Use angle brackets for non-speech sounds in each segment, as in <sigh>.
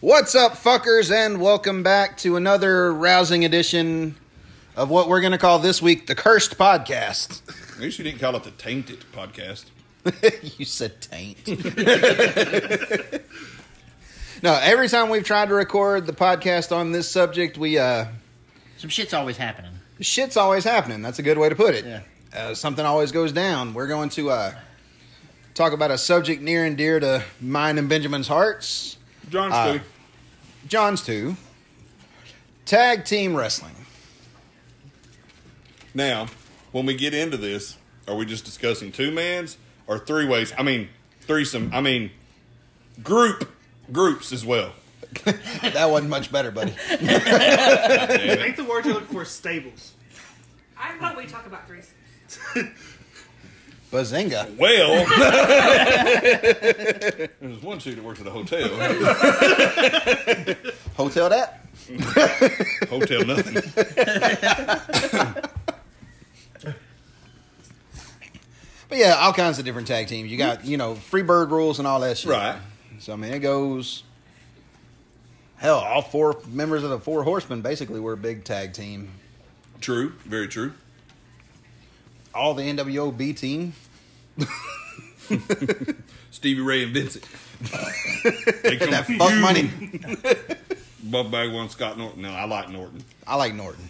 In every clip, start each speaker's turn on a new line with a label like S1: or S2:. S1: What's up, fuckers, and welcome back to another rousing edition of what we're going to call this week the Cursed Podcast. <laughs>
S2: At least you didn't call it the Tainted Podcast.
S1: you said taint. <laughs> no, every time we've tried to record the podcast on this subject, we uh
S3: Some shit's always happening.
S1: shit's always happening. That's a good way to put it.
S3: Yeah.
S1: Uh, something always goes down. We're going to uh talk about a subject near and dear to mine and Benjamin's hearts.
S2: John
S1: Uh, John's too. Tag team wrestling.
S2: Now, when we get into this, are we just discussing two mans or three ways? I mean, threesome. I mean, group groups as well.
S1: That wasn't much better, buddy.
S4: I think the word you're looking for is stables.
S5: I thought we talk about <laughs> threesomes.
S1: Bazinga.
S2: Well, <laughs> there's one dude that works at a hotel.
S1: Hotel that?
S2: Hotel nothing.
S1: But yeah, all kinds of different tag teams. You got, you know, free bird rules and all that shit.
S2: Right.
S1: So I mean, it goes. Hell, all four members of the Four Horsemen basically were a big tag team.
S2: True. Very true.
S1: All the NWO B team.
S2: Stevie Ray and Vincent. they come
S1: That fuck money.
S2: Bob Bagwell and Scott Norton. No, I like Norton.
S1: I like Norton.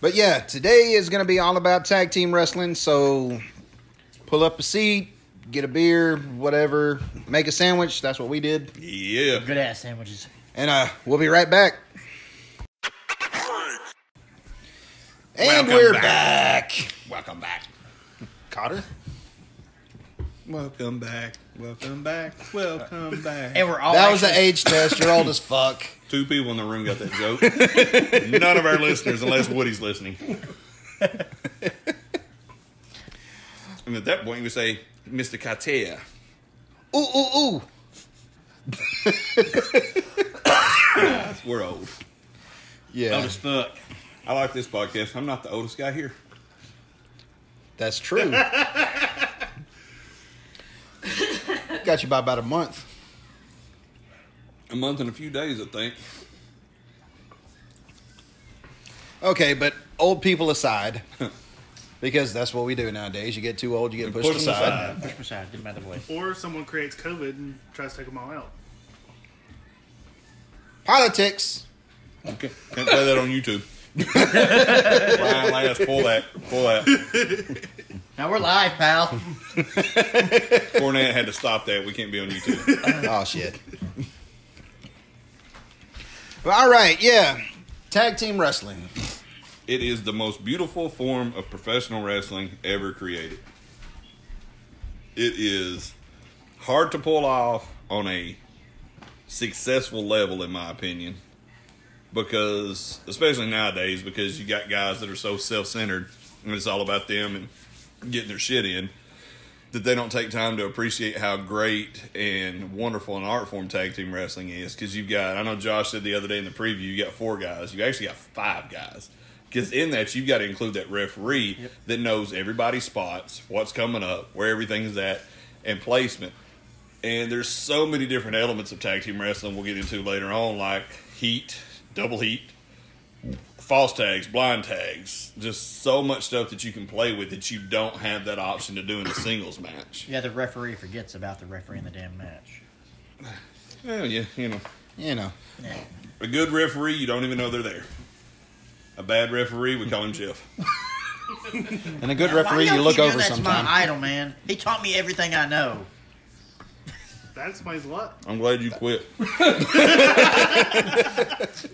S1: But yeah, today is going to be all about tag team wrestling. So pull up a seat, get a beer, whatever, make a sandwich. That's what we did.
S2: Yeah.
S3: Good ass sandwiches.
S1: And uh, we'll be right back. And
S2: Welcome
S1: we're
S2: back.
S1: back.
S2: Welcome back.
S1: Cotter?
S2: Welcome back. Welcome back. Welcome back.
S3: And we're all
S1: That was
S3: actually-
S1: an
S3: <laughs>
S1: age test. You're old as fuck.
S2: Two people in the room got that joke. <laughs> None of our listeners, unless Woody's listening. and at that point, you would say, Mr. Katia.
S1: <laughs> Ooh, ooh, ooh.
S2: We're old.
S1: Yeah,
S2: fuck. I like this podcast. I'm not the oldest guy here.
S1: that's <laughs> true. Got you by about a month.
S2: A month and a few days, I think.
S1: Okay, but old people <laughs> aside, because that's what we do nowadays. You get too old, you get pushed,
S2: Put
S1: aside.
S2: aside.
S3: push beside. Didn't matter the voice.
S4: Or someone creates COVID and tries to take them all out.
S1: <coughs> Politics.
S2: Okay. Can't play that on <laughs> YouTube. Brian Last, pull that. Pull that.
S3: Now we're live, pal.
S2: Cornette had to stop that. We can't be on YouTube.
S1: oh shit. But, all right, yeah. Tag team wrestling.
S2: It is the most beautiful form of professional wrestling ever created. It is hard to pull off on a successful level, in my opinion, because, especially nowadays, because you got guys that are so self centered and it's all about them and getting their shit in that they don't take time to appreciate how great and wonderful an art form tag team wrestling is. Because you've got, I know Josh said the other day in the preview, you got four guys. You actually got five guys. Because in that, you've got to include that referee that knows everybody's spots, what's coming up, where everything's at, and placement. And there's so many different elements of tag team wrestling we'll get into later on, like heat, double heat, false tags, blind tags, just so much stuff that you can play with that you don't have that option to do in a singles match.
S3: Yeah, the referee forgets about the referee in the damn match.
S2: Well, yeah, you know,
S1: You know.
S3: Yeah.
S2: a good referee, you don't even know they're there. A bad referee, we call him Jeff.
S1: And a good
S3: Why do
S1: referee
S3: y'all
S1: you look
S3: keep doing
S1: over
S3: that to
S1: sometimes.
S3: my idol, man. He taught me everything I know.
S4: That explains a lot.
S2: I'm glad you quit. <laughs>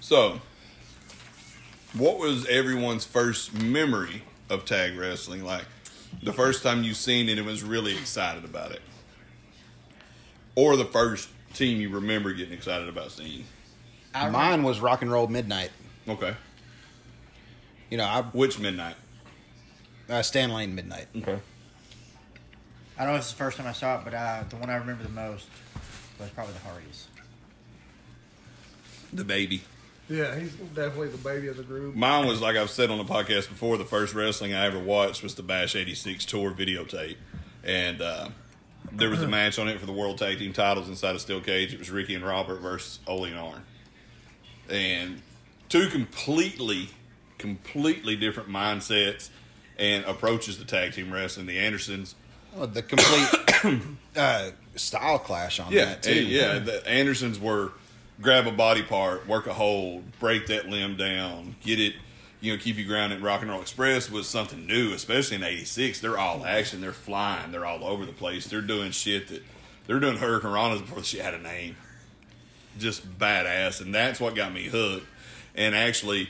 S2: so, what was everyone's first memory of tag wrestling? Like, the first time you seen it and was really excited about it? Or the first team you remember getting excited about seeing?
S3: I
S1: Mine was rock and roll midnight.
S2: Okay.
S1: You know, I
S2: Which midnight?
S1: uh, Stan Lane midnight.
S2: Okay.
S3: I don't know if it's the first time I saw it, but uh, the one I remember the most was probably the Hardys.
S2: The baby.
S6: Yeah, he's definitely the baby of the group.
S2: Mine was, like I've said on the podcast before, the first wrestling I ever watched was the Bash 86 tour videotape. And uh, There was a match on it for the world tag team titles inside a steel cage. It was Ricky and Robert versus Ole and Arn, and two completely, completely different mindsets and approaches to tag team wrestling. The Andersons,
S1: Well, the complete uh, style clash on
S2: yeah,
S1: that too.
S2: and- yeah. The Andersons were grab a body part, work a hold, break that limb down, get it. You know, keep you grounded. Rock and Roll Express was something new, especially in '86. They're
S1: Mm-hmm.
S2: all action. They're flying. They're all over the place. They're doing shit that they're doing Hurricane Rana's before she had a name. Just badass, and that's what got me hooked. And actually,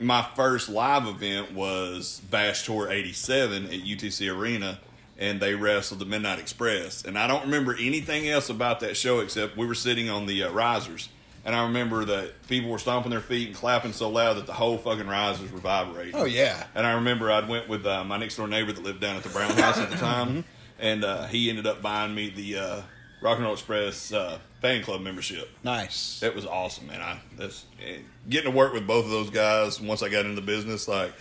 S2: my first live event was Bash Tour 87 at UTC Arena, and they wrestled the Midnight Express. And I don't remember anything else about that show except we were sitting on the uh, risers. And I remember that people were stomping their feet and clapping so loud that the whole fucking risers were vibrating.
S1: Oh, yeah.
S2: And I remember I went with uh, my next door neighbor that lived down at the Brown House
S1: <laughs>
S2: at the
S1: Mm-hmm.
S2: time, and uh, he ended up buying me the uh, Rock and Roll Express uh, fan club membership.
S1: Nice.
S2: It was awesome, man. I that's eh, getting to work with both of those guys. Once I got into the business, like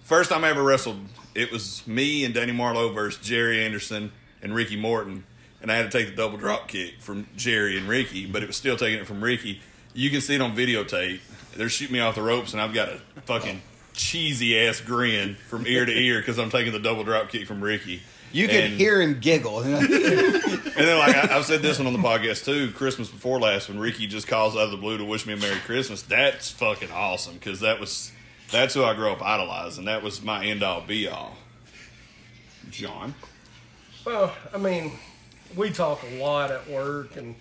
S2: first time I ever wrestled, it was me and Danny Marlowe versus Jerry Anderson and Ricky Morton, and I had to take the double drop kick from Jerry and Ricky, but it was still taking it from Ricky. You can see it on videotape. They're shooting me off the ropes, and I've got a fucking cheesy ass grin from ear to ear because I'm taking the double drop kick from Ricky.
S1: You could
S2: And-
S1: hear him giggle. <laughs>
S2: and then, like I, I've said this one on the podcast too, Christmas before last, when Ricky just calls out of the blue to wish me a Merry Christmas. That's fucking awesome because that was that's who I grew up idolizing. That was my end all be all. John,
S6: Well, I mean, we talk a lot at work and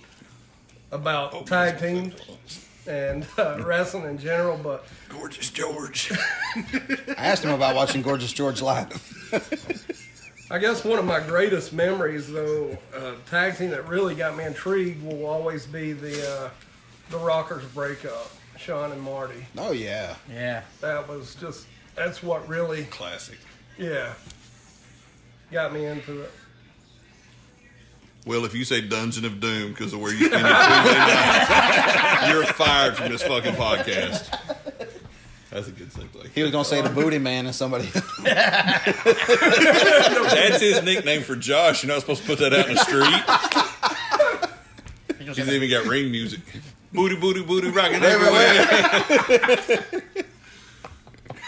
S6: about
S2: Oh,
S6: tag teams and uh, wrestling in general, but
S2: gorgeous George.
S1: I asked him about watching Gorgeous George
S2: <laughs>
S1: live.
S6: I guess one of my greatest memories, though, uh, tag team that really got me intrigued will always be the uh, the Rockers breakup, Sean and Marty.
S1: Oh yeah,
S3: Yeah.
S6: That was just that's what really,
S2: Classic.
S6: yeah, got me into it.
S2: Well, if you say Dungeon of Doom because of where you spend your Tuesday nights, you're fired from this fucking podcast. That's a good segue.
S1: he was gonna say the booty man and somebody. <laughs>
S2: That's his nickname for Josh. You're not supposed to put that out in the street.
S3: He's
S2: He's
S3: gonna-
S2: even got ring music. Booty, booty, booty, rocking everywhere.
S1: Everywhere.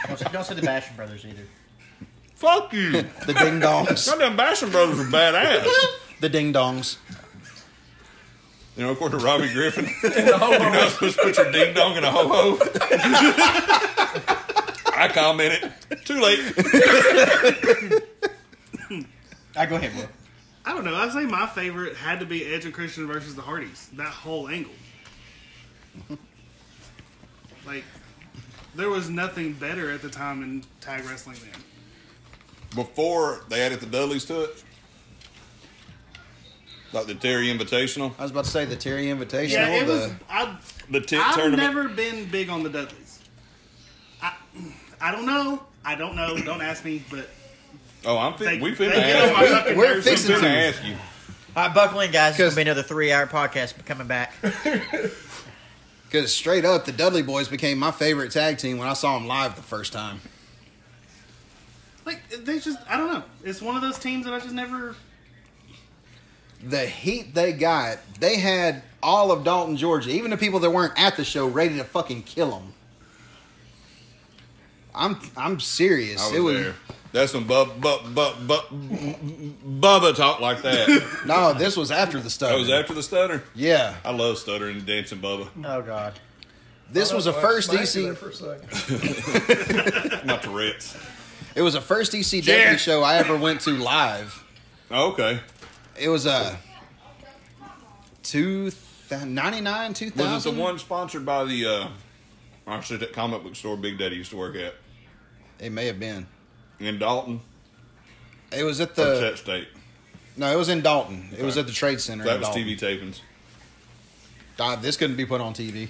S3: Don't say, don't say the Basham Brothers either.
S2: Fuck you.
S1: the ding dongs.
S2: Goddamn Basham Brothers were badass.
S1: The ding dongs.
S2: You know, according to Robbie Griffin,
S6: And the whole
S2: you're not supposed to put your ding dong in a ho ho. I commented. Too late.
S3: I go ahead, Will.
S4: I don't know. I'd say my favorite had to be Edge and Christian versus the Hardys. That whole angle. like, there was nothing better at the time in tag wrestling then.
S2: Before they added the Dudleys to it, like the Terry Invitational,
S1: I was about to say the Terry Invitational.
S4: Yeah, it
S1: the,
S4: was. I,
S2: the Tit
S4: I've
S2: Tournament.
S4: never been big on the Dudleys. I, I don't know. I don't know. Don't ask me. But
S2: oh, I'm fin-
S4: they,
S2: we
S4: they
S2: finna
S4: get on my
S2: ask.
S4: fucking
S1: We're
S4: nerves.
S2: We
S1: fixing
S2: finna
S1: to.
S2: ask you.
S3: All right, buckle in, guys. It's going
S1: Because-
S3: to be another three hour podcast but coming back.
S1: Because straight up, the Dudley Boys became my favorite tag team when I saw them live the first time.
S4: Like they just. I don't know. It's one of those teams that I just never.
S1: The heat they got, they had all of Dalton, Georgia, even the people that weren't at the show, ready to fucking kill them. I'm I'm serious.
S2: I was
S1: it was
S2: there. That's when bub, bub, bub, bub, Bubba talked like that.
S1: no. This was after the stuff.
S2: That was after the stutter.
S1: Yeah,
S2: I love stuttering and dancing Bubba.
S3: <laughs> Oh, God.
S1: this was a
S6: I
S1: first
S6: smacked you there
S1: EC.
S6: for a second.
S2: My Tourette's.
S1: It was a first EC
S2: Yeah.
S1: deputy show I ever went to live.
S2: Oh, okay.
S1: It was a two ninety nine two
S2: Was it
S1: thousand.
S2: the one sponsored by the uh actually that comic book store Big Daddy used to work at
S1: It may have been.
S2: in Dalton
S1: It was at
S2: or
S1: the
S2: Chet State?
S1: no. It was in Dalton. It was
S2: Okay.
S1: at the Trade Center.
S2: That
S1: in
S2: was
S1: Dalton.
S2: TV tapings.
S1: Ah, this couldn't be put on TV.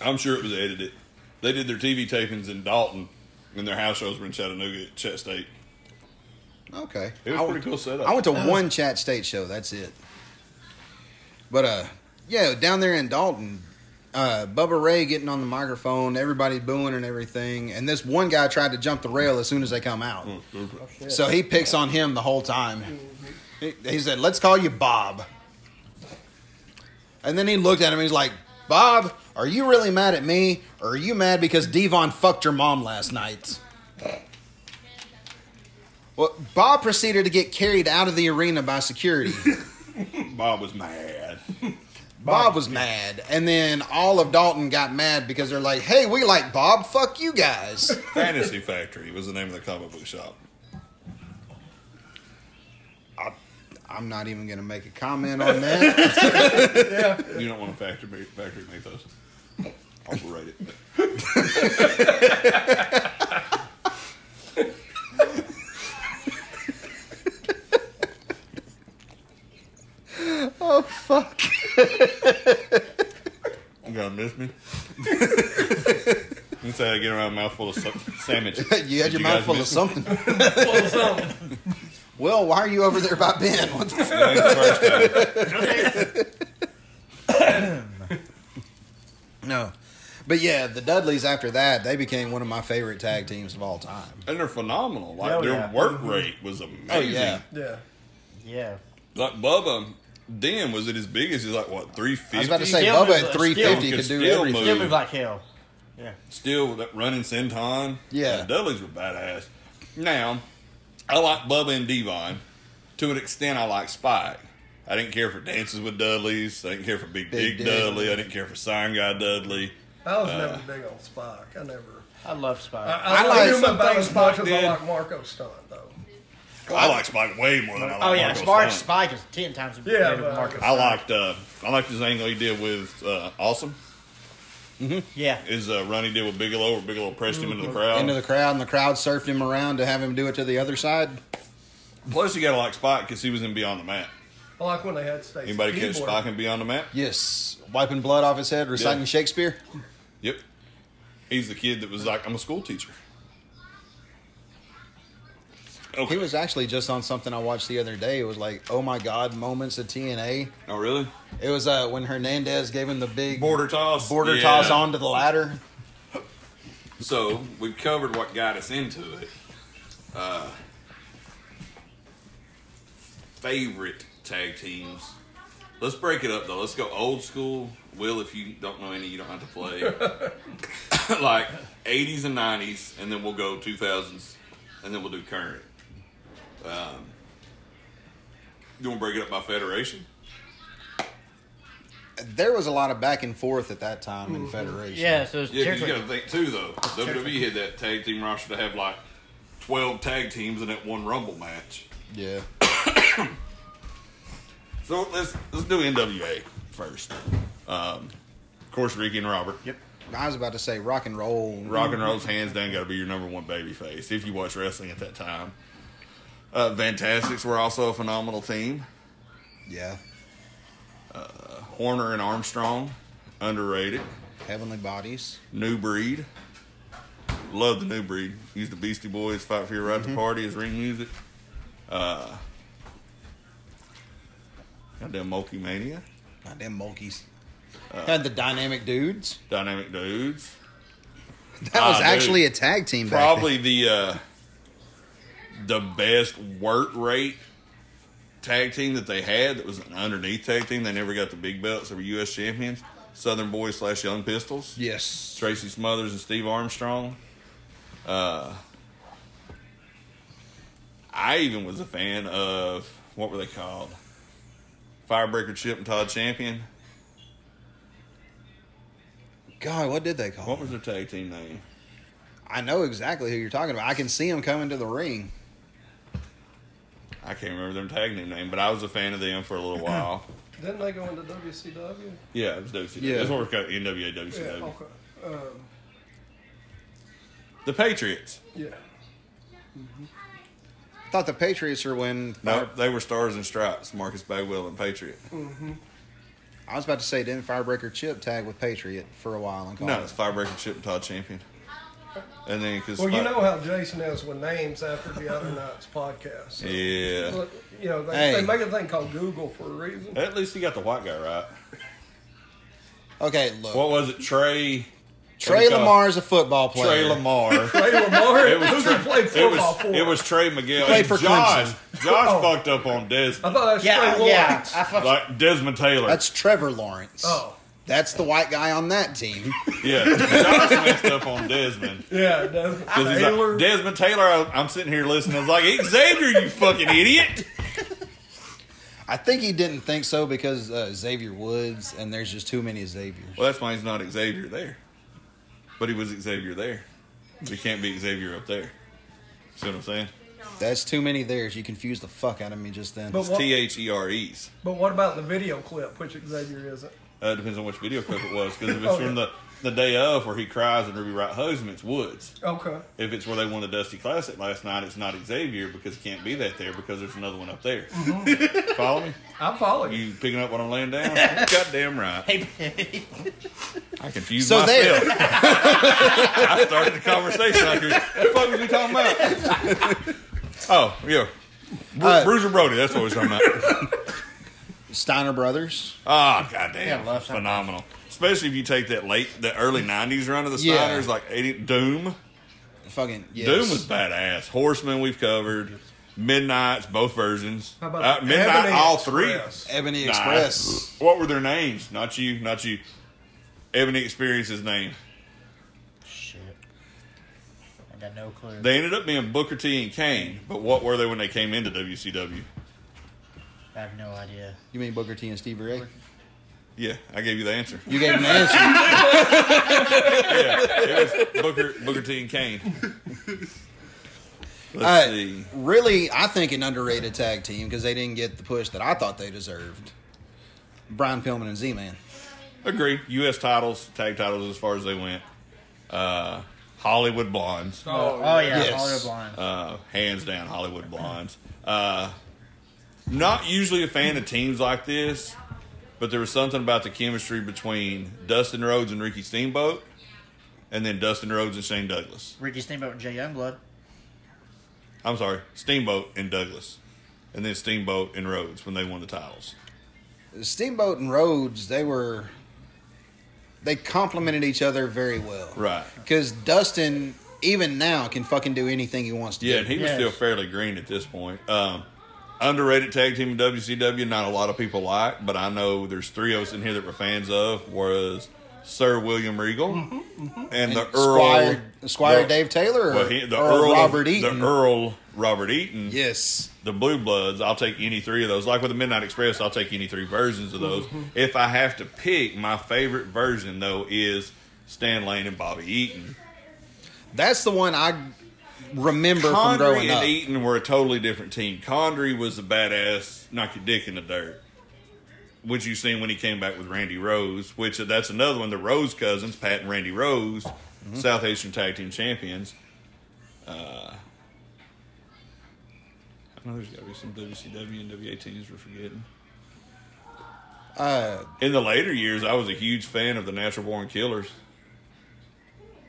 S2: I'm sure it was edited. They did their TV tapings in Dalton, and their house shows were in Chattanooga at Chet State.
S1: Okay.
S2: It was
S1: I,
S2: a pretty
S1: went,
S2: cool setup.
S1: I went to one chat state show. That's it. But uh, yeah, down there in Dalton, uh, Bubba Ray getting on the microphone, everybody booing and everything, and this one guy tried to jump the rail as soon as they come out.
S2: Mm,
S1: So he picks on him the whole time. He, he said, "Let's call you Bob." And then he looked at him. He's like, "Bob, are you really mad at me, or are you mad because Devon fucked your mom last night?" Well, Bob proceeded to get carried out of the arena by
S2: <laughs>
S1: security.
S2: Bob was mad.
S1: Bob was mad, and then all of Dalton got mad because they're like, "Hey, we like Bob. Fuck you
S2: <laughs>
S1: guys."
S2: Fantasy Factory was the name of the comic book shop.
S1: I'm not even gonna make a comment on
S2: <laughs>
S1: that. <laughs>
S2: You don't want to factor factory make those. Overrated.
S1: oh fuck!
S2: You gonna miss me? you say I get around a mouthful of sa- sandwich.
S1: <laughs> You had
S2: Did
S1: your mouth
S2: guys
S1: full of
S2: miss <laughs>
S1: something.
S6: Well, something.
S1: <laughs> Well, why are you over there by Ben? <laughs> What the
S2: <laughs> me? That ain't the first time.
S1: No. But yeah, the Dudleys after that, they became one of my favorite tag teams of all time.
S2: and they're phenomenal. Like
S3: Hell
S2: their
S3: yeah.
S2: work rate was amazing.
S1: Oh, yeah.
S6: Yeah.
S3: Yeah.
S2: Like Bubba, then was it his biggest? He's like what three fifty.
S1: I was about to say
S3: Still
S1: Bubba
S3: was-
S1: at
S3: still
S1: 350 could
S2: could
S1: do
S2: still
S1: everything.
S2: move.
S3: Still move like hell. Yeah.
S2: still with that running senton.
S1: Yeah.
S2: the Dudleys were badass. Now, I like Bubba and Devon. To an extent, I like Spike. I didn't care for Dances with Dudleys. I didn't care for Big,
S1: Big
S2: Dick,
S1: Dick.
S2: Dudley. I didn't care for Sign Guy Dudley.
S6: I was never big on Spike. I never.
S3: I love Spike.
S6: I,
S1: I
S6: I,
S1: like
S6: like him
S1: some
S6: about
S1: things
S6: as much
S1: Spike
S6: as I
S1: did.
S6: like Marco Stunt, though.
S2: I like Spike way more than I like.
S3: oh yeah,
S2: Marco
S3: Spike.
S2: Stunt.
S3: Spike is ten times
S6: Yeah,
S3: better than
S6: but-
S3: Marcus.
S2: I liked. Uh, I liked his angle he did with uh, Awesome.
S3: Yeah.
S2: Is uh, Ronnie did with Bigelow, where Bigelow pressed him into the crowd.
S1: Mm-hmm. Into the crowd, and the crowd surfed him around to have him do it to the other side.
S2: Plus, you gotta like Spike because he was in Beyond the Map.
S6: I like when they had Stacy.
S2: Anybody catch
S6: Keibler.
S2: Spike in Beyond the Map?
S1: Yes. Wiping blood off his head, reciting
S2: Yeah.
S1: Shakespeare.
S2: Yep. He's the kid that was like, I'm a school teacher. Okay.
S1: He was actually just on something I watched the other day. It was like, oh my God, moments of TNA.
S2: oh, really?
S1: It was uh, when Hernandez gave him the big border,
S2: Border toss. Yeah.
S1: toss onto the ladder.
S2: So we've covered what got us into it. Uh, favorite tag teams. Let's break it up though. Let's go old school. Will, if you don't know any, you don't have to play. <laughs> like 80s and 90s, and then we'll go 2000s, and then we'll do current. Um, you want to break it up by federation?
S1: There was a lot of back and forth at that time in Federation.
S3: Yeah. So it's
S2: Yeah, 'cause you
S3: territory.
S2: got to think too, though. WWE had that tag team roster to have like twelve tag teams in that one Rumble match.
S1: Yeah.
S2: So let's let's do NWA first. Um, of course, Ricky and Robert.
S3: Yep.
S1: I was about to say rock and roll.
S2: Rock and Roll's hands down got to be your number one baby face if you watch wrestling at that time. Uh, Fantastics were also a phenomenal team.
S1: Yeah.
S2: Horner and Armstrong, underrated.
S1: Heavenly Bodies.
S2: New Breed. Love the New Breed. Use the Beastie Boys, Fight for Your Right to Party as ring music. Uh, goddamn Mulkey Mania.
S1: Goddamn Mulkeys.
S2: Uh.
S1: Had the Dynamic Dudes.
S2: Dynamic Dudes.
S1: That was
S2: Ah,
S1: actually
S2: dude.
S1: a tag team back
S2: Probably the uh, the best work rate tag team that they had that was an underneath tag team. They never got the big belts. They were U.S. champions. Southern Boys slash Young Pistols.
S1: then. Yes.
S2: Tracy Smothers and Steve Armstrong. Uh, I even was a fan of what were they called? Firebreaker Chip and Todd Champion.
S1: God, what did they call
S2: What
S1: them?
S2: was their tag team name?
S1: I know exactly who you're talking about. I can see him coming to the ring.
S2: I can't remember their tag team name, but I was a fan of them for a little while.
S6: Didn't they go into WCW?
S2: Yeah, it was WCW.
S1: Yeah.
S2: That's what we're called NWA
S6: Yeah.
S2: WCW.
S6: Okay. Um,
S2: The Patriots.
S6: yeah.
S1: Thought the Patriots were when.
S2: No, they were Stars and Stripes, Marcus Bagwell and Patriot.
S6: Mm.
S1: I was about to say, didn't Firebreaker Chip tag with Patriot for a while and call
S2: No,
S1: it?
S2: it's Firebreaker Chip and Todd Champion. And then because
S6: Well, you know how Jason is with names after the other night's podcast. So,
S2: yeah.
S6: look, You know, they,
S1: Hey.
S6: they make a thing called Google for a reason.
S2: At least he got the white guy right.
S1: Okay, look.
S2: What was it? Trey.
S1: Trey
S2: what do you call it?
S1: Lamar is a football player.
S2: Trey Lamar.
S6: Ray Lamar,
S2: <laughs> It was
S6: who's
S2: Trey,
S6: he played
S2: it
S6: football
S2: was,
S6: for?
S2: it was Trey Miguel.
S1: played
S2: And
S1: for
S2: Josh. Josh
S6: Oh.
S2: fucked up on
S6: I
S2: Desmond.
S6: thought that's
S3: Yeah,
S6: Trey
S3: yeah.
S6: Lawrence.
S3: I fuck,
S2: Like Desmond
S1: <laughs>
S2: Taylor.
S1: That's Trevor Lawrence.
S6: Oh.
S1: That's the white guy on that team.
S2: yeah. Josh messed up on Desmond.
S6: Yeah,
S2: <laughs>
S6: Desmond
S2: 'Cause he's like,
S6: Taylor.
S2: Desmond Taylor, I- I'm sitting here listening. I was like, Xavier, you fucking idiot.
S1: I think he didn't think so because uh, Xavier Woods, and there's just too many Xaviers.
S2: Well, that's why he's not Xavier there. But he was Xavier there. He can't be Xavier up there. See what I'm saying?
S1: That's too many theirs. You confused the fuck out of me just then.
S6: But
S2: It's
S6: what-
S2: T H E R E's.
S6: but what about the video clip, which Xavier isn't?
S2: Uh, depends on which video clip it was. Because if it's
S6: Oh,
S2: from
S6: yeah.
S2: the, the day of where he cries and Ruby Wright hugs him, it's Woods.
S6: Okay.
S2: If it's where they won the Dusty Classic last night, it's not Xavier because it can't be that there because there's another one up there. <laughs> Follow me?
S6: I follow you.
S2: You picking up what I'm laying down? Goddamn right.
S3: hey, hey,
S2: I confused
S1: So there.
S2: myself. <laughs> I started the conversation like, what the fuck was we talking about? Oh, yeah. Bru-
S1: Uh,
S2: Bruiser Brody, that's what we're talking about.
S1: Steiner Brothers.
S2: Ah,
S3: Yeah,
S2: goddamn.
S3: love something.
S2: Phenomenal. Especially if you take that late, the early 90s run of the
S1: Yeah.
S2: Steiners, like 80, Doom.
S1: Fucking yes.
S2: Doom was badass. Horseman, we've covered. Midnight's, both versions.
S6: How about
S2: uh, Midnight,
S6: Ebony
S2: all
S6: Express?
S2: three.
S1: Ebony
S2: Nah.
S1: Express.
S2: What were their names? Not you, not you. Ebony Experience's name.
S3: <laughs> shit. I got no clue.
S2: They ended up being Booker T and Kane, but what were they when they came into WCW?
S3: I have no idea.
S1: You mean Booker T and Stevie Ray?
S2: Yeah, I gave you the answer.
S1: You
S2: <laughs>
S1: gave an answer.
S2: Yeah, it was Booker Booker T and Kane. Let's
S1: Uh,
S2: see.
S1: really, I think an underrated tag team because they didn't get the push that I thought they deserved. Brian Pillman and Z Man.
S2: Agree. U.S. titles, tag titles, as far as they went. Uh, Hollywood Blondes,
S3: Oh, yeah,
S1: yes.
S3: Hollywood Blonde.
S2: uh, hands down, Hollywood Blondes. Uh, not usually a fan of teams like this, but there was something about the chemistry between Dustin Rhodes and Ricky Steamboat, and then Dustin Rhodes and Shane Douglas.
S3: Ricky Steamboat and Jay Youngblood.
S2: I'm sorry, Steamboat and Douglas, and then Steamboat and Rhodes when they won the titles.
S1: Steamboat and Rhodes, they were they complemented each other very well.
S2: Right.
S1: Because Dustin, even now, can fucking do anything he wants to
S2: Yeah, and
S1: do.
S2: he was
S3: Yes.
S2: still fairly green at this point. Um, underrated tag team in WCW, not a lot of people like, but I know there's three of us in here that we're fans of. Was Sir William Regal and the
S1: Squire,
S2: Earl
S1: Squire
S2: the-
S1: Dave Taylor or
S2: well, he- the
S1: Earl, Robert
S2: the
S1: Eaton.
S2: Earl Robert Eaton,
S1: yes.
S2: the Blue Bloods. I'll take any three of those. Like with the Midnight Express, I'll take any three versions of those. If I have to pick, my favorite version though is Stan Lane and Bobby Eaton.
S1: That's the one I remember from
S2: Condry
S1: growing
S2: and
S1: up.
S2: Eaton were a totally different team. Condry was a badass, knock your dick in the dirt, which you seen when he came back with Randy Rose, which uh, that's another one. The Rose cousins, Pat and Randy Rose,
S1: Mm-hmm.
S2: South Asian Tag Team Champions. Uh, I know there's got to be some WCW and WA teams we're forgetting.
S1: Uh,
S2: In the later years, I was a huge fan of the Natural Born Killers.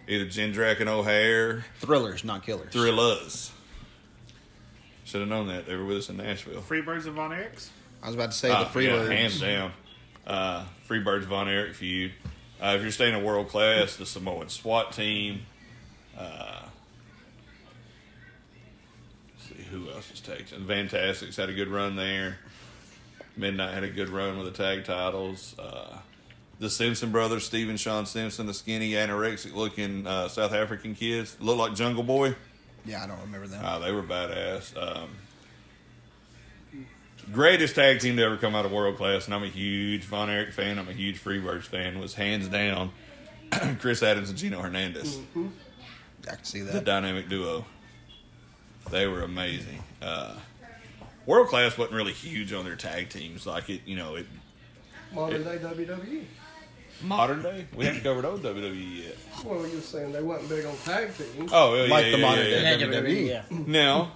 S2: Either Jindrak and O'Hare,
S1: thrillers, not killers.
S2: Thrillers. Should have known that. They were with us in Nashville.
S4: Freebirds and Von Erichs.
S1: I was about to say
S2: Ah,
S1: the free
S2: yeah,
S1: words.
S2: hands down. Uh, Freebirds Von Erich feud. Uh, if you're staying in world class, the Samoan SWAT team. Uh, let's see who else was tag team. Fantastics had a good run there. Midnight had a good run with the tag titles. Uh, the Simpson brothers, Steve and Sean Simpson, the skinny, anorexic looking uh, South African kids, looked like Jungle Boy.
S1: Yeah, I don't remember them.
S2: Ah, they were badass. Um, greatest tag team to ever come out of world class, and I'm a huge Von Erich fan. I'm a huge Freebirds fan. Was hands down <clears throat> Chris Adams and Gino Hernandez,
S1: I can see
S2: the
S1: that.
S2: dynamic duo. They were amazing. Uh, world class wasn't really huge on their tag teams, like it. You know, it
S6: Modern day WWE.
S2: modern day. We haven't covered old WWE yet.
S6: Well, you were saying they wasn't big on tag teams.
S2: Oh, yeah,
S1: Like
S2: yeah,
S1: the
S2: yeah,
S1: modern
S2: yeah,
S1: day
S2: yeah.
S1: WWE.
S3: Yeah.
S2: Now,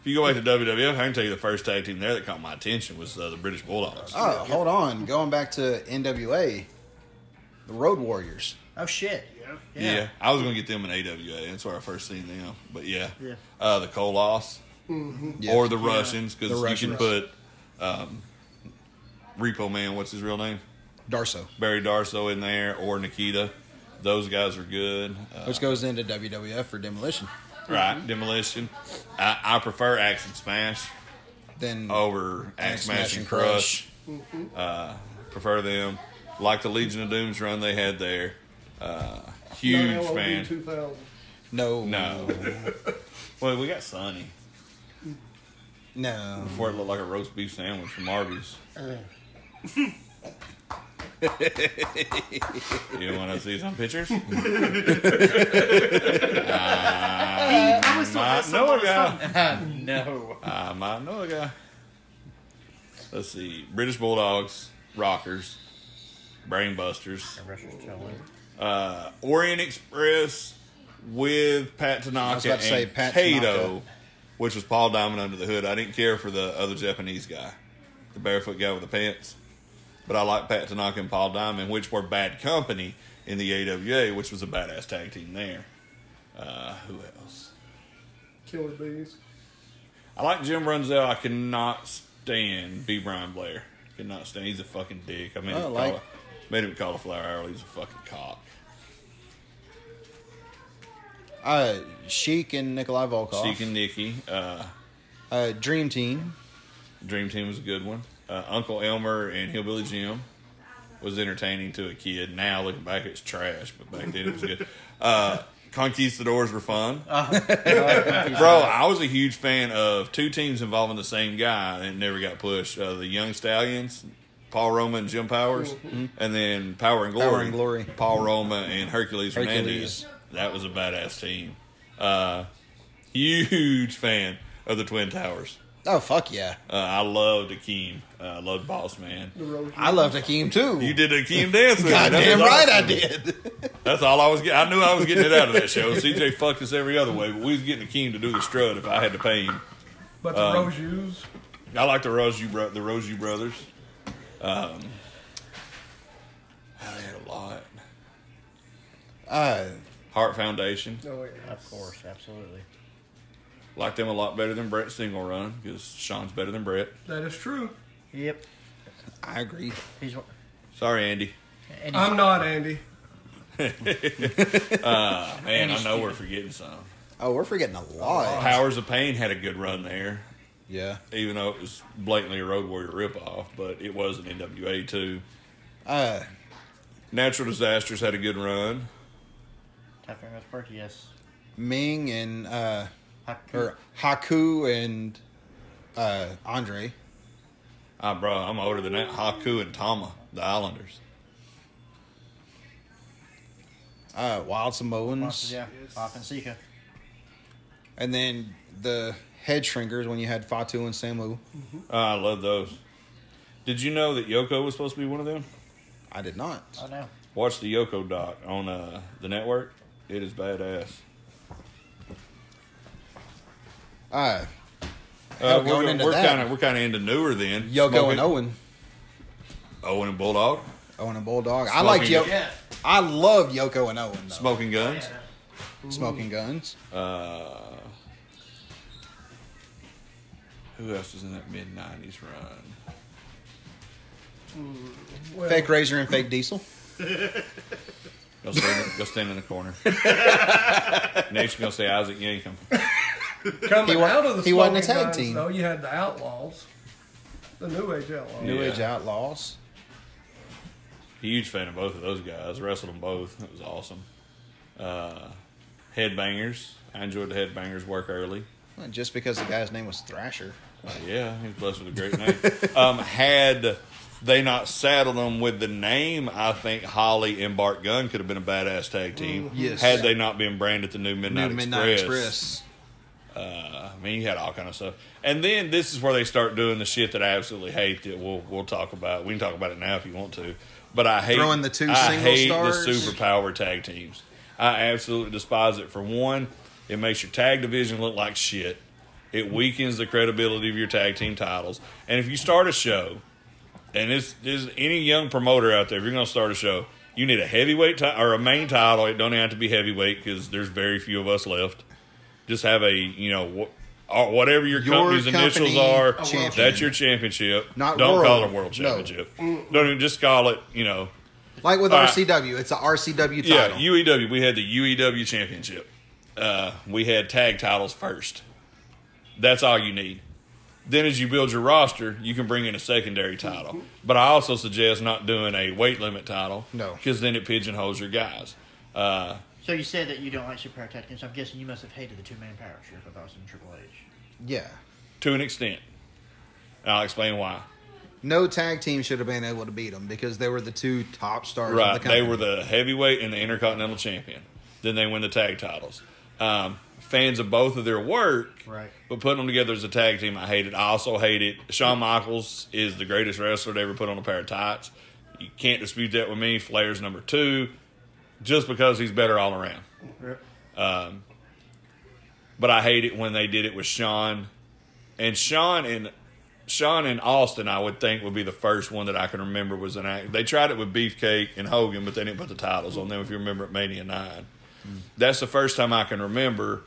S2: if you go back to WWF, I can tell you the first tag team there that caught my attention was uh, the British Bulldogs.
S1: Oh, hold on. Going back to NWA, the Road Warriors.
S3: Oh shit.
S4: Yeah.
S2: Yeah.
S3: Yeah.
S2: I was gonna get them in AWA. That's where I first seen them. But yeah,
S3: Yeah.
S2: Uh, the Kolos
S1: Yeah.
S2: or the Russians because
S1: The
S2: you can
S1: Russians.
S2: put um, Repo Man. What's his real name?
S1: Darso,
S2: Barry Darso in there or Nikita. Those guys are good. Uh,
S1: which goes into WWF for demolition.
S2: right, Demolition. I, I prefer Axe and Smash
S1: Then
S2: over Axe Oh, Smash, and Crush. Uh, prefer them. Like the Legion of Doom's run they had there. Uh, huge
S6: LOD
S2: fan.
S6: 2000.
S1: no,
S2: No. <laughs> well, we got Sonny.
S1: no.
S2: Before it looked like a roast beef sandwich from Arby's. you want to see some pictures?
S4: I was still
S2: I
S4: ask
S2: know a
S4: someone
S2: guy.
S3: No.
S2: I might know a guy. Let's see. British Bulldogs, Rockers, Brainbusters,
S3: Russia's chilling.
S2: uh, Orient Express with Pat Tanaka
S1: I was about to say
S2: and
S1: Pat
S2: Kato,
S1: Tanaka.
S2: which was Paul Diamond under the hood. I didn't care for the other Japanese guy, the barefoot guy with the pants. But I liked Pat Tanaka and Paul Diamond, which were bad company in the AWA, which was a badass tag team there. Uh, who else?
S6: Killer Bees.
S2: I like Jim Brunzel. I cannot stand B. Brian Blair. Cannot stand. He's a fucking dick. I mean,
S1: I like-
S2: made him cauliflower hourly. He's a fucking cock.
S1: Uh, Sheik and Nikolai Volkov.
S2: Sheik and Nikki. Uh,
S1: uh, Dream Team.
S2: Dream Team was a good one. Uh, Uncle Elmer and Hillbilly Jim was entertaining to a kid. Now looking back, it's trash, but back then it was good. Uh, Conquistadors were fun.
S1: Uh-huh.
S2: Bro, I was a huge fan of two teams involving the same guy and it never got pushed. Uh, the Young Stallions, Paul Roma and Jim Powers, and then Power and Glory.
S1: Mm-hmm. Power and Glory.
S2: Paul Roma and Hercules,
S1: Hercules.
S2: Hernandez. That was a badass team. Uh, huge fan of the Twin Towers.
S1: Oh fuck yeah!
S2: Uh, I loved Akeem. Uh, I loved Boss Man.
S1: I loved Hakeem too.
S2: You did Akeem dance with me. That
S1: Goddamn
S2: was
S1: right, I
S2: awesome.
S1: did.
S2: That's all I was getting. I knew I was getting it out of that show. CJ fucked us every other way, but we was getting Akeem to do the strut if I had to pay him.
S6: But the Rojus.
S2: I like the Rosu bro- the Rosu brothers. Um, I had a lot.
S1: Uh,
S2: Heart Foundation.
S6: Oh, yeah.
S3: Of course, absolutely.
S2: Like them a lot better than Brett Single Run because Sean's better than Brett.
S6: That is true.
S3: Yep.
S1: I agree.
S3: He's one-
S2: Sorry, Andy.
S3: and he's,
S6: I'm not Andy.
S2: Man, I know we're forgetting some.
S1: Oh, we're forgetting a lot.
S2: Powers of Pain had a good run there.
S1: Yeah.
S2: even though it was blatantly a Road Warrior ripoff, but it was an NWA too.
S1: Uh,
S2: Natural Disasters had a good run.
S3: Tough Ring with Perky, yes.
S1: Ming and uh,
S3: Haku.
S1: or Haku and uh, Andre.
S2: Ah, bro, I'm older than that. Haku and Tama, the Islanders.
S1: Uh, Wild Samoans.
S3: yeah. Off and Sika.
S1: And then the head shrinkers when you had Fatu and Samu.
S2: Ah, I love those. Did you know that Yoko was supposed to be one of them?
S1: I did not.
S3: Oh no.
S2: Watch the Yoko doc on uh, the network. It is badass.
S1: Uh,
S2: Uh,
S1: Hell,
S2: we're
S1: going into
S2: we're
S1: that.
S2: kind of we're kind of into newer then.
S1: Yoko
S2: Smoking-
S1: and Owen.
S2: Owen and Bulldog,
S1: Owen and Bulldog. I
S2: Smoking
S1: like Yo.
S2: gun.
S4: Yeah.
S1: I love Yoko and Owen though.
S2: smoking guns.
S1: Smoking guns.
S2: Uh, who else was in that mid '90s run?
S6: Well,
S1: Fake Razor and Fake Diesel.
S2: Go stand, go stand in the corner. Next, you're gonna say Isaac Yankum.
S6: coming
S1: He wa-
S6: out of the
S1: he wasn't a
S6: smoking
S1: tag
S6: guns,
S1: team.
S6: Though you had the Outlaws, the New Age Outlaws.
S1: New
S2: Yeah.
S1: Age Outlaws.
S2: Huge fan of both of those guys. Wrestled them both. It was awesome. Uh, headbangers. I enjoyed the headbangers work early.
S1: Not Just because the guy's name was Thrasher.
S2: Uh, yeah, he was blessed with a great name. um, had they not saddled them with the name, I think Holly and Bart Gunn could have been a badass tag team.
S1: Yes.
S2: Had they not been branded the new Midnight, I mean, you had all kind of stuff. And then this is where they start doing the shit that I absolutely hate. That we'll we'll talk about. We can talk about it now if you want to. But I hate
S1: Throwing the two
S2: I
S1: single
S2: hate
S1: stars.
S2: the superpower tag teams. I absolutely despise it. For one, it makes your tag division look like shit. It weakens the credibility of your tag team titles. And if you start a show, and this is any young promoter out there, if you're going to start a show, you need a heavyweight ti- or a main title. It don't have to be heavyweight because there's very few of us left just have a you know wh- or whatever your,
S1: Your
S2: company's initials
S1: company
S2: are,
S1: champion.
S2: that's your championship.
S1: Not
S2: Don't call
S1: world.
S2: it a world
S1: No.
S2: championship. Don't even just call it, you know.
S1: Like with
S2: All right.
S1: RCW, it's a RCW title.
S2: Yeah, UEW. We had the UEW championship. Uh, we had tag titles first. That's all you need. Then, as you build your roster, you can bring in a secondary title. But I also suggest not doing a weight limit title.
S1: No.
S2: because then it pigeonholes your guys. Uh,
S3: So you said that you don't like Super Tactics. I'm guessing you must have hated the two man power trip with Austin and Triple H.
S1: yeah.
S2: to an extent, and I'll explain why.
S1: No tag team should have been able to beat them because they were the two top stars. of
S2: Right.
S1: the
S2: they
S1: company.
S2: were the heavyweight and the intercontinental champion. Then they win the tag titles. Um, fans of both of their work,
S3: Right.
S2: But putting them together as a tag team, I hate it. I also hate it. Shawn Michaels is the greatest wrestler to ever put on a pair of tights. You can't dispute that with me. Flair's number two, just because he's better all around. Um, But I hate it when they did it with Sean, and Sean and Sean and Austin. I would think would be the first one that I can remember was an act. They tried it with Beefcake and Hogan, but they didn't put the titles on them. If you remember at Mania Nine, that's the first time I can remember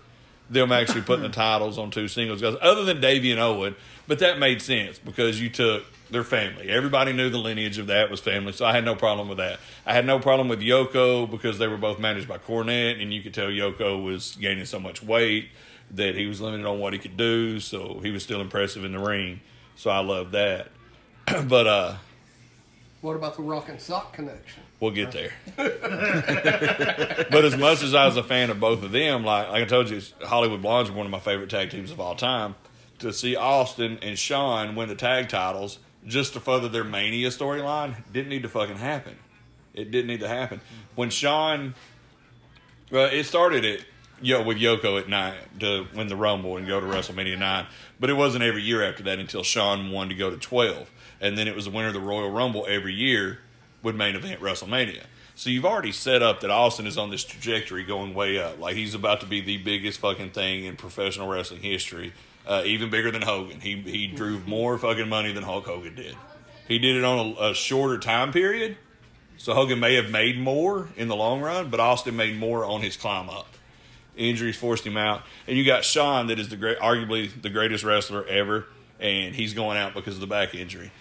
S2: them actually putting the titles on two singles guys, other than Davey and Owen. But that made sense because you took their family. Everybody knew the lineage of that was family, so I had no problem with that. I had no problem with Yoko because they were both managed by Cornette, and you could tell Yoko was gaining so much weight that he was limited on what he could do, so he was still impressive in the ring. So I love that. <clears throat> but uh
S6: What about the rock and sock connection?
S2: We'll get there. <laughs> but as much as I was a fan of both of them, like, like I told you, Hollywood Blondes were one of my favorite tag teams of all time. To see Austin and Sean win the tag titles just to further their mania storyline didn't need to fucking happen. It didn't need to happen. When Sean, well, it started at yo with Yoko at nine to win the Rumble and go to WrestleMania nine, but it wasn't every year after that until Sean won to go to twelve, and then it was the winner of the Royal Rumble every year would main event WrestleMania. So you've already set up that Austin is on this trajectory going way up, like he's about to be the biggest fucking thing in professional wrestling history, uh, even bigger than Hogan. He he drew more fucking money than Hulk Hogan did. He did it on a, a shorter time period. So Hogan may have made more in the long run, but Austin made more on his climb up. Injuries forced him out, and you got Sean, that is the great, arguably the greatest wrestler ever, and he's going out because of the back injury.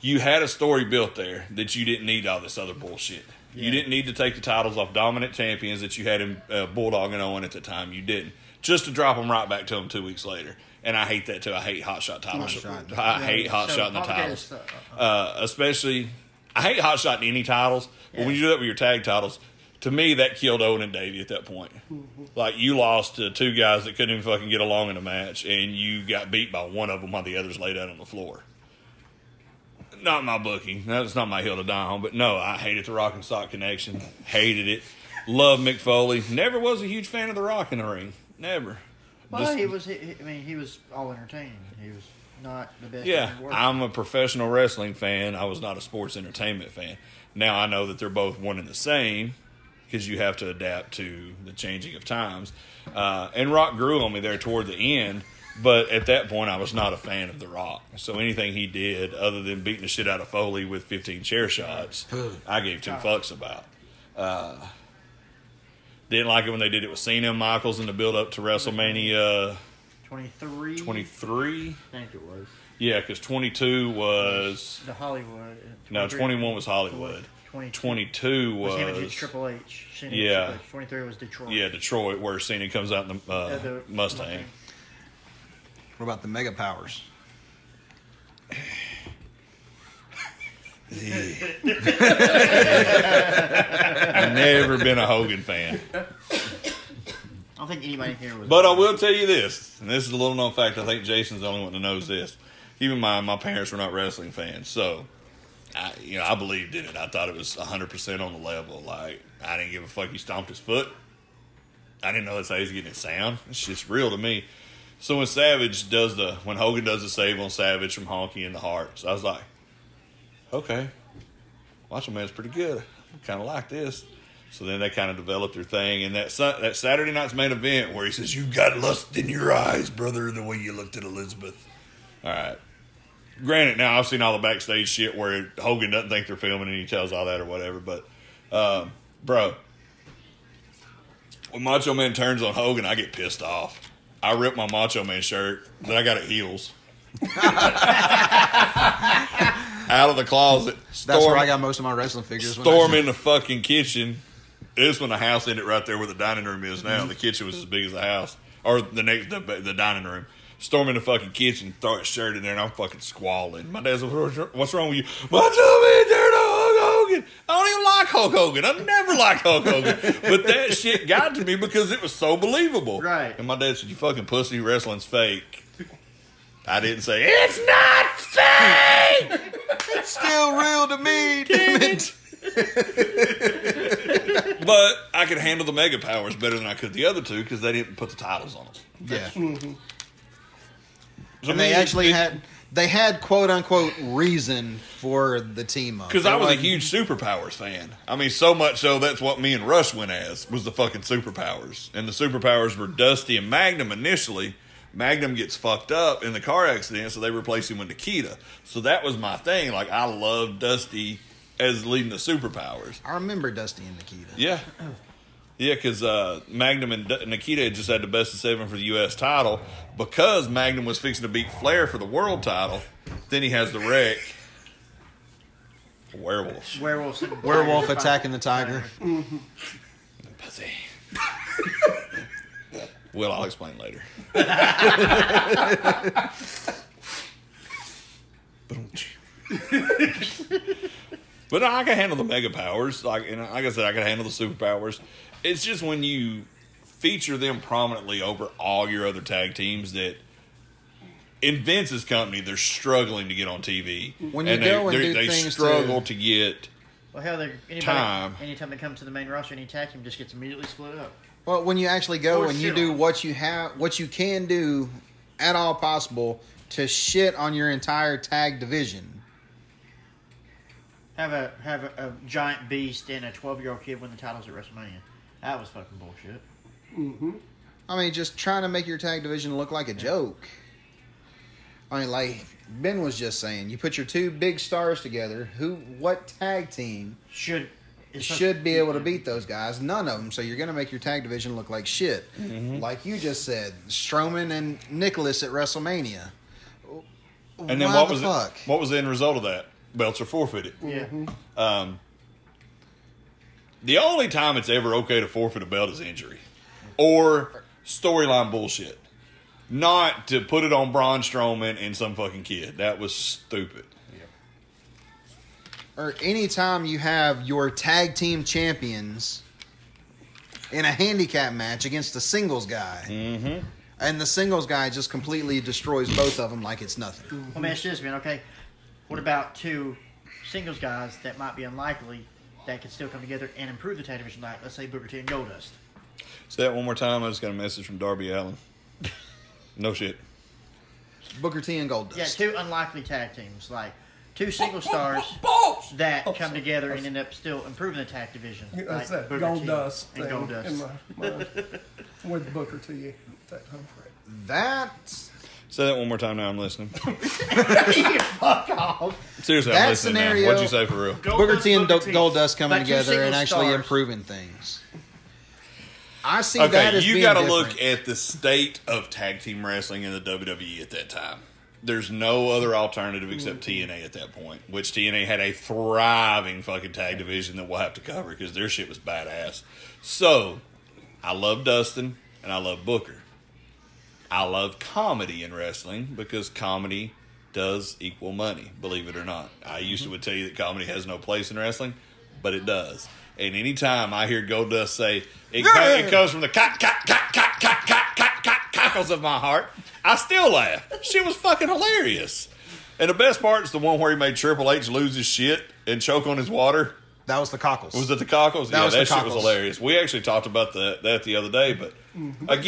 S2: You had a story built there that you didn't need all this other bullshit. You didn't need to take the titles off dominant champions that you had in uh, Bulldog and Owen at the time. You didn't just to drop them right back to him two weeks later. And I hate that too. I hate hot shot titles.
S1: Hotshot.
S2: I hate hot
S3: So
S2: shot in the
S3: complicated
S2: titles
S3: stuff.
S2: uh, especially I hate hot shot in any titles, but when you do that with your tag titles, to me that killed Owen and Davey at that point. Like you lost to two guys that couldn't even fucking get along in a match, and you got beat by one of them while the others laid out on the floor. Not my booking. That's not my hill to die on. But no, I hated the Rock and Sock connection. Hated it. Love Mick Foley. Never was a huge fan of the Rock in the ring. Never.
S3: Well,
S2: Just-
S3: he was. He, he- I mean, he was all entertaining. He was not the best.
S2: Yeah,
S3: in the world.
S2: I'm a professional wrestling fan. I was not a sports entertainment fan. Now I know that they're both one and the same because you have to adapt to the changing of times. Uh, and Rock grew on me there toward the end, but at that point I was not a fan of The Rock. So anything he did other than beating the shit out of Foley with 15 chair shots, I gave two fucks about. Uh, Didn't like it when they did it with Cena and Michaels in the build up to WrestleMania
S3: 23.
S2: 23.
S3: I think it was
S2: Yeah, because 22 was.
S3: the Hollywood. uh,
S2: No, 21 was Hollywood.
S3: 22
S2: 22
S3: was, him
S2: was,
S3: and Triple H. Cena and
S2: Yeah.
S3: Triple H. 23 was Detroit.
S2: yeah Detroit, where Cena comes out in the, uh,
S3: Uh, the-
S2: Mustang.
S1: What about the Mega Powers?
S2: I've never been a Hogan fan,
S3: I don't think anybody here was.
S2: but uh, I will tell you this, and this is a little known fact. I think Jason's the only one that knows this. Keep in mind, my parents were not wrestling fans, so I, you know, I believed in it. I thought it was 100 percent on the level. Like I didn't give a fuck. He stomped his foot. I didn't know that's how he's getting his sound. It's just real to me. So when Savage does the when Hogan does the save on Savage from Honky in the Hearts, I was like, okay, Macho Man's pretty good. Kind of like this. So then they kind of developed their thing, and that Sun- that Saturday night's main event where he says, "You've got lust in your eyes, brother, the way you looked at Elizabeth." All right. Granted, now I've seen all the backstage shit where Hogan doesn't think they're filming, and he tells all that or whatever. But, um, bro, when Macho Man turns on Hogan, I get pissed off. I ripped my Macho Man shirt that I got at heels. <laughs> Out of the closet.
S1: That's
S2: storm-
S1: where I got most of my wrestling figures. when I-
S2: storm in the fucking kitchen. This when the house ended right there where the dining room is now.
S1: Mm-hmm.
S2: The kitchen was as big as the house, or the next the, the dining room. Storm in the fucking kitchen, throw his shirt in there, and I'm fucking squalling. My dad's like, "What's wrong- "What's wrong with you?" My man turned on Hulk Hogan. I don't even like Hulk Hogan. I never liked Hulk Hogan, but that shit got to me because it was so believable.
S3: Right.
S2: And my dad said, "You fucking pussy, wrestling's fake." I didn't say it's not fake.
S1: It's still real to me. Damn it.
S2: But I could handle the mega powers better than I could the other two because they didn't put the titles on them.
S1: Yeah.
S2: So
S1: And they actually had they had quote unquote reason for the team up.
S2: because I
S1: It
S2: was a
S1: wasn't-
S2: huge superpowers fan. I mean, so much so that's what me and Rush went as was the fucking superpowers, and the superpowers were Dusty and Magnum initially. Magnum gets fucked up in the car accident, so they replace him with Nikita. So that was my thing. Like I loved Dusty as leading the superpowers.
S1: I remember Dusty and Nikita.
S2: Yeah. Yeah, because uh, Magnum and D- Nikita had just had the best of seven for the U.S. title because Magnum was fixing to beat Flair for the world title. Then he has the wreck. Werewolf.
S3: Werewolf.
S1: Werewolf attacking the tiger.
S2: Pussy. well, I'll explain later. but no, I can handle the mega powers. Like and like I said, I can handle the superpowers. It's just when you feature them prominently over all your other tag teams that in Vince's company they're struggling to get on TV.
S1: When you
S2: and
S1: go
S2: they,
S1: and
S2: they,
S1: do
S2: they
S1: things to-
S2: struggle to get
S3: Well, hell, they're- anybody,
S2: Time.
S3: anytime they come to the main roster, any tag team just gets immediately split up.
S1: Well, when you actually go
S3: Or
S1: and you
S3: shit
S1: do
S3: on.
S1: what you have, what you can do at all possible to shit on your entire tag division.
S3: Have a have a, a giant beast and a twelve year old kid win the titles at WrestleMania. That was fucking bullshit.
S1: I mean, just trying to make your tag division look like a joke. I mean, like Ben was just saying, you put your two big stars together. Who, what tag team
S3: Should it
S1: should be able to beat those guys? None of them. So you're going to make your tag division look like shit. Like you just said, Strowman and Nicholas at WrestleMania.
S2: and then
S1: Why
S2: what
S1: the
S2: was
S1: fuck?
S2: It, what was the end result of that? Belts are forfeited.
S3: Yeah.
S2: Um, the only time it's ever okay to forfeit a belt is injury or storyline bullshit. Not to put it on Braun Strowman and some fucking kid. That was stupid.
S1: or anytime you have your tag team champions in a handicap match against a singles guy, mm-hmm. and the singles guy just completely destroys both of them like it's nothing.
S3: Let me ask you this, man. Okay, what about two singles guys that might be unlikely that could still come together and improve the tag division? Like, let's say Booker T and Goldust.
S2: Say that one more time. I just got a message from Darby Allen. No shit.
S1: Booker T and Goldust.
S3: Yeah, two unlikely tag teams, like two single stars that come together and end up still improving the tag division.
S6: That's
S3: like
S6: that
S3: Booker
S6: gold
S3: T
S6: dust
S3: and
S6: thing
S3: Gold
S6: in
S3: Dust.
S6: my mind with Booker T. at That time frame.
S1: That
S2: Say that one more time now.
S1: <laughs>
S2: I'm listening.
S3: Fuck off.
S2: Seriously, I'm
S1: That
S2: listening
S1: scenario-
S2: now. What'd you say for real?
S4: Goldust,
S1: Booker T and
S4: Booker T.
S1: Goldust coming
S3: Like two
S1: together and
S3: single
S1: actually
S3: stars.
S1: improving things. I see that
S2: Okay,
S1: as
S2: you
S1: being
S2: got to
S1: different.
S2: look at the state of tag team wrestling in the WWE at that time. There's no other alternative except
S1: Mm-hmm.
S2: TNA at that point, which TNA had a thriving fucking tag division that we'll have to cover because their shit was badass. So, I love Dustin and I love Booker. I love comedy in wrestling because comedy does equal money, believe it or not. I used
S1: Mm-hmm.
S2: to would tell you that comedy has no place in wrestling, but it does. And anytime I hear Goldust say, it, co- it comes from the cock, cock, cock, cock, cock, cock, cock, cock, cockles of my heart, I still laugh. She was fucking hilarious. And the best part is the one where he made Triple H lose his shit and choke on his water.
S1: that was the cockles.
S2: Was it the cockles?
S1: That
S2: yeah,
S1: was
S2: that
S1: the
S2: shit was
S1: cockles.
S2: hilarious. We actually talked about the, that the other day, but
S1: Mm-hmm.
S2: again,
S1: it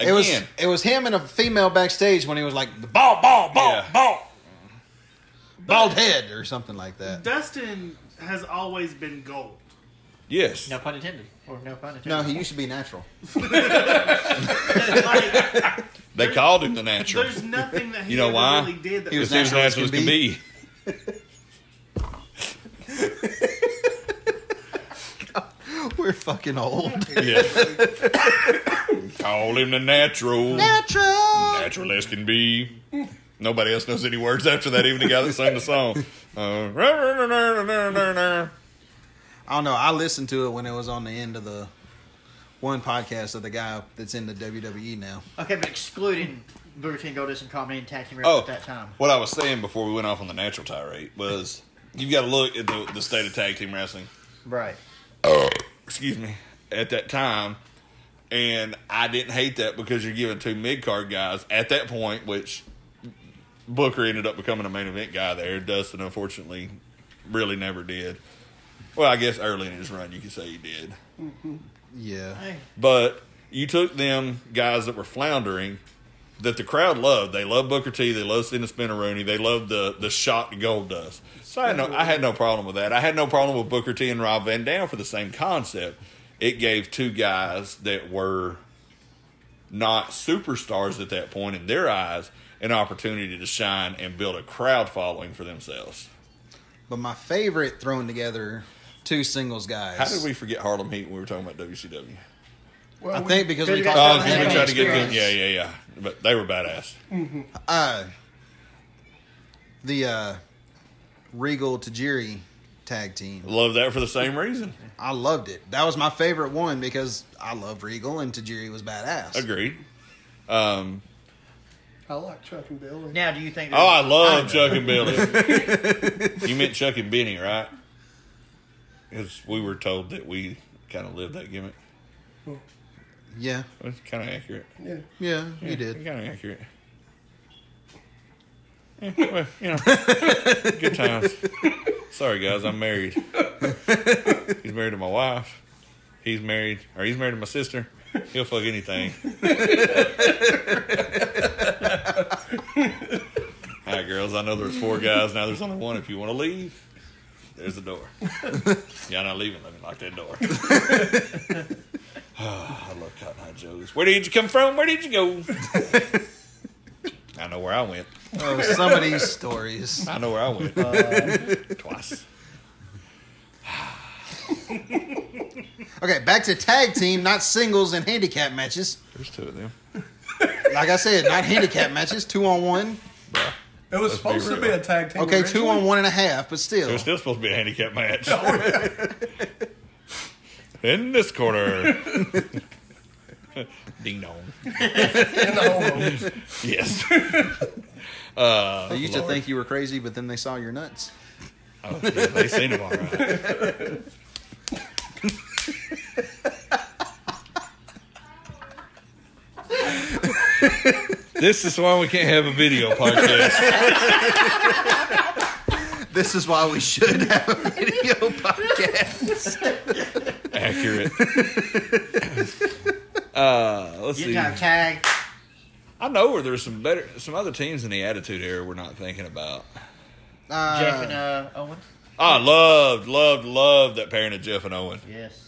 S2: again,
S1: was it was him and a female backstage when he was like the ball, ball, ball,
S2: Yeah.
S1: ball, bald head or something like that.
S4: Dustin has always been gold. <laughs>
S2: yes.
S3: No pun intended. Or no pun intended.
S1: No, he used to be natural. <laughs>
S4: Like,
S2: They called him the natural.
S4: there's nothing that he
S2: You know
S4: ever
S2: why?
S4: really did that
S1: He
S2: Because
S1: was
S4: was
S2: there's
S1: natural as
S2: natural as
S1: can
S2: can be.
S1: We're fucking old.
S2: Yeah. Call him the natural.
S1: Natural.
S2: Natural as can be. Nobody else knows any words after that, even the guy that sang the song. Uh,
S1: I don't know. I listened to it when it was on the end of the one podcast of the guy that's in the WWE now.
S3: Okay, but excluding Booker T and Goldust and Comedy and Tag Team Wrestling
S2: oh,
S3: at that time.
S2: what I was saying before we went off on the natural tirade was you've got to look at the, the state of tag team wrestling.
S3: Right.
S2: excuse me, at that time. And I didn't hate that because you're giving two mid card guys at that point, which Booker ended up becoming a main event guy there. Dustin, unfortunately, really never did. Well, I guess early in his run, you could say he did.
S1: Yeah.
S3: Hey,
S2: But you took them guys that were floundering that the crowd loved. They loved Booker T. They loved Cena Spinner Rooney. They loved the the shocked gold dust. So I had no I had no problem with that. I had no problem with Booker T and Rob Van Dam for the same concept. It gave two guys that were not superstars at that point in their eyes an opportunity to shine and build a crowd following for themselves.
S1: But my favorite thrown together two singles guys.
S2: How did we forget Harlem Heat when we were talking about WCW?
S6: Well,
S1: I
S6: we-
S1: think because we
S3: Because
S1: talked
S2: Oh,
S3: Harlem
S1: about
S2: we
S3: Heat
S2: tried to get them.
S5: experience.
S2: Yeah, yeah, yeah. But they were badass.
S1: uh, the uh, Regal Tajiri tag team.
S2: Love that for the same reason.
S1: I loved it. That was my favorite one because I loved Regal and Tajiri was badass.
S2: Agreed. Um,
S6: I like Chuck and Billy.
S3: Now, do you think?
S2: oh, I love Chuck and Billy. you meant Chuck and Benny, right? Because we were told that we kind of lived that gimmick.
S1: Yeah.
S2: It's kind of accurate.
S6: Yeah.
S1: Yeah, you did.
S2: Kind of accurate. Yeah, well, you know, <laughs> good times. Sorry, guys, I'm married. He's married to my wife. He's married, or he's married to my sister. He'll fuck anything. <laughs> All right, girls. I know there's four guys. Now there's only one. If you want to leave, there's the door. Y'all not leaving. Let me lock that door. <laughs> Ah, I love Cotton Eye Joe's. Where did you come from? Where did you go? I know where I went.
S1: Oh, some of these stories.
S2: I know where I went. Uh, <laughs> Twice.
S1: Okay, back to tag team, not singles and handicap matches.
S2: There's two of them.
S1: Like I said, not handicap matches, two on one.
S6: It was
S2: Let's be
S6: supposed to
S2: real.
S6: be a tag team.
S1: Okay, two
S6: originally.
S1: on one and a half, but still.
S2: There's still supposed to be a handicap match. <laughs> In this <laughs> corner. Ding dong.
S6: in the whole room.
S2: <laughs> Yes.
S1: They used to think you were crazy, but then they saw your nuts.
S2: Oh, yeah, they seen him all right. this is why we can't have a video <laughs> podcast.
S1: This is why we should have a video <laughs> podcast.
S2: Accurate. Uh, let's
S3: You
S2: see.
S3: time tag.
S2: I know where there's some better, some other teams in the Attitude Era we're not thinking about.
S3: Jeff and
S1: Uh,
S3: uh, Owen.
S2: I loved, loved, loved that pairing of Jeff and Owen.
S3: Yes.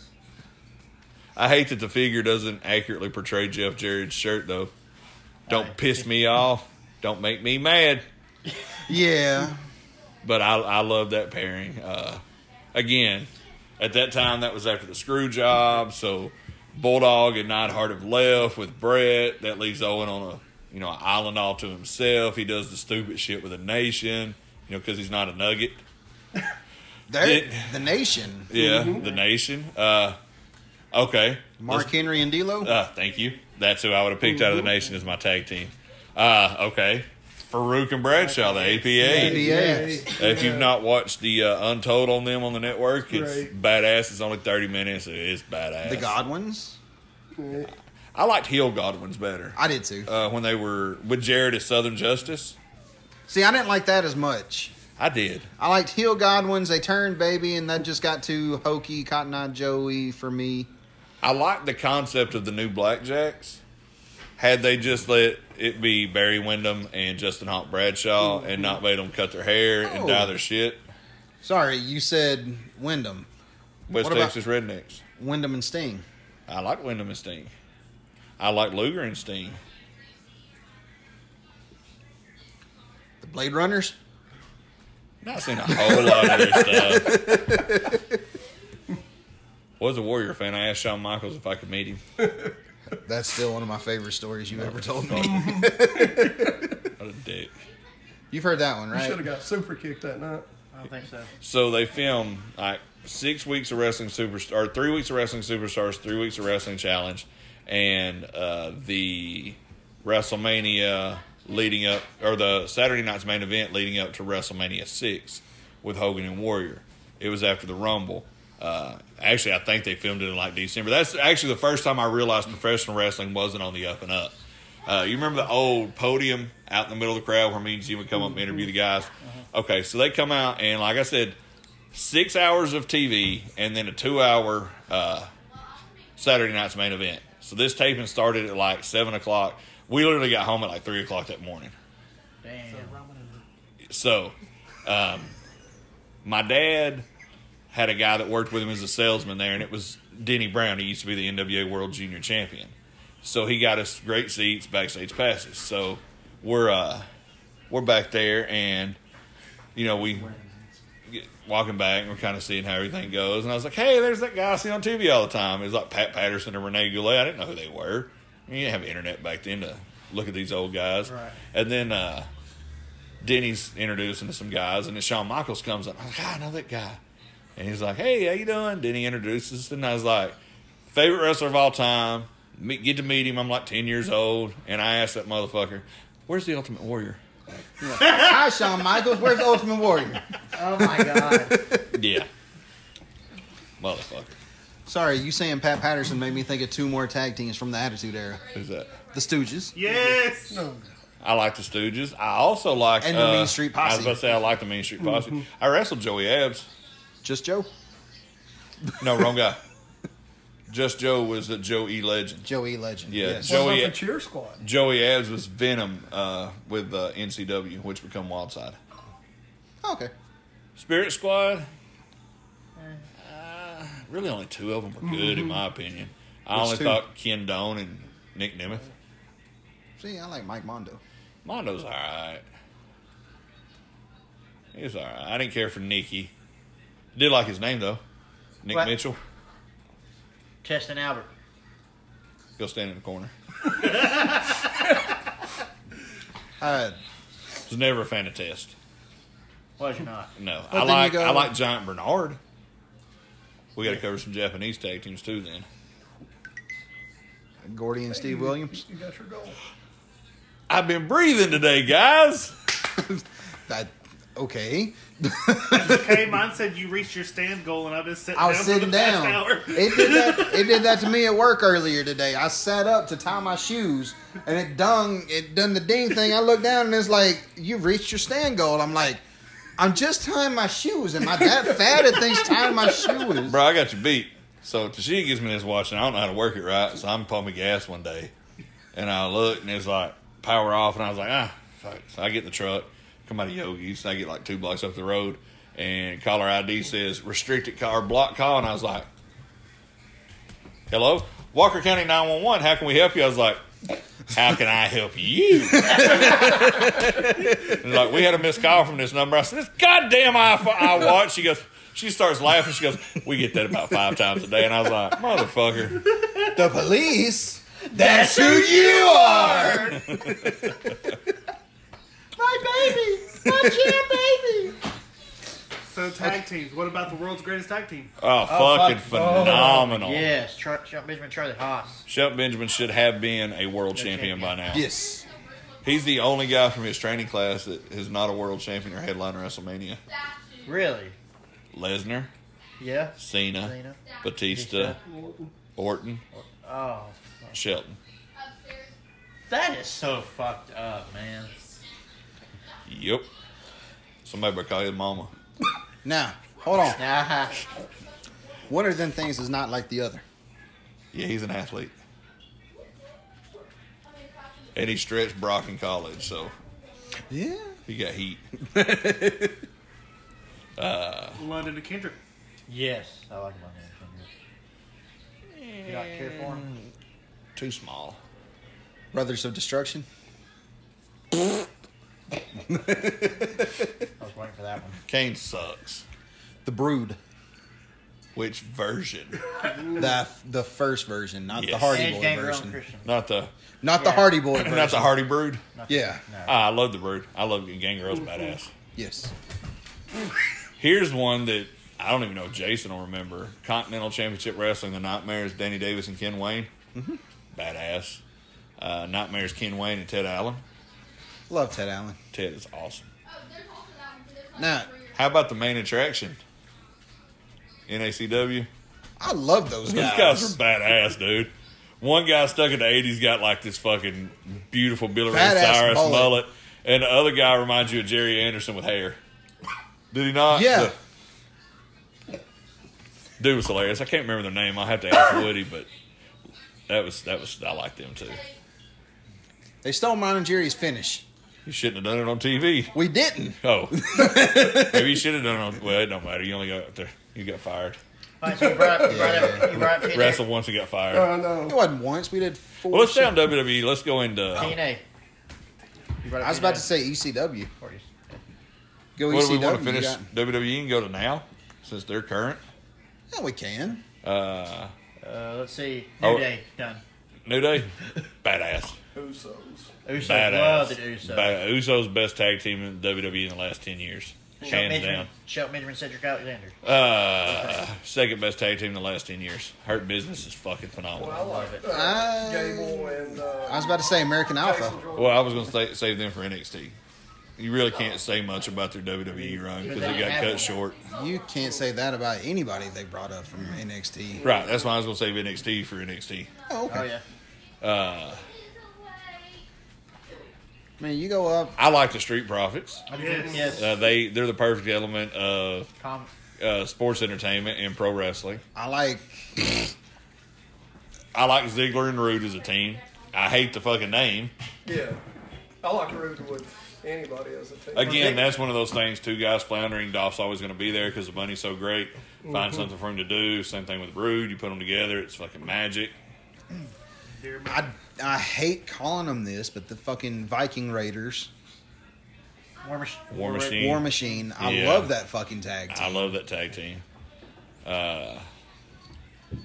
S2: I hate that the figure doesn't accurately portray Jeff Jarrett's shirt though. Don't
S3: Aye.
S2: piss me off. Don't make me mad.
S1: yeah.
S2: But I, I love that pairing. Uh, again, at that time that was after the screw job, so Bulldog and Neidhart have left with Brett. That leaves Owen on a you know an island all to himself. He does the stupid shit with the nation, you know, because he's not a nugget.
S1: They're
S2: Did-
S1: the nation.
S2: Yeah, the nation. Uh, okay,
S1: Mark Henry and D'Lo.
S2: Uh, thank you. That's who I would have picked out of the nation as my tag team. Uh, okay. Farouk and Bradshaw, the APA.
S1: ABA.
S2: If you've not watched the uh, Untold on them on the network, it's
S6: Right.
S2: badass. It's only 30 minutes. It is badass.
S1: The Godwins.
S2: I liked Hill Godwin's better
S1: I did too.
S2: uh, when they were with Jared at Southern Justice.
S1: See, I didn't like that as much.
S2: I did.
S1: I liked heel Godwins. They turned baby, and that just got too hokey, Cotton Eye Joey for me.
S2: I liked the concept of the new Blackjacks. Had they just let it be Barry Windham and Justin Hawk Bradshaw and not made them cut their hair and
S1: Oh.
S2: dye their shit,
S1: Sorry, you said Wyndham,
S2: West
S1: What about-
S2: Texas Rednecks.
S1: Wyndham and Sting.
S2: I like Wyndham and Sting. I like Luger and Sting.
S1: The Blade Runners.
S2: Not seen a whole lot of their stuff.
S1: <laughs> <laughs>
S2: Was a Warrior fan. I asked Shawn Michaels if I could meet him.
S1: That's still one of my favorite stories you've ever told me.
S2: What a dick.
S1: You've heard that one,
S6: You should have
S1: right?
S6: got super kicked that night.
S3: I don't think so.
S2: So they filmed like six weeks of wrestling superstar, or three weeks of wrestling superstars, three weeks of wrestling challenge, and uh, the WrestleMania leading up, or the Saturday night's main event leading up to WrestleMania six with Hogan and Warrior. It was after the Rumble. Uh, actually, I think they filmed it in like December. That's actually the first time I realized professional wrestling wasn't on the up and up. Uh, you remember the old podium out in the middle of the crowd where me and Jim would come up and interview the guys? Okay, so they come out, and like I said, six hours of TV and then a two hour uh, Saturday night's main event. So this taping started at like 7 o'clock. We literally got home at like 3 o'clock that morning.
S3: Damn.
S2: So, um, my dad had a guy that worked with him as a salesman there, and it was Denny Brown. He used to be the NWA World Junior Champion. So he got us great seats, backstage passes. So we're uh, we're back there, and you know we get, walking back, and we're kind of seeing how everything goes. And I was like, "Hey, there's that guy I see on TV all the time." It was like Pat Patterson or Renee Goulet. I didn't know who they were. You didn't have internet back then to look at these old guys.
S3: Right.
S2: And then uh, Denny's introducing to some guys, and then Shawn Michaels comes up. I'm like, "Ah, I know that guy. And he's like, hey, how you doing? Denny introduces, and I was like, favorite wrestler of all time. Me- Get to meet him. I'm like 10 years old, and I asked that motherfucker, where's the Ultimate Warrior?
S1: Hi, Shawn Michaels. Where's the Ultimate Warrior?
S3: Oh my <laughs> god.
S2: yeah. <laughs> Motherfucker.
S1: Sorry, you saying Pat Patterson made me think of two more tag teams from the Attitude Era:
S2: Who's that?
S1: the Stooges.
S4: Yes.
S2: I like the Stooges. I also like
S1: And the
S2: uh,
S1: Mean Street
S2: I
S1: Posse. Mm-hmm.
S2: was about to say I like the Mean Street Posse. I wrestled Joey Abs.
S1: Just Joe,
S2: No, wrong guy. Just Joe was the Joe E Legend.
S1: Joey Legend.
S2: Yeah,
S1: Yes.
S2: Joe-
S6: What
S2: Joey-
S6: about the cheer squad?
S2: Joey Abs was Venom uh, with uh, NCW, which become Wildside.
S1: Okay.
S2: Spirit Squad. uh, really, only two of them were good, in my opinion. I
S1: Which
S2: only
S1: two?
S2: thought Ken Doan and Nick Nemeth.
S1: See, I like Mike Mondo.
S2: Mondo's all right. He was all right. I didn't care for Nicky. Did like his name though, Nick
S3: What?
S2: Mitchell.
S3: Testing Albert.
S2: He'll stand in the corner.
S1: Uh,
S2: Was never a fan of Test.
S3: Was you not?
S2: No,
S1: then
S2: I
S1: you
S2: like
S1: go-
S2: I like Giant Bernard. We got to cover some Japanese tag teams too. Then
S1: Gordy and Steve Williams.
S6: You got your goal.
S2: I've been breathing today, guys.
S1: I, okay.
S4: Okay, mine said you reached your stand goal, and I've been sitting
S1: I
S4: down
S1: was
S4: for
S1: sitting
S4: the past
S1: down.
S4: hour.
S1: It did that. It did that to me at work earlier today. I sat up to tie my shoes, and it dung. It done the ding thing. I looked down, and it's like you reached your stand goal. I'm like, I'm just tying my shoes. Am I that fat at things tying my shoes?
S2: Bro, I got you beat. So Tashia gives me this watch, and I don't know how to work it right. So I'm pumping gas one day, and I look, and it's like power off, and I was like, ah, fuck. So I get in the truck, come out of Yogi's, I get like two blocks up the road, and caller ID says restricted call or block call, and I was like, hello, Walker County 911, how can we help you? I was like. How can I help you? And like we had a missed call from this number. I said, "This goddamn I, I watch." She goes, she starts laughing. She goes, "We get that about five times a day." And I was like, "Motherfucker,
S1: The police. That's who you are. my baby. My champ baby.
S4: So tag teams. What about the world's greatest tag team?
S2: oh, fucking phenomenal!"
S3: Yes, Char- Char- Benjamin Charlie Haas.
S2: Shelton Benjamin should have been a world champion by now.
S1: Yes.
S2: He's the only guy from his training class that is not a world champion or headliner WrestleMania.
S3: Really?
S2: Lesnar,
S3: Yeah.
S2: Cena,
S3: Cena.
S2: Batista, Orton,
S3: Oh,
S2: Shelton.
S3: that is so fucked up, man.
S2: Yep. Somebody better call your mama.
S1: Now, hold on.
S3: Nah.
S1: One of them things is not like the other.
S2: Yeah, he's an athlete. And he stretched Brock in college, so
S1: Yeah.
S2: he got heat.
S4: London to Kendrick.
S3: Yes, I like him on that. You not care for him?
S2: <laughs> Too small.
S1: Brothers of Destruction.
S3: I was waiting for that one.
S2: Kane sucks.
S1: The Brood.
S2: Which version? <laughs>
S1: The the first version, not the
S2: Yes.
S1: Hardy
S3: Edge
S1: Boy
S3: gave her own
S1: version.
S3: Christian.
S2: Not the
S1: Not the
S3: Yeah.
S1: Hardy Boy version.
S2: <clears throat> not the Hardy Brood.
S1: Yeah.
S2: Ah, I love the Brood. I love Gangrel's badass.
S1: Yes.
S2: Here's one that I don't even know if Jason will remember. Continental Championship Wrestling, The Nightmares, Danny Davis and Ken Wayne. Badass. Uh, Nightmares, Ken Wayne and Ted Allen.
S1: Love Ted Allen.
S2: Ted is awesome.
S1: Now,
S2: How about the main attraction? NACW.
S1: I love those
S2: Those
S1: guys.
S2: guys are badass, dude. One guy stuck in the '80s got like this fucking beautiful Billy Ray
S1: Badass
S2: Cyrus
S1: mullet.
S2: mullet. and the other guy reminds you of Jerry Anderson with hair. Did he not?
S1: Yeah.
S2: The- dude was hilarious. I can't remember their name. I will have to
S1: <coughs>
S2: ask Woody, but that was that was I like them too.
S1: They stole mine and Jerry's finish.
S2: You shouldn't have done it on TV.
S1: We didn't. <laughs>
S2: Oh, maybe you should have done it on. Well, it don't matter. You only got there. You got fired.
S3: Alright, so you brought up, you brought up, you brought up
S2: Wrestled once and got fired.
S6: I know.
S1: It wasn't once. We did four.
S2: well, let's stay
S1: shows.
S2: on WWE. Let's go into.
S3: TNA. You brought up
S1: Oh. I was about to
S3: TNA.
S1: say ECW.
S3: Or just-
S1: Go
S2: Well,
S1: ECW.
S2: do we want to
S1: E you
S2: finish
S1: got-
S2: WWE and go to now since they're current?
S1: Yeah, we can.
S2: Uh,
S3: Uh, let's see. New
S2: Oh.
S3: Day done.
S1: <laughs>
S2: New Day, badass,
S6: Usos.
S3: Usos
S2: badass,
S3: love the Usos.
S2: Bad- Usos best tag team in WWE in the last ten years,
S3: Shelton
S2: hands
S3: Benjamin,
S2: down.
S3: Shelton Benjamin, Cedric Alexander.
S2: Uh, second best tag team in the last ten years. Hurt Business is fucking
S6: Well, I
S2: phenomenal.
S6: like
S3: it.
S1: Uh,
S6: uh, Gable and uh,
S1: I was about to say American Alpha.
S6: Jason Jordan.
S2: Well, I was gonna say, save them for NXT. You really can't say much about their WWE run because it got cut short.
S1: You can't say that about anybody they brought up from NXT.
S2: Right, that's why I was gonna save NXT for NXT.
S1: Oh, okay.
S3: Oh yeah.
S1: Man, you go up.
S2: I like the Street Profits.
S4: Yes.
S3: Yes.
S2: Uh, they they're the perfect element of
S3: Com-
S2: uh, sports entertainment and pro wrestling.
S1: I like.
S2: I like Ziggler and Rude as a team. I hate the fucking name.
S6: Yeah. I like Rude with anybody as a team.
S2: Again, that's one of those things. Two guys floundering. Dolph's always going to be there because the money's so great. Find
S1: Mm-hmm.
S2: something for him to do. Same thing with Rude. You put them together, it's fucking magic.
S1: I I hate calling them this, but the fucking Viking Raiders,
S3: War Machine.
S2: War Machine.
S1: War Machine. I
S2: Yeah. Ah,
S1: love that fucking tag team.
S2: I love that tag team. Uh,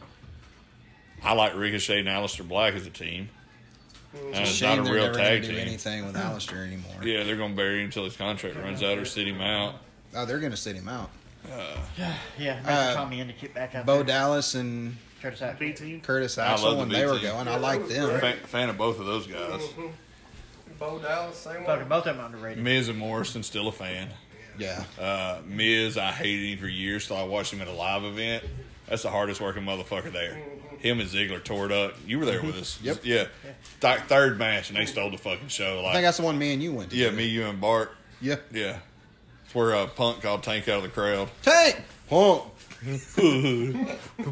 S2: I like Ricochet and Aleister Black as a team. Uh,
S1: It's a
S2: it's
S1: shame
S2: not a
S1: they're
S2: real
S1: never
S2: tag
S1: gonna
S2: team.
S1: do anything
S2: <laughs>
S1: with Alistair anymore.
S2: Yeah, they're going to bury him until his contract runs out or sit him out.
S1: Oh, they're gonna sit him out.
S3: Yeah.
S1: Uh,
S3: Uh, Tommy in to get back up.
S1: Bo
S3: there.
S1: Dallas and
S3: Curtis Axel.
S4: B team.
S1: Curtis
S2: I love
S1: Axel
S2: the
S1: when
S2: B
S1: they were
S2: team.
S1: going. I like them.
S2: Fan, fan of both of those guys.
S1: Mm-hmm.
S6: Bo Dallas, same
S3: Fucking
S6: one.
S3: both of them underrated.
S2: Miz and Morrison still a fan.
S1: Yeah.
S2: Uh, Miz, I hated him for years till I watched him at a live event. That's the hardest working motherfucker there. Him and Ziggler tore it up. You were there with us.
S1: Yep.
S2: Yeah. Th- third match, and they stole the fucking show.
S1: I
S2: Like,
S1: think that's the one me and you went to.
S2: yeah, me, you, and Bart.
S1: Yeah.
S2: Yeah. It's where uh, Punk called Tank out of the <laughs> crowd.
S1: Tank. Punk.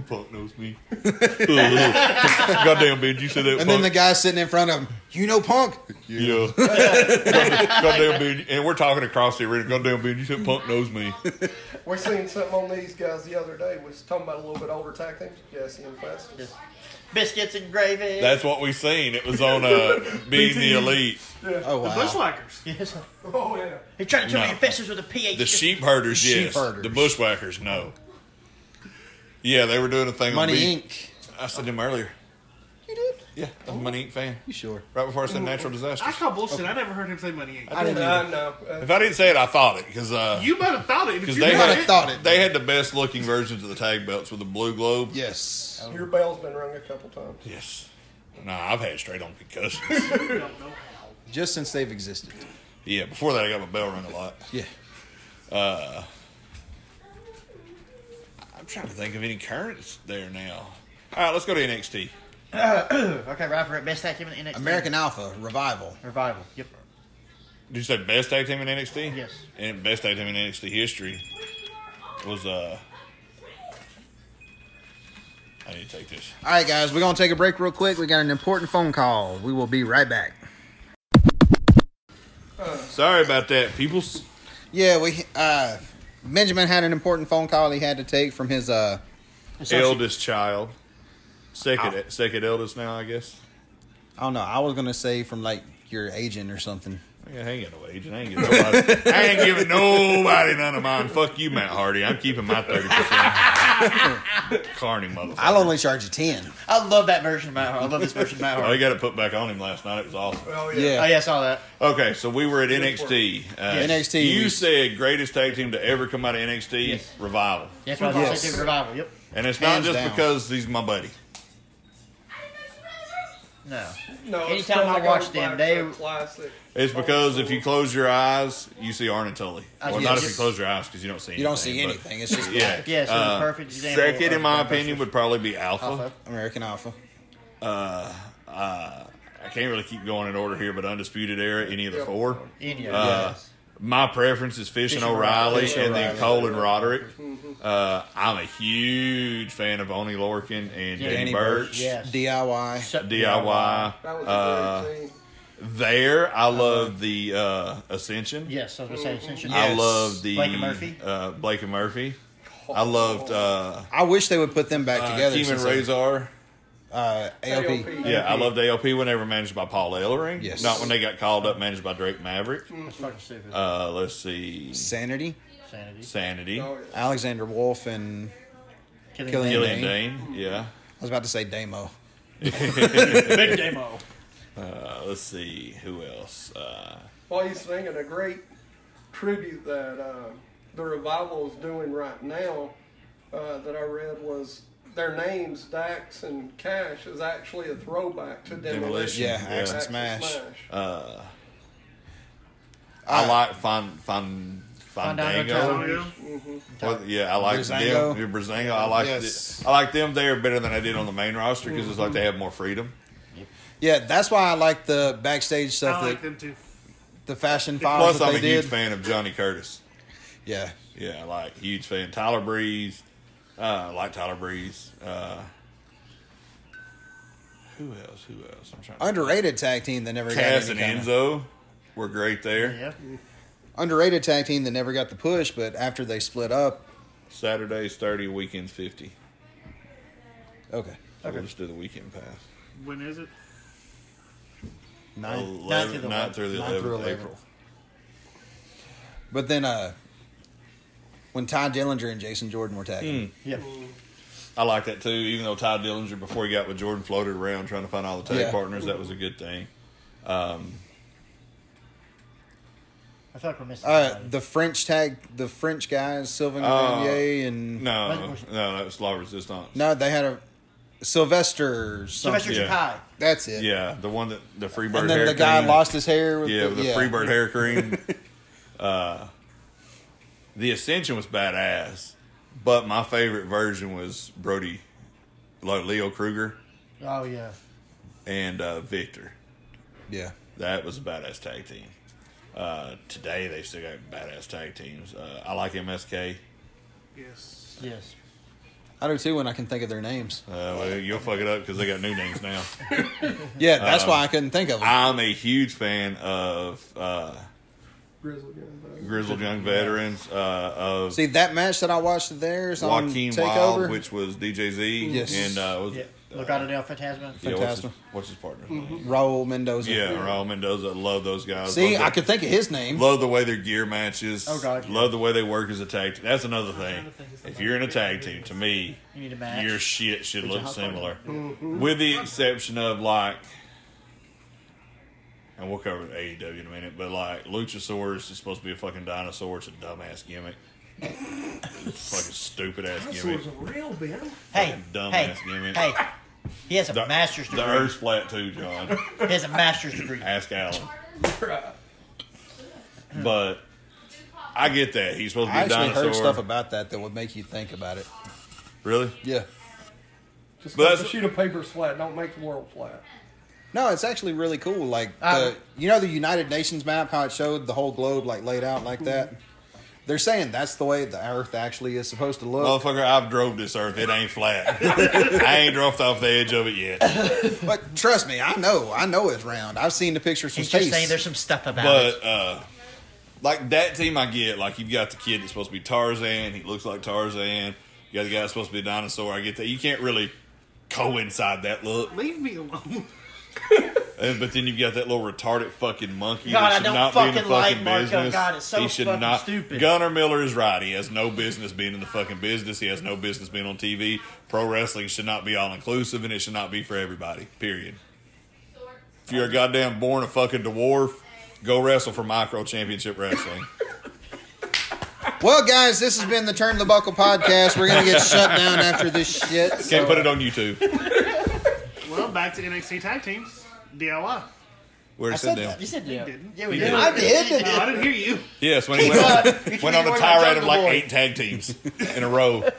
S2: Punk knows me. <laughs> Goddamn, bitch, you said that.
S1: And
S2: Punk.
S1: then the guy sitting in front of him. You know, Punk. <laughs>
S2: Yeah. Goddamn, goddamn, bitch. And we're talking across the arena. Goddamn, bitch, you said Punk knows me.
S6: We seen something on these guys the other day. We was talking about a little bit older tag teams. Jesse and Festus.
S3: Biscuits and gravy.
S2: That's what we seen. It was on uh, Being the Elite.
S1: Oh
S4: The
S1: wow.
S4: Bushwhackers.
S3: Yes.
S6: Oh yeah.
S3: He tried to tell
S2: No.
S3: me your fessers with a PH.
S2: The sheep herders,
S1: Sheep
S2: yes.
S1: herders.
S2: The bushwhackers, no. Yeah, they were doing a thing
S1: Money
S2: on B.
S1: Inc.
S2: I said them earlier.
S1: You did. Oh.
S2: Yeah, I'm a Money Inc. fan.
S1: You sure?
S2: Right before I said natural
S4: I
S2: disasters.
S4: call bullshit. I never heard him say money. Ain't.
S6: I didn't
S1: either.
S6: know. Uh,
S2: If I didn't say it, I thought it because uh,
S4: You might have thought it. if
S2: because
S4: you
S2: they
S1: might
S4: heard
S1: have
S2: had
S1: thought it.
S2: They had the best looking versions of the tag belts with the blue globe.
S1: Yes.
S6: Uh, your bell's been rung a couple times.
S2: Yes. Nah, I've had straight on concussions. <laughs>
S4: You don't know.
S1: Just since they've existed.
S2: yeah, before that I got my bell rung a lot.
S1: Yeah.
S2: I'm trying to think of any currents there now. All right, let's go to NXT.
S3: okay, right for it. Best tag team in the NXT.
S1: American Alpha Revival.
S3: Revival. Yep.
S2: Did you say best tag team in NXT?
S3: Yes.
S2: And best tag team in NXT history was uh. I need to take this.
S1: All right, guys, we're gonna take a break real quick. We got an important phone call. We will be right back.
S2: Sorry about that, peoples.
S1: Yeah, we. Uh, Benjamin had an important phone call he had to take from his. Uh,
S2: Eldest child, second second eldest now, I guess.
S1: I don't know. I was gonna say from like your agent or something.
S2: Yeah, I ain't got no age, and I ain't giving nobody. I ain't giving nobody none of mine. Fuck you, Matt Hardy. I'm keeping my thirty percent. Carney motherfucker.
S1: I'll only charge you ten.
S3: I love that version of Matt Hardy. I love this version of
S2: <laughs>
S3: Matt
S2: Oh, he
S3: Hardy.
S2: got it put back on him last night. It was awesome.
S6: Oh yeah.
S1: Yeah.
S3: Oh yeah, I saw that.
S2: Okay, so we were at NXT. Uh,
S1: NXT.
S2: You said greatest tag team to ever come out of NXT
S3: Yes.
S2: revival,
S3: That's what I was gonna say,
S1: Yes.
S3: too, Revival. Yep.
S2: and it's
S1: Hands
S2: not just
S1: down.
S2: because he's my buddy.
S3: No.
S6: No, it's
S3: Anytime I
S6: kinda
S3: watch
S6: goes
S3: them,
S6: back
S3: they-
S6: to the classic.
S2: It's because if you close your eyes, you see Arn and Tully.
S3: I
S2: Well,
S3: see
S2: not
S3: it.
S2: if you close your eyes because you don't see.
S1: You don't see
S2: anything, but-
S1: anything. It's just <laughs>
S2: Yeah.
S3: Yeah, so the
S2: Uh,
S3: perfect example
S2: Second,
S3: of
S2: in my
S3: Brock
S2: opinion, would probably be Alpha.
S3: Alpha.
S1: American Alpha.
S2: I can't really keep going in order here, but Undisputed Era, any of the four.
S3: India.
S2: Uh,
S3: yes.
S2: My preference is Fish, and
S3: Fish and
S2: O'Reilly,
S1: O'Reilly.
S2: and then
S1: Fish and
S2: Cole and Roderick. Uh, I'm a huge fan of Oni Lorcan and
S3: Yeah.
S2: Danny
S3: Danny
S2: Burch.
S3: Yes.
S1: DIY.
S3: So-
S2: DIY.
S6: That was Uh-huh.
S2: Uh,
S6: a great team.
S2: there, I love the uh, Ascension.
S3: Yes, I was gonna say Ascension.
S2: I
S1: Yes.
S2: love the
S3: Blake and Murphy.
S2: Uh, Blake and Murphy.
S6: Oh.
S2: I loved uh,
S1: I wish they would put them back
S2: uh,
S1: together.
S2: Keeman
S1: since they-
S2: Razor.
S1: Uh, AOP.
S6: AOP.
S2: Yeah, I loved ALP when they were managed by Paul Ellering.
S1: Yes.
S2: Not when they got called up, managed by Drake Maverick.
S6: Mm.
S3: That's fucking stupid.
S2: Uh, let's see.
S1: Sanity.
S3: Sanity.
S2: Sanity.
S6: Oh, yeah.
S1: Alexander Wolf and
S3: Killing.
S1: Killing-
S3: Dame.
S2: Gillian Dane. Yeah.
S1: I was about to say Damo.
S4: Big demo.
S2: Uh, let's see. Who else? Uh,
S6: While he's singing, a great tribute that uh, the revival is doing right now uh, that I read was their names, Dax and Cash, is actually a throwback to
S2: Demolition.
S6: Demolition.
S1: Yeah,
S2: Yeah. Uh,
S1: Axe and Smash.
S2: I like Fan Fan
S3: Fandango.
S1: Oh,
S2: Fandango.
S6: hmm
S2: Well, yeah, I like
S1: Brizango.
S2: them. Brazango. I like
S1: Yes.
S2: the, I like them there better than I did on the main roster because it's like
S1: Mm-hmm.
S2: they have more freedom.
S1: Yeah, that's why I like the backstage stuff,
S4: I like
S1: that,
S4: them too.
S1: the fashion files
S2: Plus,
S1: that
S2: I'm
S1: Ah, they
S2: a
S1: did.
S2: huge fan of Johnny Curtis.
S1: Yeah,
S2: Yeah, like huge fan. Tyler Breeze. Uh, I like Tyler Breeze. Uh, who else? Who else? I'm trying. To
S1: underrated tag team that never
S2: Cass
S1: got
S2: and
S1: any kinda-
S2: Enzo were great there.
S3: Yep.
S1: underrated tag team that never got the push, but after they split up,
S2: Saturdays thirty, weekends fifty.
S1: okay,
S2: So We'll just do the weekend pass.
S4: When is it?
S1: nine,
S3: Nine through
S2: 11,
S3: the
S2: not through the
S1: nine through
S2: 11th of
S1: 11.
S2: April.
S1: But then, uh, when Ty Dillinger and Jason Jordan were tagging,
S3: Yep.
S2: I like that too, even though Ty Dillinger, before he got with Jordan, floated around trying to find all the tag
S1: Yeah.
S2: partners. That was a good thing.
S3: I feel like we're missing.
S1: uh,
S3: somebody.
S1: the French tag, the French guys, Sylvain Grenier and
S2: Oh. No,
S3: But-
S2: no, that was La Resistance.
S1: no, they had a Sylvester. Something.
S3: Sylvester
S2: yeah.
S3: Jakai.
S1: That's it.
S2: Yeah, the one that the Freebird
S1: And then
S2: hair
S1: the guy
S2: cream.
S1: lost his hair. With
S2: Yeah,
S1: the,
S2: with the Freebird
S1: <laughs>
S2: hair cream. uh, the Ascension was badass, but my favorite version was Brody, like Leo Kruger
S3: Oh yeah.
S2: and uh, Victor.
S1: Yeah,
S2: That was a badass tag team. Uh, today they still got badass tag teams. Uh, I like MSK.
S4: Yes.
S3: Yes.
S1: I do too when I can think of their names.
S2: Uh, well, you'll fuck it up because they got new names
S3: <laughs>
S2: now.
S1: Yeah, that's
S2: Um,
S1: why I couldn't think of them.
S2: I'm a huge fan of uh,
S6: Grizzly Gun, but-
S2: grizzled young veterans uh, of
S1: See that match that I watched of theirs on
S2: Joaquin
S1: Takeover.
S2: Wild, which was DJZ,
S1: Yes.
S2: and uh, what was
S3: Yeah.
S2: it? uh,
S3: Look Mm-hmm. out now, Phantasma.
S2: Yeah, what's his,
S1: Fantastic.
S2: what's his partner's name?
S1: Raul Mendoza.
S2: Yeah, Raul Mendoza. Love those guys.
S1: See,
S2: love
S1: I
S2: the,
S1: could think of his name.
S2: love the way their gear matches.
S3: Oh, God, yeah.
S2: Love the way they work as a tag team. That's another thing. If you're in a tag team, to me,
S3: You need a match.
S2: your shit should
S3: Which I
S2: look
S3: hope I
S2: similar, with the exception of like, and we'll cover AEW in a minute. But like, Luchasaurus is supposed to be a fucking dinosaur. It's a dumbass gimmick. It's a fucking stupid ass gimmick.
S4: real, Ben.
S3: Hey.
S2: Dumbass
S3: Hey.
S2: gimmick.
S3: Hey. He has a
S2: The,
S3: master's degree.
S2: the Earth's flat too, John.
S3: He has a master's degree.
S2: Ask Alan.
S6: <laughs> Right.
S2: But I get that he's supposed to be
S1: I
S2: a
S1: actually
S2: dinosaur.
S1: heard stuff about that that would make you think about it.
S2: really?
S1: Yeah.
S6: Just
S2: But
S6: because a
S2: that's-
S6: sheet of paper's flat, don't make the world flat.
S1: No, it's actually really cool. Like the,
S3: Uh,
S1: you know the United Nations map, how it showed the whole globe like laid out like that.
S3: Mm-hmm.
S1: They're saying that's the way the Earth actually is supposed to look.
S2: Motherfucker, I've drove this earth. It
S1: <laughs>
S2: ain't flat. I ain't dropped off the edge of it yet.
S1: But trust me, I know, I know it's round. I've seen the pictures from
S3: He's just saying
S1: space.
S3: there's some stuff about it.
S2: But uh like that team I get, like you've got the kid that's supposed to be Tarzan, he looks like Tarzan. You got the guy that's supposed to be a dinosaur, I get that. You can't really coincide that look.
S4: Leave me alone.
S2: And, but then you've got that little retarded fucking monkey
S3: God, I
S2: that should
S3: don't
S2: not be in the
S3: fucking like
S2: fucking
S3: Marco.
S2: business.
S3: God, it's so
S2: he should
S3: fucking
S2: not.
S3: stupid.
S2: Gunnar Miller is right. He has no business being in the fucking business. He has no business being on TV. Pro wrestling should not be all inclusive, and it should not be for everybody. Period. If you're a goddamn born a fucking dwarf, go wrestle for micro championship wrestling.
S1: Well, guys, this has been the Turn the Buckle podcast. We're gonna get shut down after this shit.
S2: Can't
S1: so-
S2: put it on YouTube.
S4: <laughs> Well, back to NXT tag teams. DIY.
S2: Where
S3: I
S2: it
S3: said
S2: said down.
S3: that. You said yeah.
S4: didn't.
S3: Yeah, we
S2: You
S3: did.
S2: did.
S1: I did.
S4: <laughs> No, I didn't hear you.
S2: Yes, when he went on, went on a
S3: You're
S2: tirade of
S3: Jungle
S2: like
S3: Boy.
S2: eight tag <laughs> teams in a row.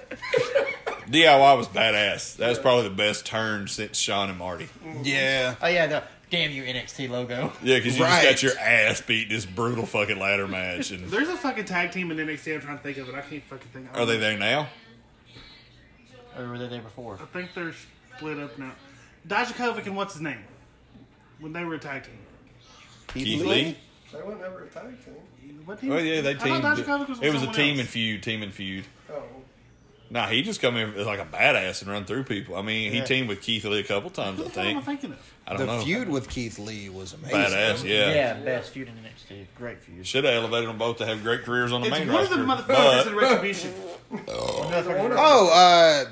S2: DIY was badass. That was probably the best turn since Sean and Marty.
S1: Yeah.
S3: Oh yeah, the damn you NXT logo.
S2: Yeah, because you
S1: Right.
S2: just got your ass beat in this brutal fucking ladder match. And
S4: There's a fucking tag team in NXT I'm trying to think of it. I can't fucking think of it.
S2: are they there now?
S3: Or Oh, were they there before?
S4: I think they're split up now. Dijakovic and what's his name? When they were a tag team.
S2: Keith Lee.
S6: They went over a tag team.
S4: What team?
S2: Oh yeah, they
S4: I thought
S2: teamed.
S4: Dijakovic with
S2: It was a
S4: someone
S2: team
S4: else.
S2: and feud. Team and feud.
S6: Oh,
S2: Nah, he just come in like a badass and run through people. I mean, he
S3: Yeah.
S2: teamed with Keith Lee a couple times.
S4: Who
S2: I
S4: the hell am I
S2: think.
S4: thinking of?
S2: I don't
S1: The
S2: know.
S1: feud with Keith Lee was amazing.
S2: Badass.
S3: Yeah,
S2: Yeah.
S3: best feud in NXT. Great feud.
S2: Should have elevated them both to have great careers on the
S4: It's
S2: main
S4: one of the
S2: roster. Uh,
S4: motherfuckers
S2: but-
S4: in Retribution.
S6: Warner-
S1: Oh, uh,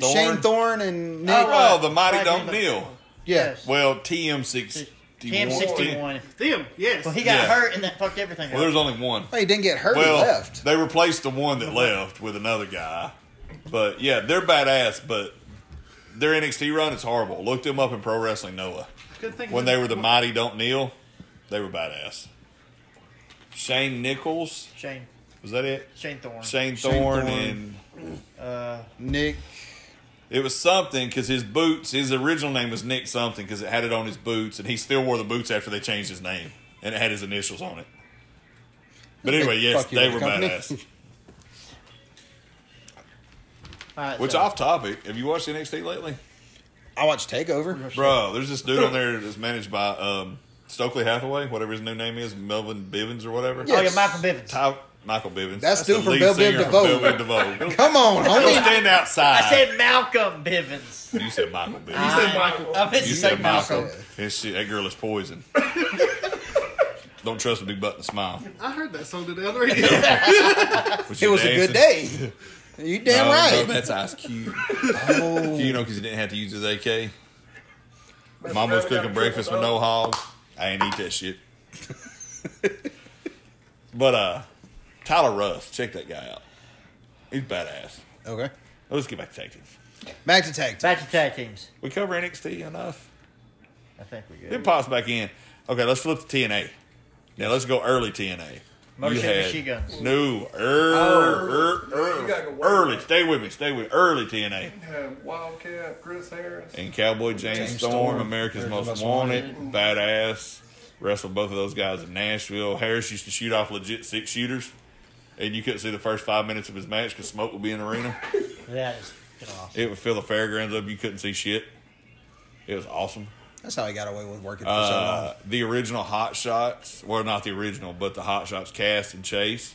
S2: Thorne.
S1: Shane Thorne and Nick.
S3: Oh, uh,
S2: Oh, the mighty
S3: Mike
S2: don't
S3: Greenberg.
S2: kneel.
S1: yeah.
S2: Well, TM sixty.
S3: Cam sixty one.
S4: Them, yes.
S3: Well, he got
S2: Yeah.
S3: hurt and that fucked everything.
S2: Well, there's
S3: up.
S2: only one.
S1: Well, he didn't get hurt.
S2: Well,
S1: he left.
S2: they replaced the one that left with another guy. But yeah, they're badass. But their NXT run is horrible. Look them up in Pro Wrestling Noah.
S4: Couldn't think of
S2: When
S4: it.
S2: they were the mighty don't kneel, they were badass. Shane Nichols
S3: Shane
S2: was that it?
S3: Shane Thorne.
S2: Shane
S1: Shane
S2: Thorne
S1: Thorne.
S2: and
S1: Nick.
S2: It was something because his boots, his original name was Nick something because it had it on his boots, and he still wore the boots after they changed his name, and it had his initials on it. But anyway, yes,
S1: Fuck you,
S2: they
S1: the
S2: were
S1: company.
S2: badass.
S3: All
S2: <laughs>
S3: right,
S2: Which
S3: so-
S2: off topic, have you watched NXT lately,
S1: <laughs> I watched Takeover.
S2: bro? There's this dude on there that's managed by um, Stokely Hathaway, whatever his new name is, Melvin Bivens or whatever.
S3: Oh
S1: Yeah.
S3: yeah, Michael Bivens.
S2: Ty- Michael Bivens.
S1: That's dude
S2: the
S1: from
S2: lead
S1: Bell Biv
S2: singer from
S1: DeVoe.
S2: Bell Biv DeVoe.
S1: Come on,
S2: He'll
S1: homie.
S2: stand outside.
S3: I said Malcolm <laughs> Bivens.
S2: you said Michael Bivens.
S3: I- I meant to
S2: You
S3: say
S2: said
S3: Malcolm.
S2: Malcolm. And shit, that girl is poison. Don't trust a big button smile.
S4: I heard that song to the other <laughs> radio.
S1: It
S2: Was you
S1: was a
S2: dancing?
S1: good day.
S2: <laughs>
S1: You damn
S2: No,
S1: right.
S2: No, that's
S1: <laughs>
S2: Ice Cube.
S1: Oh.
S2: You know, because he didn't have to use his AK.
S6: Mr.
S2: Mom was
S6: Bennett got
S2: cooking
S6: a
S2: breakfast with
S6: triple
S2: no
S6: dog.
S2: hog. I ain't eat that shit. <laughs> but uh, Tyler Ruff, check that guy out. He's badass.
S1: <laughs> Okay.
S2: Let's get back to tag teams.
S1: Back to tag. team.
S3: Back to tag teams.
S2: We cover NXT enough.
S3: I think we
S2: Then
S3: good.
S2: pops back in. Okay, let's flip to TNA. Now let's go early TNA.
S3: Motor
S2: You
S3: City
S2: had-
S3: Machine Guns.
S2: No, er, er, er,
S6: You gotta go way
S2: early.
S6: back.
S2: Stay with me. Stay with me. early TNA
S6: Yeah, Wildcat, Chris Harris.
S2: and Cowboy James,
S1: James
S2: Storm,
S1: Storm,
S2: America's
S1: America's
S2: Most,
S1: Most
S2: Wanted, badass. Wrestled both of those guys in Nashville. Harris used to shoot off legit six shooters, and you couldn't see the first five minutes of his match because smoke would be in the arena.
S3: <laughs> That is fucking awesome.
S2: It would fill the fairgrounds up. You couldn't see shit. It was awesome.
S1: That's how he got away with working for so long.
S2: Uh, the original Hot Shots, well, not the original, but the Hot Shots, Cass and Chase.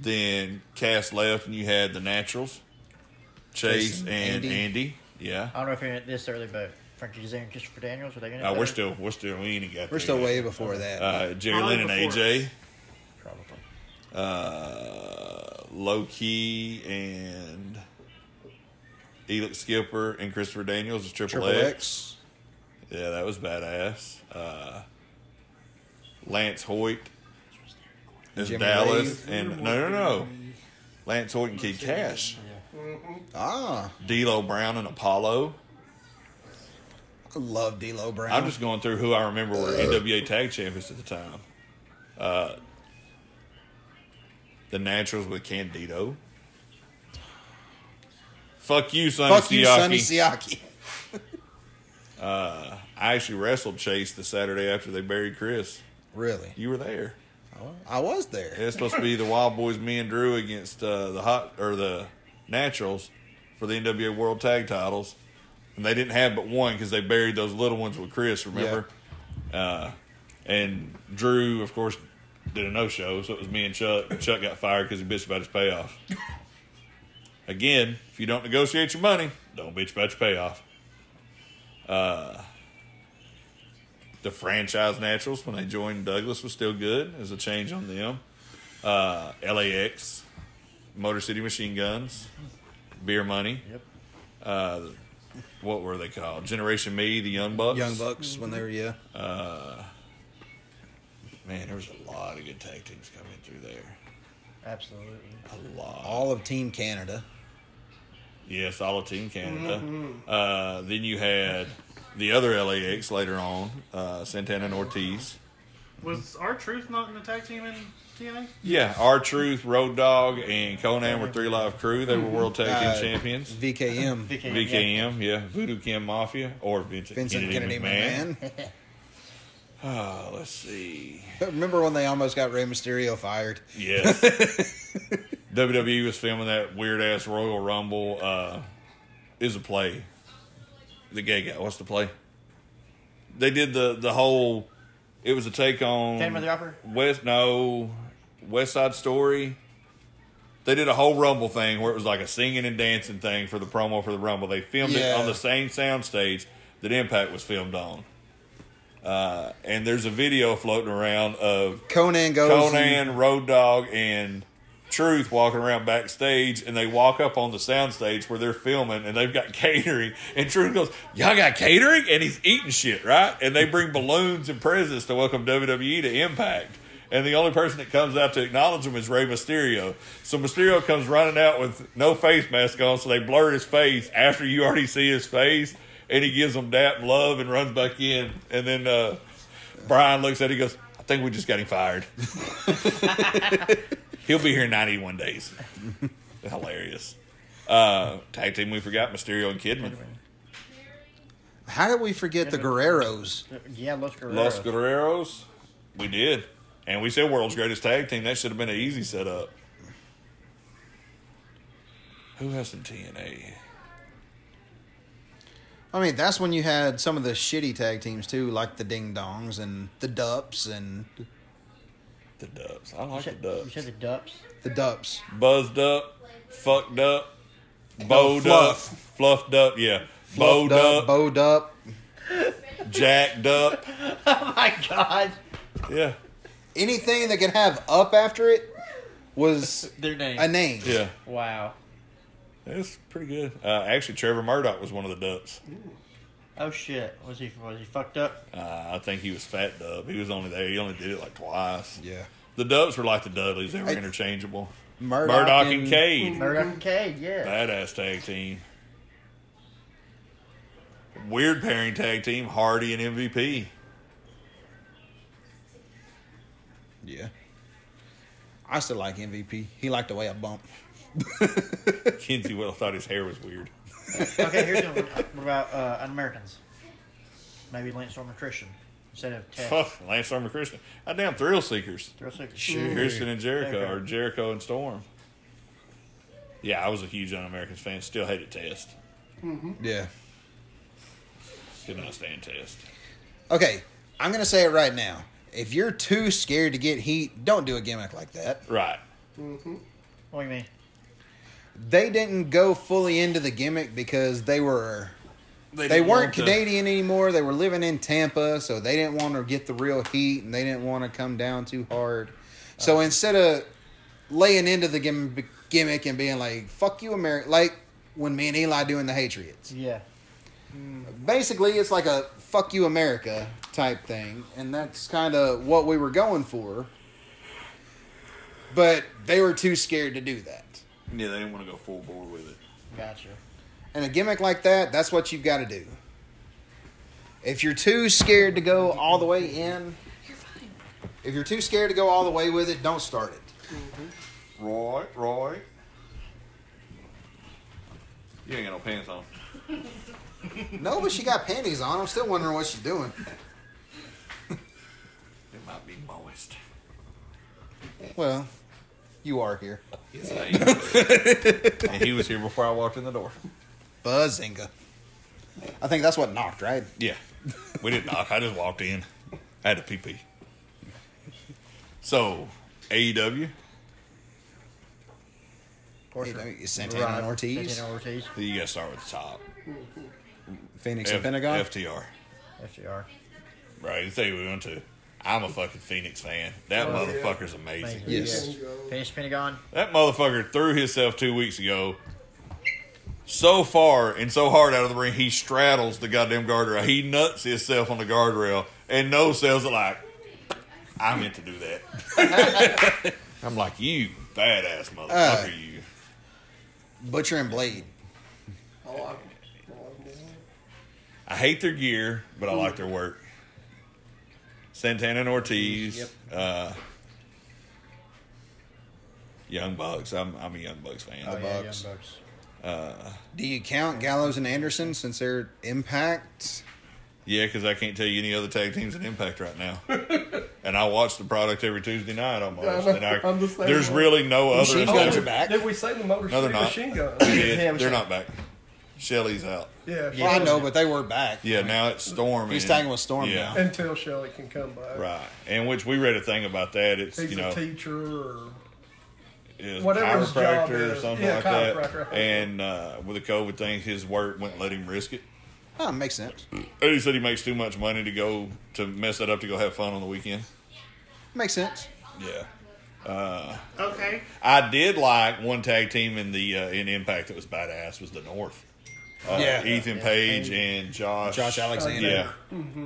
S2: Then Cass left, and you had the Naturals, Chase
S1: Chase and
S2: and Andy.
S1: Andy. Uh,
S2: Yeah,
S3: I don't know if you're in it this early, but Frankie Kazarian and Christopher Daniels are they going
S2: uh, we're still, we're still, we ain't got.
S1: We're
S2: there
S1: still
S2: yet.
S1: way before that.
S2: Uh, Jerry
S4: Probably
S2: Lynn and
S4: before
S2: AJ, uh,
S3: probably.
S2: Low Key and Elix Skipper and Christopher Daniels is Triple,
S1: Triple
S2: X.
S1: X.
S2: Yeah, that was badass. Uh, Lance Hoyt is
S1: Jimmy
S2: Dallas,
S1: Rave.
S2: and no, no, no. Lance Hoyt and Kid Cash,
S1: Ah,
S2: D'Lo Brown and Apollo.
S1: I love D'Lo Brown.
S2: I'm just going through who I remember were NWA Tag Champions at the time. Uh, the Naturals with Candido. Fuck you, Sonny
S1: fuck you, Sonny
S2: Siaki.
S1: Siaki. <laughs>
S2: I actually wrestled Chase the Saturday after they buried Chris.
S1: Really?
S2: You were there.
S1: I was there.
S2: It's supposed to be the Wild Boys, me and Drew against uh, the Hot or the Naturals for the NWA World Tag Titles, and they didn't have but one because they buried those little ones with Chris. Remember, uh, and Drew, of course, did a no show, so it was me and Chuck. Chuck got fired because he bitched about his payoff. Again, if you don't negotiate your money, don't bitch about your payoff. Uh, The franchise naturals when they joined Douglas was still good. There's a change on them. Uh, LAX, Motor City Machine Guns, Beer Money.
S3: Yep.
S2: Uh, what were they called? Generation Me, the Young Bucks.
S1: Young Bucks when they were yeah.
S2: Man, there was a lot of good tag teams coming through there.
S3: Absolutely.
S2: A lot.
S1: All of Team Canada.
S2: Yes, all of Team Canada. Uh, then you had the other LAX later on, uh, Santana and Ortiz.
S7: Was our truth not in the tag team in TNA?
S2: Yeah, R Truth, Road Dog, and Conan were three live crew. They were World Tag Team
S1: Uh,
S2: Champions. <laughs>
S1: VKM.
S3: VKM.
S2: VKM, yeah, Voodoo Kim Mafia or Vincent,
S1: Vincent Kennedy
S2: Kennedy, McMahon.
S1: McMahon.
S2: Oh, let's see.
S1: <laughs> Remember when they almost got Rey Mysterio fired?
S2: Yes. WWE was filming that weird ass Royal Rumble. Uh, is a play. The gay guy. What's the play? They did the the whole. It was a take on
S3: Phantom of the Opera?
S2: West no West Side Story. They did a whole Rumble thing where it was like a singing and dancing thing for the promo for the Rumble. They filmed
S1: Yeah.
S2: it on the same soundstage that Impact was filmed on. Uh, and there's a video floating around of
S1: Conan goes. and-
S2: Conan, Road Dog, and Truth walking around backstage, and they walk up on the soundstage where they're filming, and they've got <laughs> catering. And Truth goes, "Y'all got catering?" And he's eating shit, right? And they bring balloons and presents to welcome WWE to Impact. And the only person that comes out to acknowledge him is Rey Mysterio. So Mysterio comes running out with no face mask on, so they blur his face after you already see his face, and he gives them dap and love and runs back in. And then uh, Brian looks at it and goes, I think we just got him fired. He'll be here in 91 days. <laughs> Hilarious. Uh, tag team, we forgot Mysterio and Kidman.
S1: How did we forget the Guerreros?
S3: Yeah, Los Guerreros.
S2: Los Guerreros, we did. And we said world's greatest tag team. That should have been an easy setup. Who has some TNA?
S1: I mean, that's when you had some of the shitty tag teams too, like the Ding Dongs and the Dups and
S2: The Dubs. I like
S3: You
S2: the
S3: said, you
S2: Dubs.
S3: said the Dups.
S1: the Dups.
S2: Buzzed up, fucked up, bowed up,
S1: fluff.
S2: fluffed up, yeah.
S1: Fluffed
S2: Bowed up,
S1: bowed up,
S2: jacked up.
S3: <laughs> Oh my God.
S2: Yeah.
S1: anything that could have up after it was
S3: Their name.
S1: a name.
S2: Yeah.
S3: Wow.
S2: That's pretty good. Uh, actually, Trevor Murdoch was one of the dubs.
S3: Oh shit. Was he was he fucked up?
S2: Uh, I think he was fat dub. He was only there. He only did it like twice.
S1: Yeah.
S2: The dubs were like the Dudleys. They were
S1: I-
S2: interchangeable.
S1: Murdoch,
S2: Murdoch, and, Cade.
S3: Murdoch and Cade. Yeah.
S2: Badass tag team. Weird pairing tag team. Hardy and MVP.
S1: Yeah. I still like MVP. He liked the way I bump.
S2: Kinsey Will thought his hair was weird. <laughs>
S3: okay. Here's another one. What about uh, Americans? Maybe Lance Storm and Christian instead of
S2: <laughs>
S3: Ted.
S2: Fuck, Lance Armour Christian. I damn thrill seekers.
S3: Thrill Seeker.
S2: Christian and Jericho,
S3: Jericho.
S2: or Jericho and Storm. Yeah, I was a huge Un Americans fan. Still hated Test.
S1: Yeah.
S2: Could not stand Test.
S1: Okay, I'm gonna say it right now. If you're too scared to get heat, don't do a gimmick like that.
S2: Right.
S3: What do you mean?
S1: They didn't go fully into the gimmick because they were they
S2: didn't
S1: weren't
S2: want to-
S1: Canadian anymore. They were living in Tampa, so they didn't want to get the real heat and they didn't want to come down too hard.
S2: Uh.
S1: So instead of laying into the gimmick, gimmick and being like "fuck you, America," like when me and Eli doing the Patriots,
S3: Yeah.
S1: basically it's like a "fuck you, America" type thing, and that's kind of what we were going for. But they were too scared to do that.
S2: Yeah, they didn't want to go full bore with it.
S3: Gotcha.
S1: And a gimmick like that, that's what you've got to do. If you're too scared to go all the way in, if you're too scared to go all the way with it, don't start it.
S2: Roy, Roy. You ain't got no pants on.
S1: No, but she got panties on. I'm still wondering what she's doing.
S2: It might be moist.
S1: Well, you are here.
S2: Yes, I <laughs> am. and he was here before I walked in the door.
S1: Buzzinga. I think that's what knocked, right?
S2: Yeah. We didn't knock. I just walked in. I had a pee pee. So, E AEW,
S3: Of course.
S1: Hey, don't you- Santana and Ortiz?
S3: Santana and Ortiz.
S2: you got to start with the top.
S1: Phoenix
S2: F-
S1: and Pentagon.
S2: FTR.
S3: FTR.
S2: Right, you say we want to. I'm a fucking Phoenix fan. That
S6: Oh, yeah.
S2: motherfucker's amazing.
S3: Amazing.
S1: Yes.
S3: Finish Pentagon.
S2: That motherfucker threw himself two weeks ago so far and so hard out of the ring, he straddles the goddamn guardrail. He nuts himself on the guardrail, and no sales are like, I meant to do that. <laughs> I'm like, you badass motherfucker,
S1: Uh,
S2: you.
S1: Butcher and Blade.
S6: I like it. I like it.
S2: I hate their gear, but I like their work. Santana and Ortiz, uh, Young Bucks. I'm I'm a Young Oh, Bucks fan.
S1: Oh, yeah, Young Bucks.
S3: Bucks.
S1: Do you count Gallows and Anderson since they're Impact?
S2: Yeah, because I can't tell you any other tag teams in Impact right
S6: <laughs>
S2: now. and I watch the product every Tuesday night almost.
S6: Yeah, I know.
S2: and I,
S6: I'm the same
S2: there's
S6: way.
S2: really no other.
S1: Machine
S2: established-
S1: guns are back.
S6: Oh, Did we say the Motor
S2: No, they're
S6: City
S2: not.
S6: Machine Guns?
S2: Yeah,
S3: Yeah,
S2: they're
S3: we should-
S2: not back. Shelly's out.
S6: Yeah.
S1: Well, I know, but they were back.
S2: Yeah, now it's Storm.
S1: He's
S2: and-
S1: tagging with Storm
S2: Yeah,
S1: now.
S6: Until Shelly can come back.
S2: right. And which we read a thing about that. It's
S6: He's
S2: you know
S6: a teacher or
S2: is
S6: Whatever his job
S2: chiropractor or
S6: is.
S2: something
S6: Yeah,
S2: like
S6: chiropractor.
S2: that. And uh, with the COVID thing, his work wouldn't let him risk it.
S1: Oh, makes sense.
S2: And he said he makes too much money to go to mess that up to go have fun on the weekend.
S1: Makes sense.
S2: Yeah.
S7: Okay.
S2: I did like one tag team in the uh, in Impact that was badass was the North. Uh,
S1: Yeah.
S2: Ethan Page and Josh.
S1: Josh Alexander.
S2: Yeah,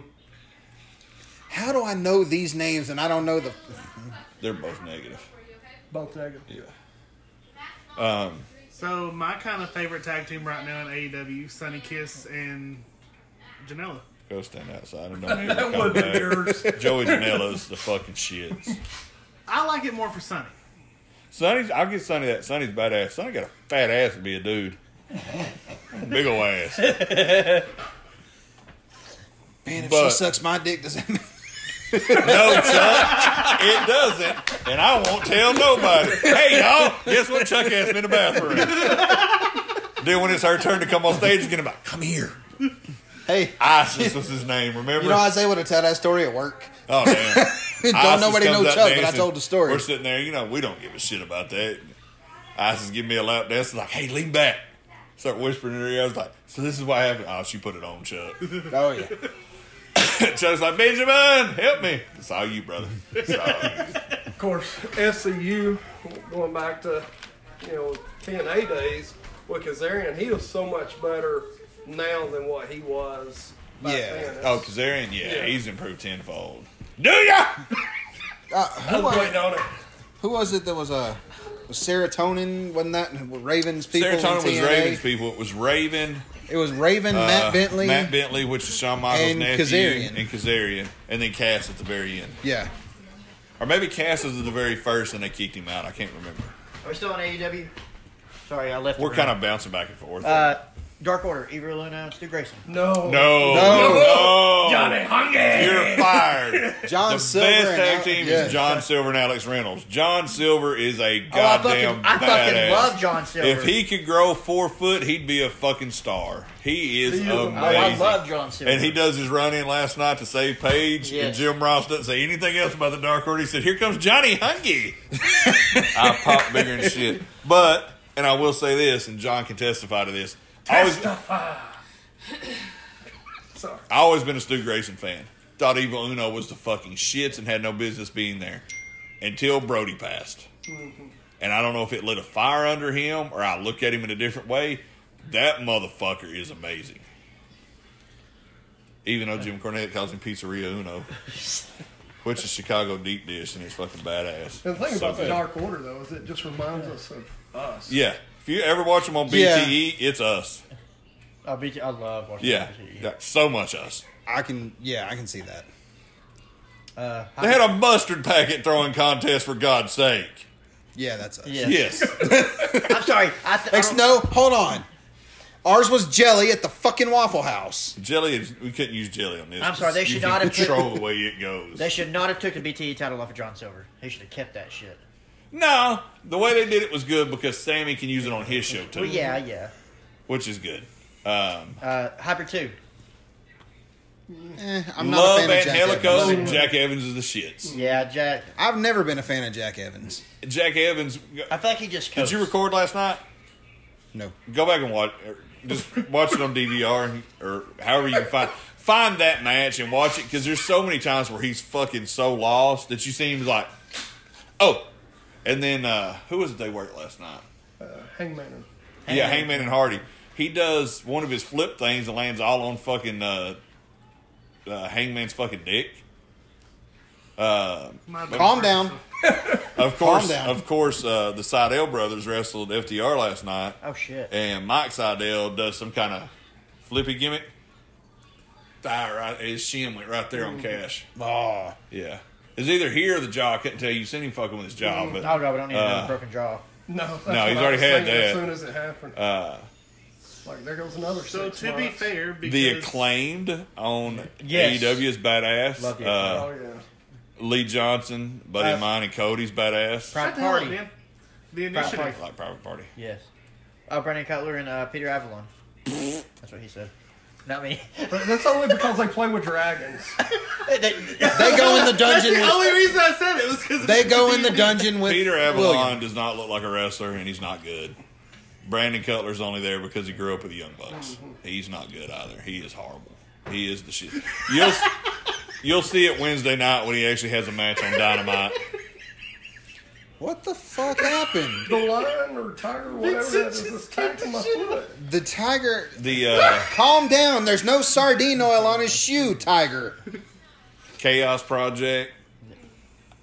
S1: How do I know these names and I don't know the?
S2: they're both negative.
S6: both negative.
S2: Yeah.
S7: So my kind of favorite tag team right now in AEW, Sunny Kiss and Janela.
S2: Go stand outside and
S1: <laughs>
S2: don't ever
S6: That
S2: come
S6: would be
S2: back.
S6: yours.
S2: <laughs> Joey Janela's the fucking shits.
S7: I like it more for Sunny.
S2: Sonny's, I'll give Sonny that. Sonny's badass. Sonny got a fat ass to be a dude. Big ol' ass.
S1: Man, if
S2: But-
S1: she sucks my dick, does that mean?
S2: No, Chuck, it doesn't. And I won't tell nobody. Hey, y'all, guess what Chuck asked me in
S1: <laughs>
S2: the bathroom? then when it's her turn to come on stage, it's gonna be like, come here.
S1: Hey,
S2: Isis was his name, remember?
S1: you know Isaiah would have tell that story at work. <laughs>
S2: oh, damn.
S1: Don't
S2: Isis
S1: nobody
S2: comes
S1: know
S2: out
S1: Chuck, but I
S2: dancing.
S1: told the story.
S2: We're sitting there, you know, we don't give a shit about that. Isis give me a lap dance, like, hey, lean back. Start whispering in her ear. I was like, so this is what happened. Oh, she put it on <laughs> Chuck.
S1: Oh yeah.
S2: Chuck's like, Benjamin, help me. It's all you, brother. <laughs> It's all you.
S6: Of course, SCU, going back to, you know, 10A days with Kazarian, he was so much better now than what he was back
S1: Yeah.
S6: then.
S2: Oh, Kazarian, yeah,
S6: Yeah.
S2: he's improved tenfold. Do ya?
S1: Uh, who,
S6: Wait,
S1: was,
S6: don't it?
S1: who was it that was a was serotonin? Wasn't that Ravens people? in
S2: Serotonin was
S1: TNA?
S2: Ravens people. It was Raven,
S1: It was Raven,
S2: uh,
S1: Matt Bentley.
S2: Matt Bentley, which is Shawn Michaels'
S1: and
S2: nephew,
S1: Kazarian.
S2: and Kazarian, and then Cass at the very end,
S1: yeah.
S2: or maybe Cass was at the very first, and they kicked him out. I can't remember.
S3: Are we still on AEW? Sorry, I left. the
S2: We're
S3: room.
S2: kind of bouncing back and forth.
S3: Uh, Dark Order, Eva Luna, Stu Grayson.
S6: No.
S1: No.
S2: no, no,
S4: Johnny Hungry.
S2: you're fired.
S1: John
S2: the
S1: Silver
S2: best
S1: and
S2: tag
S1: Al-
S2: team
S1: yeah.
S2: is John Silver and Alex Reynolds. John Silver is a
S3: Oh, I fucking,
S2: goddamn
S3: I
S2: badass.
S3: fucking love John Silver.
S2: If he could grow four foot, he'd be a fucking star. He is
S6: He is
S2: amazing.
S3: oh,
S6: amazing.
S3: I love John Silver.
S2: and he does his run in last night to save Paige, and
S3: Yes.
S2: Jim Ross doesn't say anything else about the Dark Order. He said, Here comes Johnny Hungy. I pop bigger than shit. But, and I will say this, and John can testify to this. I always, I <laughs>
S6: Sorry.
S2: always been a Stu Grayson fan. Thought Evil Uno was the fucking shits and had no business being there until Brody passed. And I don't know if it lit a fire under him or I look at him in a different way. That motherfucker is amazing. Even though Jim Cornette calls him Pizzeria
S3: <laughs>
S2: Uno, which is Chicago deep dish, and it's fucking badass.
S6: And the thing
S2: So
S6: about the
S2: good.
S6: Dark Order, though, is it just reminds us of us.
S2: yeah. If you ever watch them on
S1: Yeah.
S2: BTE, it's us.
S3: I, beat you, Oh, I love watching
S2: Yeah.
S3: WWE.
S2: Yeah, so much us.
S1: I can. Yeah, I can see that.
S3: Uh,
S2: They had a mustard packet throwing contest for God's sake.
S1: Yeah, that's us.
S3: Yeah.
S2: Yes,
S3: <laughs> I'm sorry. I th- I
S1: Ex-
S3: don't-
S1: no, hold on. Ours was jelly at the fucking Waffle House.
S2: jelly. Is, we couldn't use jelly on this.
S3: I'm sorry, they
S2: You
S3: should
S2: can
S3: not have put-
S2: control the way it goes.
S3: They should not have took the BTE title off of John Silver. He should have kept that shit.
S2: No, the way they did it was good because Sammy can use it on his show too.
S3: Well, yeah, yeah.
S2: which is good. Um,
S3: Uh, Hyper 2.
S1: Eh, I'm not
S2: love
S1: a fan of Jack
S2: Angelico
S1: Evans.
S2: and Jack Evans is the shits.
S3: Yeah, Jack.
S1: I've never been a fan of Jack Evans.
S2: Jack Evans,
S3: I think he just
S2: did
S3: coached.
S2: you record last night?
S1: No.
S2: Go back and watch, or just watch it on DVR and- or however you can find. find that match and watch it because there's so many times where he's fucking so lost that you see him like, oh, and then uh, who was it they worked last night?
S6: Hangman.
S2: Yeah, Uh, Hangman and Hardy. He does one of his flip things and lands all on fucking uh, uh, Hangman's fucking dick.
S7: My
S1: Calm
S7: bad.
S1: down.
S2: Of course,
S1: down.
S2: of course, uh, the Seidel brothers wrestled FDR last night.
S3: Oh shit.
S2: and Mike Seidel does some kind of flippy gimmick. Thigh Ah, right, his shin went right there on Cash.
S1: Oh,
S2: Yeah, it's either here or the jaw. I couldn't tell you. You seen him fucking with his jaw, but
S3: Oh god, we don't need another
S2: Uh,
S3: broken jaw.
S6: No, that's
S2: No, he's
S6: what I
S2: already
S6: was
S2: had
S6: thinking
S2: that.
S6: As soon as it happened,
S2: uh,
S6: like there goes another.
S7: So
S6: six
S7: to be
S6: months.
S7: fair, because
S2: the acclaimed on
S3: Yes.
S2: AEW is badass.
S3: Love the
S2: uh,
S6: oh yeah.
S2: Lee Johnson, buddy of
S3: Uh,
S2: mine, and Cody's badass.
S3: Private
S7: Hell,
S3: Party.
S7: man. the
S3: Private
S7: initiative.
S3: Party.
S2: like private party.
S3: Yes. Uh, Brandon Cutler and uh, Peter Avalon. That's what he said. Not
S1: <laughs>
S3: me. <laughs>
S6: But that's only because they play with dragons.
S1: they go in the dungeon.
S7: The
S1: with,
S7: only reason I said it was because
S1: they go in the dungeon with
S2: Peter Avalon
S1: <laughs> William.
S2: does not look like a wrestler, and he's not good. Brandon Cutler's only there because he grew up with the Young Bucks. He's not good either. He is horrible. He is the shit. You'll s- you'll see it Wednesday night when he actually has a match on Dynamite.
S1: What the fuck happened?
S6: The lion or tiger, or whatever that is, is tagged to my foot.
S1: The tiger.
S2: The uh,
S1: Calm down. There's no sardine oil on his shoe, Tiger.
S2: Chaos Project,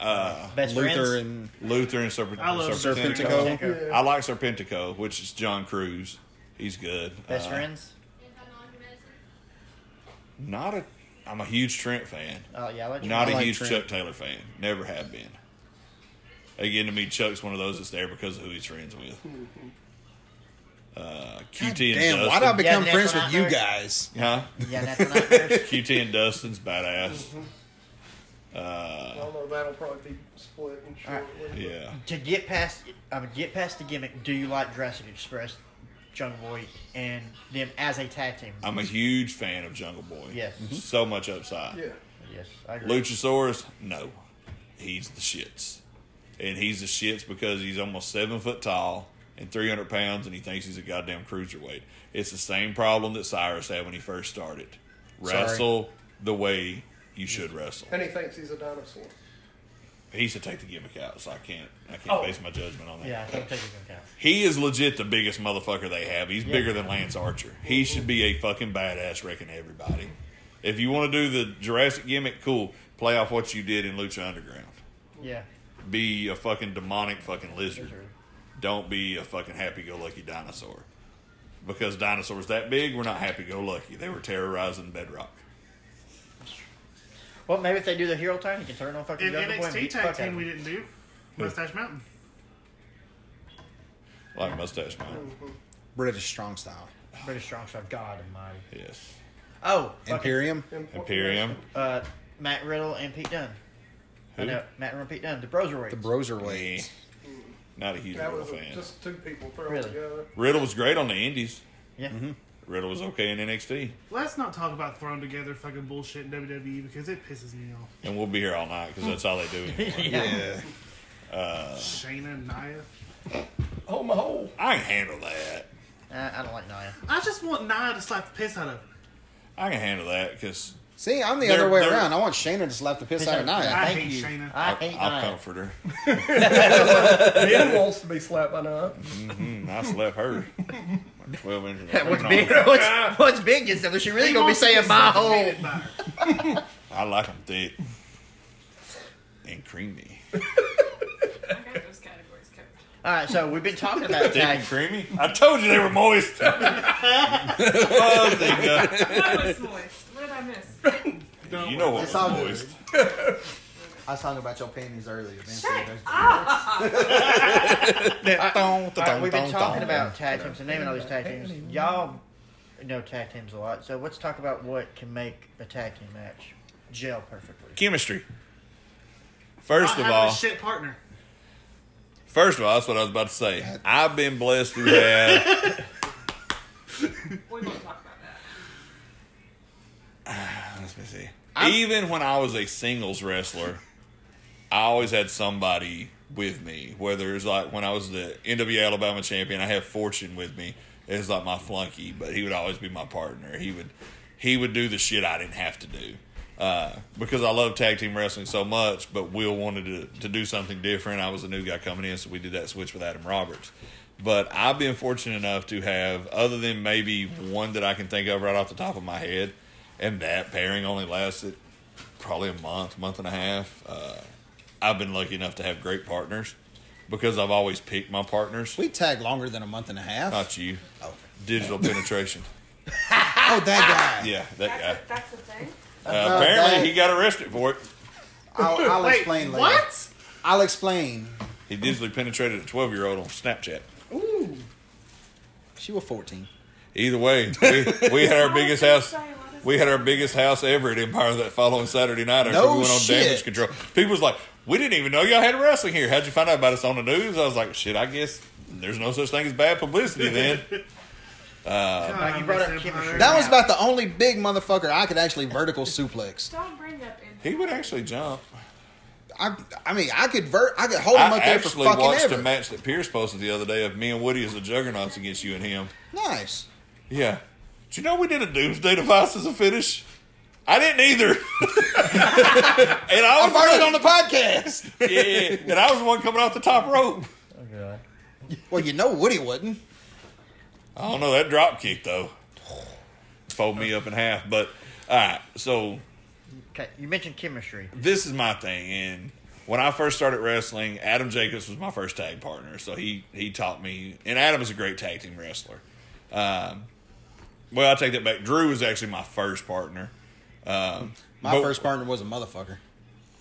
S3: Best
S1: Luther
S3: friends.
S1: and
S2: Luther and Serpent.
S7: I love
S2: Serpentico.
S1: Serpentico.
S3: Serpentico.
S2: I like Serpentico, which is John Cruz. He's good.
S3: Best
S2: Uh,
S3: friends.
S2: Not a. I'm a huge Trent fan.
S3: Oh yeah, I like
S2: Not
S1: I
S2: a
S1: like
S2: huge
S1: Trent.
S2: Chuck Taylor fan. Never have been. Again, to me, Chuck's one of those that's there because of who he's friends with. Uh, QT and
S1: Damn, why
S2: Dustin.
S1: did I become
S3: Yeah,
S1: friends
S3: that's
S1: with
S3: what I
S1: you
S3: heard.
S1: guys?
S2: huh?
S3: Yeah, that's
S2: <laughs>
S3: not fair.
S2: QT and Dustin's badass.
S6: Although that'll probably be split and shortly.
S2: Yeah.
S3: to get past, I mean, get past the gimmick. Do you like Jurassic Express, Jungle Boy, and them as a tag team?
S2: I'm a huge fan of Jungle Boy.
S3: Yes.
S2: So much upside.
S6: Yeah.
S3: yes, I agree.
S2: Luchasaurus, no. He's the shits. And he's the shits because he's almost seven foot tall and 300 pounds and he thinks he's a goddamn cruiserweight. It's the same problem that Cyrus had when he first started.
S1: Sorry.
S2: Wrestle the way you should wrestle.
S6: And he thinks he's a dinosaur.
S2: He used to take the gimmick out, so I can't I can't
S6: Oh.
S2: base my judgment on that.
S3: yeah, I don't take it into account.
S2: He is legit the biggest motherfucker they have. He's bigger than Lance Archer. He should be a fucking badass wrecking everybody. If you want to do the Jurassic gimmick, cool. Play off what you did in Lucha Underground.
S3: Yeah,
S2: be a fucking demonic fucking lizard. Don't be a fucking happy go lucky dinosaur. Because dinosaurs that big were not happy go lucky. They were terrorizing bedrock.
S3: well, maybe if they do the hero turn, you can turn on fucking
S7: in
S3: Jungle Boy and
S7: NXT
S3: beat the
S7: tag
S3: fuck out of
S7: team we
S3: him.
S7: didn't do Mustache Mountain.
S2: Like mustache man.
S1: British strong style.
S3: British Strong Style, God Almighty.
S2: Yes.
S3: Oh, fucking,
S1: Imperium.
S6: Impor-
S2: Imperium.
S3: uh, Matt Riddle and Pete Dunne. I
S2: Who?
S3: know, Matt Riddle and Pete Dunne, the Bros
S1: The
S3: Warriors.
S2: Eh.
S1: Broserweight.
S2: Not a huge
S6: That
S2: Riddle
S6: was
S2: fan.
S6: just two people thrown
S3: Really?
S6: together.
S2: Riddle was great on the indies.
S3: yeah,
S2: Riddle was okay in NXT.
S7: Let's not talk about throwing together fucking bullshit in WWE because it pisses me off.
S2: And we'll be here all night because that's all they do. anymore.
S1: Yeah.
S7: Shayna and Nia.
S6: Oh my hole.
S2: I can handle that.
S3: Uh, I don't like Nia.
S7: I just want Nia to slap the piss out of her.
S2: I can handle that because
S1: See, I'm the
S2: They're-
S1: other way
S2: they're-
S1: around. I want Shayna to slap the piss out of Nia.
S7: I
S3: Thank
S7: hate
S3: you.
S7: Shayna.
S3: I hate
S2: I'll
S3: Nia.
S2: comfort her.
S6: Ben wants to be slapped by now.
S2: Mm, I slapped her. Like Twelve inches. of
S3: <laughs> What's
S2: fucking
S7: <laughs>
S3: big?
S2: arm.
S3: What's, what's big is that she really gonna be saying my hole?
S2: I like them thick and creamy.
S5: I got those categories covered.
S3: All right, so we've been talking about
S2: Thick <laughs> and
S3: tag.
S2: creamy? I told you they were
S1: <laughs>
S2: moist.
S1: Oh,
S2: Fuzzy guy.
S5: What was moist? What did I <laughs> miss?
S2: you know what was
S1: It's all good.
S2: moist.
S1: I was talking about your panties earlier.
S5: Shut up!
S3: All right, we've been talking about tag teams and naming all these tag
S7: <laughs>
S3: teams. Y'all know tag teams a lot, so let's talk about what can make a tag team match gel perfectly.
S2: chemistry. First
S7: Not
S2: of
S7: having
S2: all,
S7: a shit partner.
S2: first of all, that's what I was about to say. I've been blessed
S1: <laughs>
S2: to have.
S5: We won't talk about that.
S2: let me see. Even when I was a singles wrestler, I always had somebody with me. Whether it's like when I was the NWA Alabama champion, I had Fortune with me. It was like my flunky, but he would always be my partner. He would he would do the shit I didn't have to do. Uh, because I love tag team wrestling so much, but Will wanted to, to do something different. I was a new guy coming in, so we did that switch with Adam Roberts. But I've been fortunate enough to have, other than maybe one that I can think of right off the top of my head, and that pairing only lasted probably a month, month and a half. Uh, I've been lucky enough to have great partners because I've always picked my partners.
S1: We Oh. tag longer than a month and a half.
S2: Not you. Digital penetration.
S1: oh, that guy.
S2: Yeah, that guy.
S5: That's, the, that's the thing.
S2: Uh, apparently,
S1: that-
S2: he got arrested for it.
S1: I'll, I'll explain later.
S7: What?
S1: I'll explain.
S2: He digitally penetrated a 12 year old on Snapchat.
S1: She was 14.
S2: Either way, we, we had our
S5: <laughs>
S2: biggest house.
S5: Say, what is
S2: We had our biggest house ever at Empire that following Saturday night after
S1: No
S2: we went on
S1: shit.
S2: damage control. People was like, "We didn't even know y'all had wrestling here. How'd you find out about us on the news?" I was like, "Shit, I guess there's no such thing as bad publicity
S1: <laughs>
S2: then."
S7: Oh, God,
S3: you brought up
S7: Miss
S3: chemistry.
S7: Empire.
S1: That was about the only big motherfucker I could actually vertical suplex.
S5: Don't bring up in
S2: he would actually jump.
S1: I, I mean, I could vert, I could hold him
S2: I
S1: up there for
S2: actually
S1: fucking
S2: watched
S1: ever.
S2: a match that Pierce posted the other day of me and Woody as the Juggernauts against you and him.
S1: Nice.
S2: Yeah. Did you know we did a Doomsday Device as a finish? I didn't either. <laughs> and I
S1: I
S2: was
S1: farted on the podcast.
S2: yeah, <laughs> yeah. and I was the one coming off the top rope.
S3: Oh, God.
S1: well, you know Woody wouldn't.
S2: I don't know that drop kick though. Fold me up in half, but all right. So
S3: Okay, you mentioned chemistry.
S2: this is my thing, and when I first started wrestling, Adam Jacobs was my first tag partner, so he he taught me. And Adam is a great tag team wrestler. Um, well, I take that back. Drew was actually my first partner. Um,
S1: My
S2: but-
S1: first partner was a motherfucker.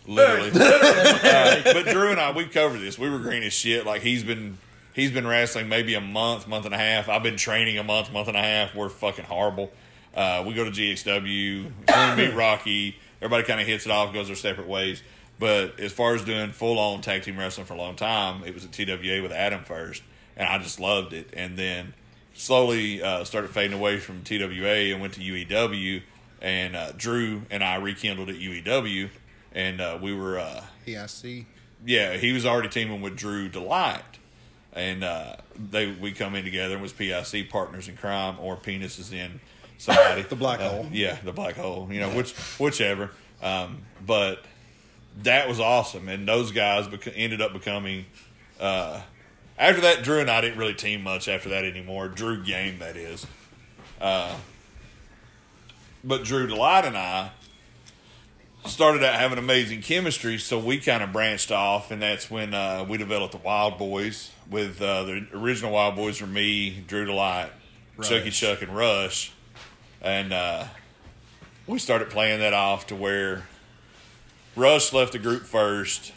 S2: literally.
S1: <laughs>
S2: <laughs> Uh, but Drew and I, we've covered this. We were green as shit. Like he's been, he's been wrestling maybe a month, month and a half. I've been training a month, month and a half. We're fucking horrible. Uh, we go to GXW, Flynn meet Rocky. Everybody kind of hits it off, goes their separate ways. But as far as doing full on tag team wrestling for a long time, it was at TWA with Adam first, and I just loved it. And then slowly uh, started fading away from TWA and went to UEW. And uh, Drew and I rekindled at UEW, and uh, we were uh,
S1: Yeah, I see.
S2: yeah, he was already teaming with Drew Delight, and uh, they we come in together and was PIC partners in crime or penis is in somebody
S1: <laughs> The black
S2: Uh,
S1: hole.
S2: Yeah, the black hole. You know, which whichever. Um, but that was awesome, and those guys bec- ended up becoming. Uh, after that, Drew and I didn't really team much after that anymore. Drew game that is. Uh, but Drew Delight and I started out having amazing chemistry, so we kind of branched off, and that's when uh, we developed the Wild Boys. With uh, the original Wild Boys were me, Drew Delight, Chucky
S1: Rush.
S2: Chuck, and Rush, and uh, we started playing that off to where Rush left the group first,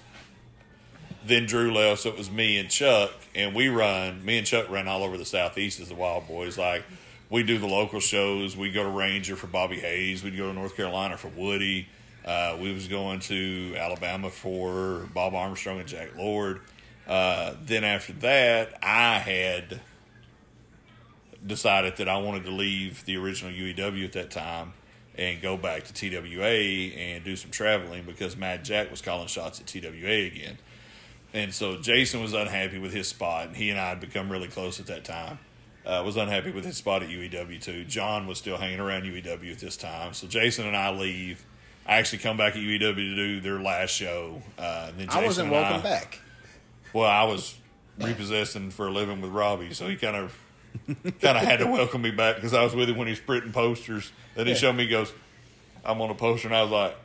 S2: then Drew left, so it was me and Chuck, and we run. Me and Chuck run all over the southeast as the Wild Boys. Like we do the local shows. We go to Ranger for Bobby Hayes. We'd go to North Carolina for Woody. Uh, we was going to Alabama for Bob Armstrong and Jack Lord. Uh, then after that, I had decided that I wanted to leave the original UEW at that time and go back to TWA and do some traveling because Mad Jack was calling shots at TWA again. And so Jason was unhappy with his spot, and he and I had become really close at that time. Uh, was unhappy with his spot at UEW too. John was still hanging around UEW at this time, so Jason and I leave. I actually come back at UEW to do their last show. Uh, and then Jason
S1: I wasn't
S2: and
S1: welcome
S2: I-
S1: back.
S2: well, I was repossessing for a living with Robbie, so he kind of kind of had to welcome me back because I was with him when he was printing posters. Then he showed me, he goes, "I'm on a poster," and I was like,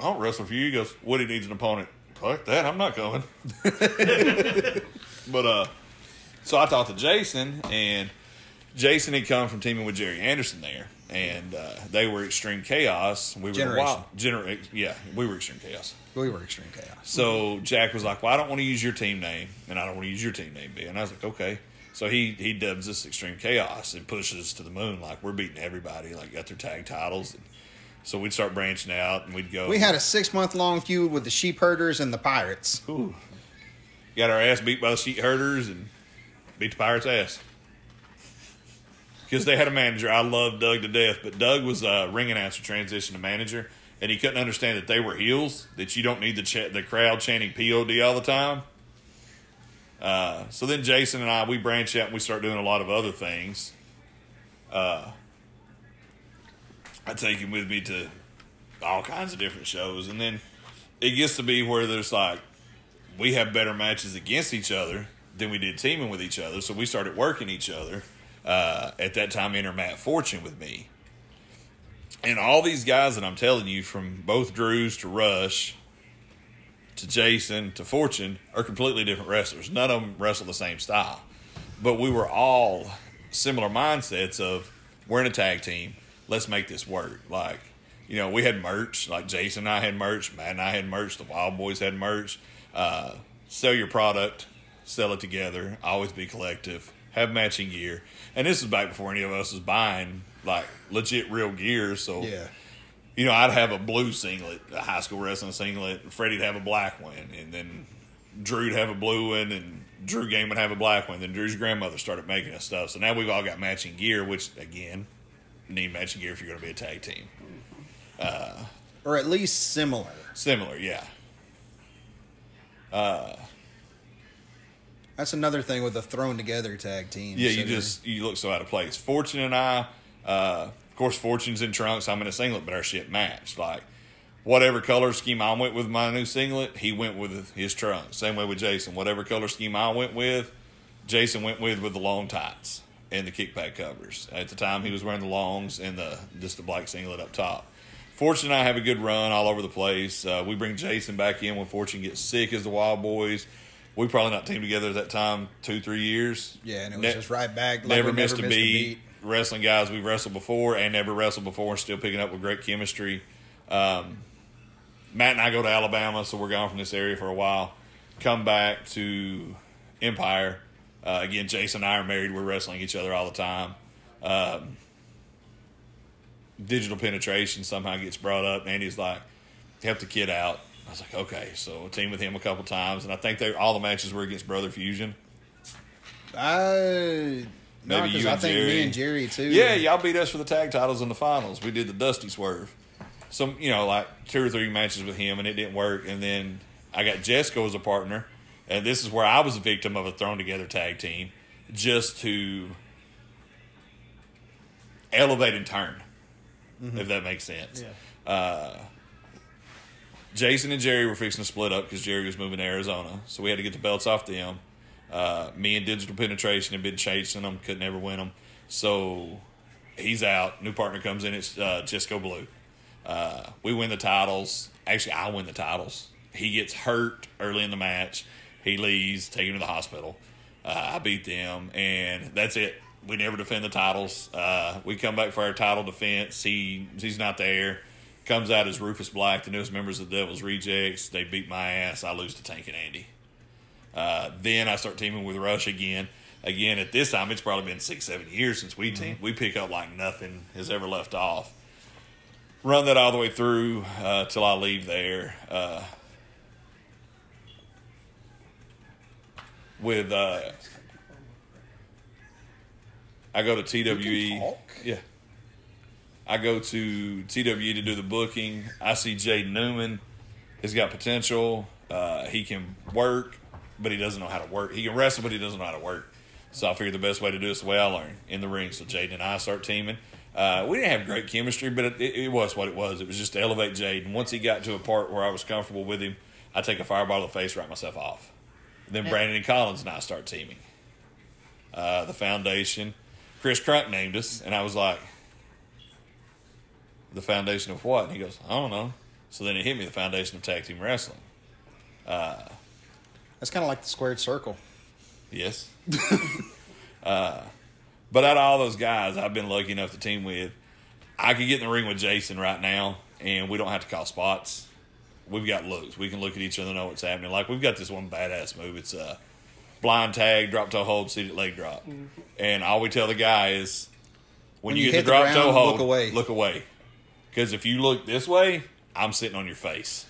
S2: "I don't wrestle for you." He goes, "Woody needs an opponent." Fuck that! I'm not coming. <laughs> but uh, so I talked to Jason, and Jason had come from teaming with Jerry Anderson there, and uh, they were Extreme Chaos. We were the
S1: Generation.
S2: wild, genera- yeah, we were Extreme Chaos.
S1: We were extreme chaos.
S2: So Jack was like, "Well, I don't want to use your team name, and I don't want to use your team name, B." And I was like, "Okay." So he he dubs this extreme chaos and pushes us to the moon, like we're beating everybody, like got their tag titles. And so we'd start branching out, and we'd go.
S1: We had a six month long feud with the sheep herders and the pirates.
S2: Ooh. got our ass beat by the sheep herders and beat the pirates' ass because they had a manager. I love Doug to death, but Doug was a ring announcer transition to manager, and he couldn't understand that they were heels. That you don't need the ch- the crowd chanting POD all the time. Uh, so then Jason and I we branch out and we start doing a lot of other things. Uh, I take him with me to all kinds of different shows, and then it gets to be where there's like we have better matches against each other than we did teaming with each other, so we started working each other. Uh, at that time, enter Matt Fortune with me, and all these guys that I'm telling you, from both Drews to Rush to Jason to Fortune, are completely different wrestlers. None of them wrestle the same style, but we were all similar mindsets of we're in a tag team. Let's make this work. Like, you know, we had merch. Like Jason and I had merch. Matt and I had merch. The Wild Boys had merch. Uh, sell your product. Sell it together. Always be collective. Have matching gear. And this is back before any of us was buying like legit real gear. So
S1: Yeah.
S2: you know, I'd have a blue singlet, a high school wrestling singlet, and Freddie'd have a black one, and then Drew'd have a blue one, and Drew Game would have a black one. Then Drew's grandmother started making us stuff. So now we've all got matching gear, which, again, need matching gear if you're going to be a tag team.
S1: or at least similar.
S2: Similar, yeah.
S1: That's another thing with a thrown together tag team.
S2: Yeah,
S1: So
S2: you
S1: you're-
S2: just you look so out of place. Fortune and I, uh, of course, Fortune's in trunks. I'm in a singlet, but our shit matched. Like whatever color scheme I went with my new singlet, he went with his trunks. Same way with Jason. Whatever color scheme I went with, Jason went with with the long tights and the kick pad covers. At the time, he was wearing the longs and the just the black singlet up top. Fortune and I have a good run all over the place. Uh, we bring Jason back in when Fortune gets sick as the Wild Boys. We probably not teamed together at that time two three years.
S1: yeah, and it was
S2: Ne-
S1: just right back. Like
S2: never,
S1: we
S2: missed, a, beat. Wrestling guys we've wrestled before and never wrestled before, and still picking up with great chemistry. Um, Matt and I go to Alabama, so we're gone from this area for a while. Come back to Empire. Uh, again, Jason and I are married. We're wrestling each other all the time. Um, digital penetration somehow gets brought up. and Andy's like, help the kid out. I was like, okay. So I teamed with him a couple times, and I think they all the matches were against Brother Fusion.
S1: I no,
S2: Maybe
S1: 'cause
S2: you
S1: I
S2: and
S1: think
S2: Jerry.
S1: me and Jerry too.
S2: Yeah, y'all beat us for the tag titles in the finals. We did the Dusty Swerve. Some, you know, like two or three matches with him, and it didn't work. And then I got Jesco as a partner, and this is where I was a victim of a thrown together tag team just to elevate and turn,
S1: Mm-hmm.
S2: if that makes sense. Uh, Jason and Jerry were fixing to split up because Jerry was moving to Arizona, so we had to get the belts off them. Uh, me and Digital Penetration had been chasing them, couldn't ever win them. So he's out. New partner comes in. It's uh, Cisco Blue. Uh, we win the titles. Actually, I win the titles. He gets hurt early in the match. He leaves, take him to the hospital. Uh, I beat them, and that's it. We never defend the titles. Uh, we come back for our title defense. He he's not there. Comes out as Rufus Black, the newest members of the Devil's Rejects. They beat my ass. I lose to Tank and Andy. Uh, then I start teaming with Rush again. Again, at this time, it's probably been six, seven years since we team. We pick up like nothing has ever left off. Run that all the way through uh, till I leave there. Uh, with uh, I go to E. TWE. Yeah. I go to TWE to do the booking. I see Jaden Newman. He's got potential. Uh, he can work, but he doesn't know how to work. He can wrestle, but he doesn't know how to work. So I figured the best way to do it is the way I learned in the ring. So Jaden and I start teaming. Uh, we didn't have great chemistry, but it, it was what it was. It was just to elevate Jaden. Once he got to a part where I was comfortable with him, I take a fireball to the face, write myself off. Then Brandon and Collins and I start teaming. Uh, the foundation. Chris Crunk named us, and I was like, the foundation of what? And he goes, I don't know. So then it hit me the foundation of tag team wrestling.
S1: that's kind of like the squared circle.
S2: Yes. <laughs> uh, but out of all those guys I've been lucky enough to team with, I could get in the ring with Jason right now, and we don't have to call spots. We've got looks. We can look at each other and know what's happening. Like, we've got this one badass move. It's a blind tag, drop toe hold, seated leg drop. And all we tell the guy is when, you, get the drop toe
S1: ground,
S2: hold,
S1: look away.
S2: Look away. Because if you look this way, I'm sitting on your face.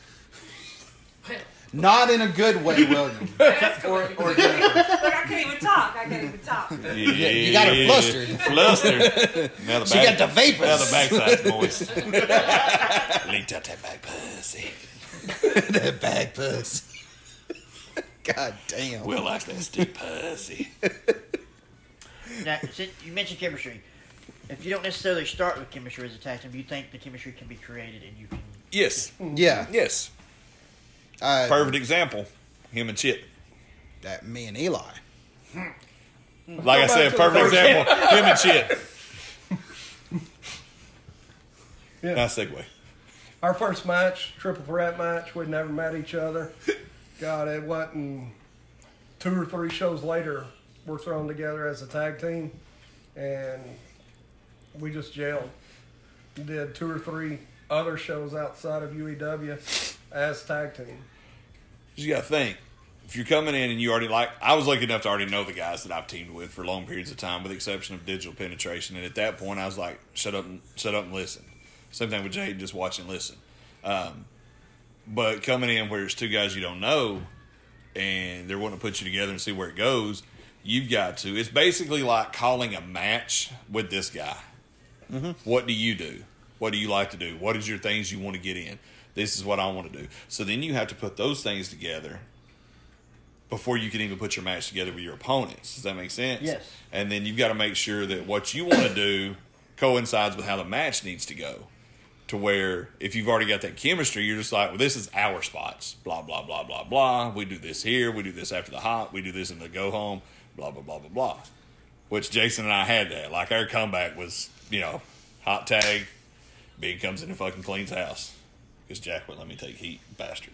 S1: Not in a good
S2: <laughs>
S1: way, William.
S5: That's correct. like, I can't even talk. I can't even
S2: <laughs>
S5: talk.
S1: <laughs>
S2: Yeah,
S1: you got her flustered. <laughs>
S2: Flustered. Now the
S1: She got the vapors.
S2: Now the backside's <laughs> moist. Leaked out that back pussy.
S1: <laughs> that bag puss. <laughs> God damn.
S2: Will like that stick pussy.
S3: Now, since you mentioned chemistry. If you don't necessarily start with chemistry as a tag team, you think the chemistry can be created and you can.
S2: Yes.
S1: Yeah.
S2: Yes.
S1: I-
S2: Perfect example. Him and Chip.
S1: that me and Eli.
S2: Like I said,
S6: to the
S2: perfect
S6: first-
S2: example. Him and Chip. <laughs>
S6: Yeah.
S2: Nice segue.
S6: Our first match, triple threat match, we'd never met each other. God, it wasn't two or three shows later, we're thrown together as a tag team, and we just jailed. Did two or three other shows outside of UEW as tag team.
S2: You got to think. If you're coming in and you already like, I was lucky enough to already know the guys that I've teamed with for long periods of time, with the exception of digital penetration. And at that point, I was like, shut up, and, shut up and listen. Same thing with Jade, just watch and listen. Um, but coming in where it's two guys you don't know, and they're wanting to put you together and see where it goes, you've got to. It's basically like calling a match with this guy. What do you do? What do you like to do? What is your things you want to get in? This is what I want to do. So then you have to put those things together before you can even put your match together with your opponents. Does that make sense?
S3: Yes.
S2: And then you've got to make sure that what you want to do coincides with how the match needs to go. To where if you've already got that chemistry, you're just like, well, this is our spots. Blah blah blah blah blah. We do this here. We do this after the hot. We do this in the go home. Blah blah blah blah blah which Jason and I had that. Like our comeback was, you know, hot tag. Big comes in and fucking cleans house because Jack would not let me take heat, bastard.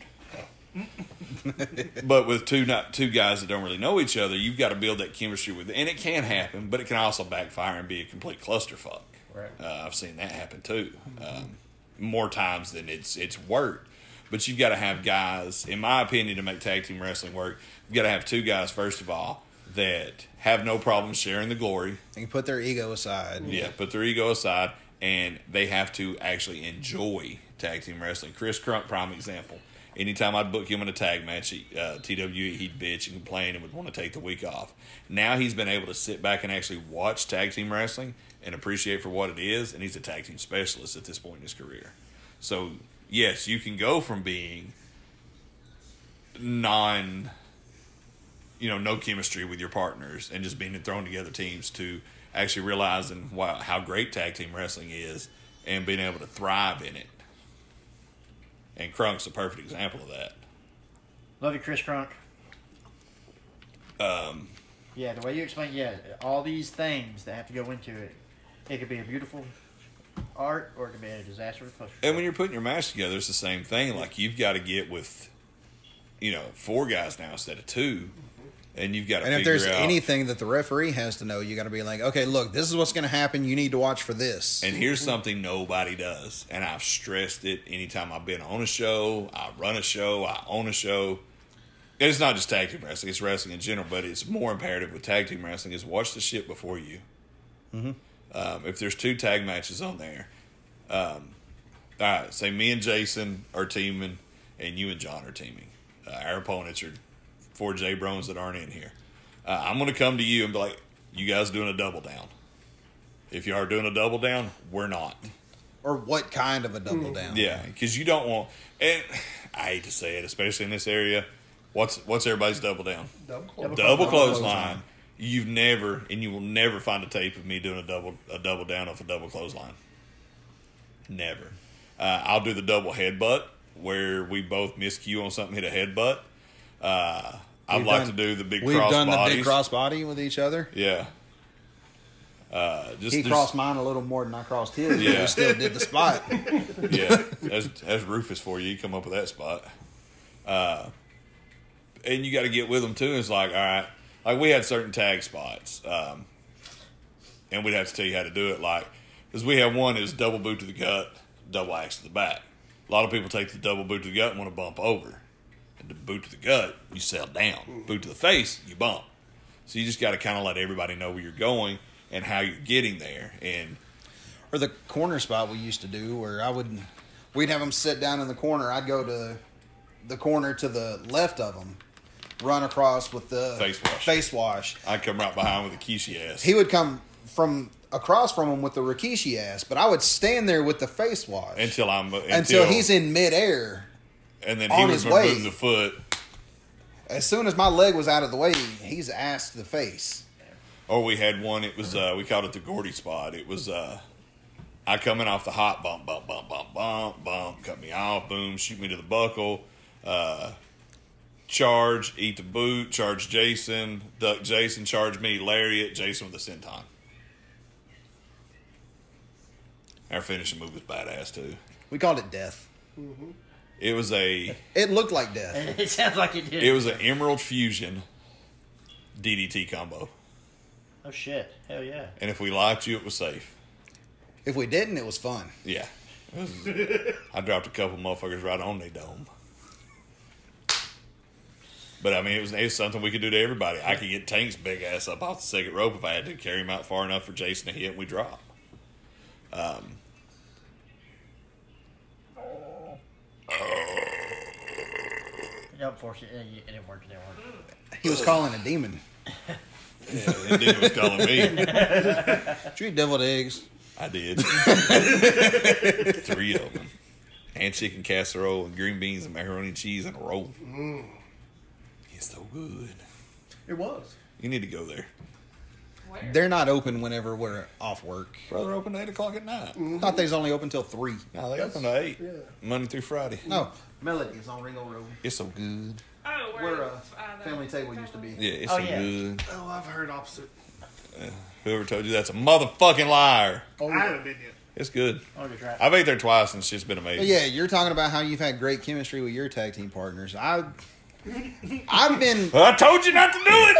S2: but with two not two guys that don't really know each other, you've got to build that chemistry with, and it can happen, but it can also backfire and be a complete clusterfuck.
S3: Right.
S2: Uh, I've seen that happen too, um, more times than it's it's worked. But you've got to have guys, in my opinion, to make tag team wrestling work. You've got to have two guys first of all that have no problem sharing the glory.
S1: They can put their ego aside.
S2: Yeah, put their ego aside, and they have to actually enjoy tag team wrestling. Chris Crump, prime example. Anytime I'd book him in a tag match, he, uh, TWE, he'd bitch and complain and would want to take the week off. Now he's been able to sit back and actually watch tag team wrestling and appreciate for what it is, and he's a tag team specialist at this point in his career. So, yes, you can go from being non you know no chemistry with your partners and just being thrown together teams to actually realizing wow how great tag team wrestling is and being able to thrive in it. And Crunk's a perfect example of that.
S3: Love you, Chris Crunk. Um.
S2: Um.
S3: Yeah, the way you explain, yeah, all these things that have to go into it, it could be a beautiful art or it could be a disaster with closure. <laughs>
S2: And when you're putting your match together, it's the same thing. Like you've got to get with, you know, four guys now instead of two, and you've got to.
S1: And if
S2: figure
S1: there's
S2: out,
S1: anything that the referee has to know, you got to be like, okay, look, this is what's going to happen. You need to watch for this.
S2: And here's something nobody does. And I've stressed it anytime I've been on a show, I run a show, I own a show. It's not just tag team wrestling, it's wrestling in general, but it's more imperative with tag team wrestling is watch the shit before you. Um, if there's two tag matches on there, um, all right, say me and Jason are teaming and you and John are teaming. Uh, our opponents are four J Brones that aren't in here. Uh, I'm going to come to you and be like, you guys doing a double down. If you are doing a double down, we're not.
S1: or what kind of a double down?
S2: Yeah, because you don't want. And I hate to say it, especially in this area. What's what's everybody's double down?
S6: Double.
S2: Double clothesline. You've never, and you will never find a tape of me doing a double a double down off a double clothesline. Never. Uh, I'll do the double headbutt where we both miscue on something, hit a headbutt. Uh, I'd
S1: We've
S2: like
S1: done-
S2: to do the big
S1: We've
S2: cross
S1: done the big
S2: bodies.
S1: crossbody with each other.
S2: Yeah. Uh, just
S1: He
S2: there's-
S1: crossed mine a little more than I crossed his, but
S2: Yeah.
S1: we still
S2: <laughs>
S1: did the spot.
S2: yeah, that's that's Rufus for you. You come up with that spot, uh, and you got to get with them too. It's like, all right, like we had certain tag spots, um, and we'd have to tell you how to do it. Like, because we had one is double boot to the gut, double axe to the back. A lot of people take the double boot to the gut and want to bump over. And the boot to the gut, you sell down. Boot to the face, you bump. So you just got to kind of let everybody know where you're going and how you're getting there. And
S1: or the corner spot we used to do where I would we'd have them sit down in the corner. I'd go to the corner to the left of them, run across with the
S2: Face wash.
S1: Face wash.
S2: I come right behind with a Kishi ass.
S1: He would come from across from him with the Rikishi ass, but I would stand there with the face wash
S2: until I'm until,
S1: until he's in midair.
S2: and then
S1: on
S2: he was
S1: his way.
S2: removing the foot,
S1: As soon as my leg was out of the way, he's ass to the face.
S2: Or we had one. It was uh, we called it the Gordy spot. It was uh, I coming off the hot bump, bump, bump, bump, bump, bump, cut me off, boom, shoot me to the buckle, uh, charge, eat the boot, charge Jason, duck Jason, charge me, lariat, Jason with a senton. Our finishing move was badass too.
S1: We called it death.
S2: It was a
S1: It looked like death.
S3: it sounds like it did.
S2: it was an emerald fusion DDT combo,
S3: oh shit! Hell yeah!
S2: and if we locked you, it was safe.
S1: If we didn't, it was fun.
S2: Yeah. <laughs> I dropped a couple motherfuckers right on their dome. But I mean, it was, it was something we could do to everybody. I could get Tank's big ass up off the second rope if I had to carry him out far enough for Jason to hit and we drop.
S3: Don't force it. It didn't work. It didn't work.
S1: He was calling a demon.
S2: Yeah, and dude was calling me.
S1: Did you eat deviled eggs?
S2: I did. <laughs> Three of them. And chicken casserole and green beans and macaroni and cheese and a roll. It's so good.
S6: It was.
S2: You need to go there.
S5: Where?
S1: They're not open whenever we're off work.
S2: Brother, open at 8 o'clock at night.
S1: Thought they's only open till three.
S2: No, they open at 8.
S6: yeah.
S2: Monday through Friday.
S1: No, Melody is on Ringo Road.
S2: It's so good.
S5: Oh, where,
S1: Where
S5: uh,
S1: uh,
S5: the
S1: Family Table used to be.
S2: Yeah, it's
S3: Oh,
S2: so
S3: yeah.
S2: good.
S7: Oh, I've heard opposite.
S2: Whoever told you that's a motherfucking liar.
S7: I haven't been yet.
S2: It's good.
S7: Oh,
S3: I wanted to try. it.
S2: I've ate there twice and shit's been
S1: But
S2: amazing.
S1: yeah, you're talking about how you've had great chemistry with your tag team partners. I, I've
S2: <laughs>
S1: been
S2: I told you not to do it.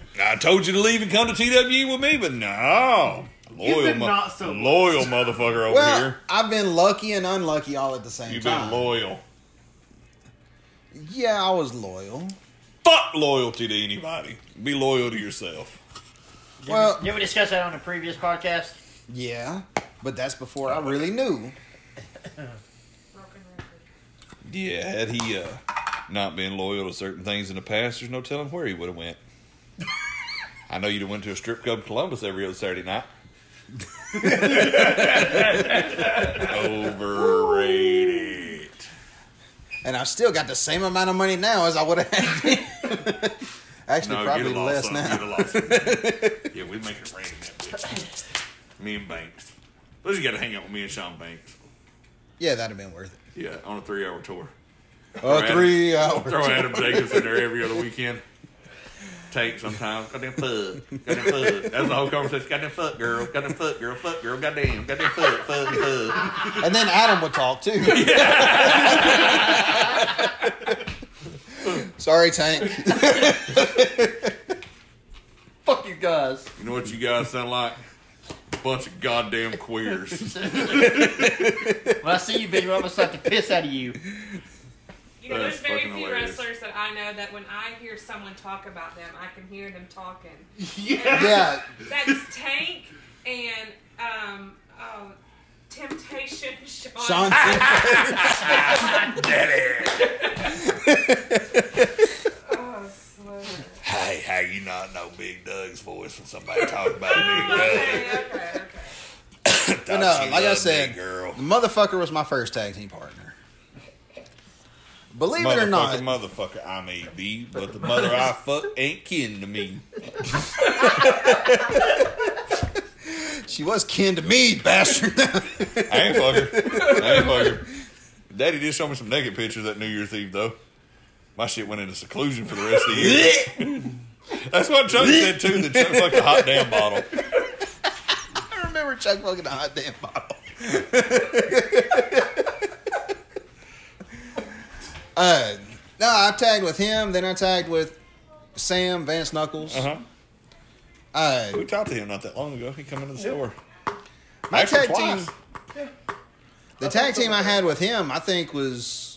S2: <laughs> I told you to leave and come to TWE with me, but no. Loyal,
S7: been not so loyal.
S2: loyal motherfucker over
S1: well.
S2: here.
S1: I've been lucky and unlucky all at the same
S2: You've
S1: time.
S2: been loyal.
S1: Yeah, I was loyal.
S2: Fuck loyalty to anybody. Be loyal to yourself.
S3: Did,
S1: Well-
S3: we, did we discuss that on a previous podcast?
S1: Yeah, but that's before I really knew.
S5: Broken record.
S2: Yeah, had he uh, not been loyal to certain things in the past, there's no telling where he would
S1: <laughs>
S2: have went. I know you'd have went to a strip club in Columbus every other
S1: <laughs>
S2: Saturday night. Overrated.
S1: and I've still got the same amount of money now as I would have had. then. <laughs> Actually, probably less now.
S2: yeah, we make it rain that bitch. Me and Banks. Let's got to hang out with me and Sean Banks.
S1: Yeah, that'd have been worth it.
S2: Yeah, on a three-hour tour.
S1: A
S2: Right.
S1: three hour.
S2: Throw Adam Jacobs in there every other weekend. Take sometimes. Goddamn fuck. Goddamn fuck. That's the whole conversation. Goddamn fuck girl. Goddamn fuck girl. Fuck girl. Goddamn. Goddamn fuck. Fuck. Fuck.
S1: And then Adam would talk too. <laughs> Sorry, Tank.
S6: Fuck you guys.
S2: You know what you guys sound like? A bunch of goddamn queers.
S3: When I see you, bitch, I'm gonna slap the piss out
S2: <laughs>
S3: of you.
S5: You know,
S2: That's
S5: there's very
S2: fucking
S5: few
S2: hilarious.
S5: wrestlers that I know that when I hear someone talk about them, I can hear them talking.
S4: Yeah.
S1: Yeah,
S5: That's
S2: <laughs>
S5: Tank and um, um, Temptation Sean.
S1: Sean.
S5: Oh, slow.
S2: hey, how you not know Big Doug's voice when somebody talks about
S5: Oh, okay, okay, okay.
S1: <laughs>
S2: Thought
S1: no,
S2: you
S1: like I
S2: loved
S1: said,
S2: me, girl.
S1: the motherfucker was my first tag team partner. Believe it or
S2: Motherfucker,
S1: not,
S2: motherfucker, I may be, but the mother I fuck ain't kin to me.
S1: she was kin to me, bastard.
S2: <laughs> I ain't fucker. I ain't fucker. Daddy did show me some naked pictures that New Year's Eve though. My shit went into seclusion for the rest of the year.
S1: <laughs>
S2: That's what Chuck said too. That Chuck fucked a hot damn bottle.
S1: I remember Chuck fucking a hot damn bottle. <laughs> uh, no, I tagged with him. Then I tagged with Sam Vance Knuckles.
S2: Uh huh.
S1: Uh,
S2: We talked to him not that long ago. He come into the store.
S1: my
S2: Actually,
S1: tag
S2: twice.
S1: team, the tag team I had with him, I think was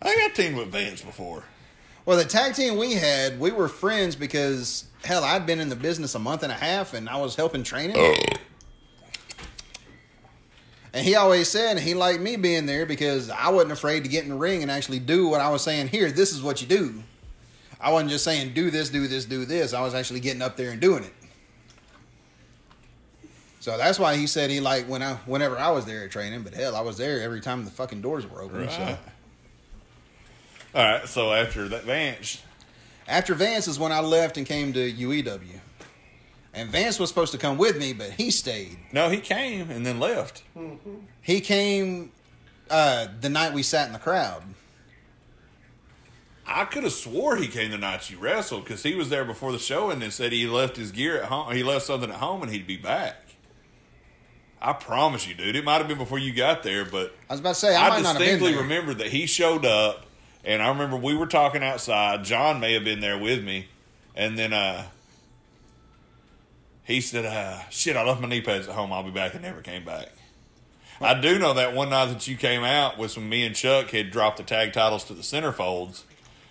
S2: I got teamed with Vance before.
S1: well. The tag team we had, we were friends because hell, I'd been in the business a month and a half, and I was helping train him. And he always said he liked me being there because I wasn't afraid to get in the ring and actually do what I was saying here. This is what you do. I wasn't just saying do this, do this, do this. I was actually getting up there and doing it. So that's why he said he liked when I whenever I was there at training, but hell, I was there every time the fucking doors were open. So
S2: All right. So after that Vance,
S1: After Vance is when I left and came to UEW. And Vance was supposed to come with me, but he stayed.
S2: No, he came and then left.
S1: He came uh, the night we sat in the crowd.
S2: I could have swore he came the night you wrestled because he was there before the show and then said he left his gear at home. He left something at home and he'd be back. I promise you, dude. It might have been before you got there, but
S1: I was about to say I,
S2: I,
S1: might not have been
S2: distinctly
S1: there.
S2: remember that he showed up, and I remember we were talking outside. John may have been there with me, and then uh, he said, uh, "Shit, I left my knee pads at home. I'll be back," and never came back. I do know that one night that you came out was when me and Chuck had dropped the tag titles to the centerfolds,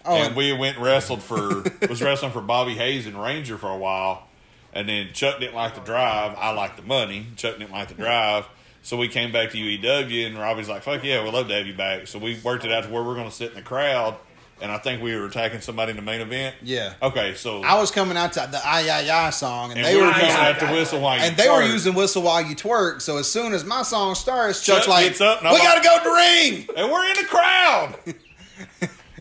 S1: Oh,
S2: and
S1: and-
S2: we went and wrestled for was wrestling for Bobby Hayes and Ranger for a while, and then Chuck didn't like the drive. I liked the money. Chuck didn't like the drive, so we came back to UEW, and Robbie's like, "Fuck yeah, we'd love to have you back." So we worked it out to where we're going to sit in the crowd, and I think we were attacking somebody in the main event.
S1: Yeah.
S2: Okay, so
S1: I was coming out to the "Ay Ay Ay" song, and,
S2: and
S1: they
S2: we
S1: were
S2: were coming
S1: using,
S2: out to whistle while you
S1: and they were
S2: twerk.
S1: using "Whistle While You Twerk." So as soon as my song starts, Chuck's
S2: Chuck
S1: like,
S2: gets up and I'm
S1: "We
S2: like-
S1: got to go to the ring."
S2: and we're in
S1: <laughs>
S2: the crowd.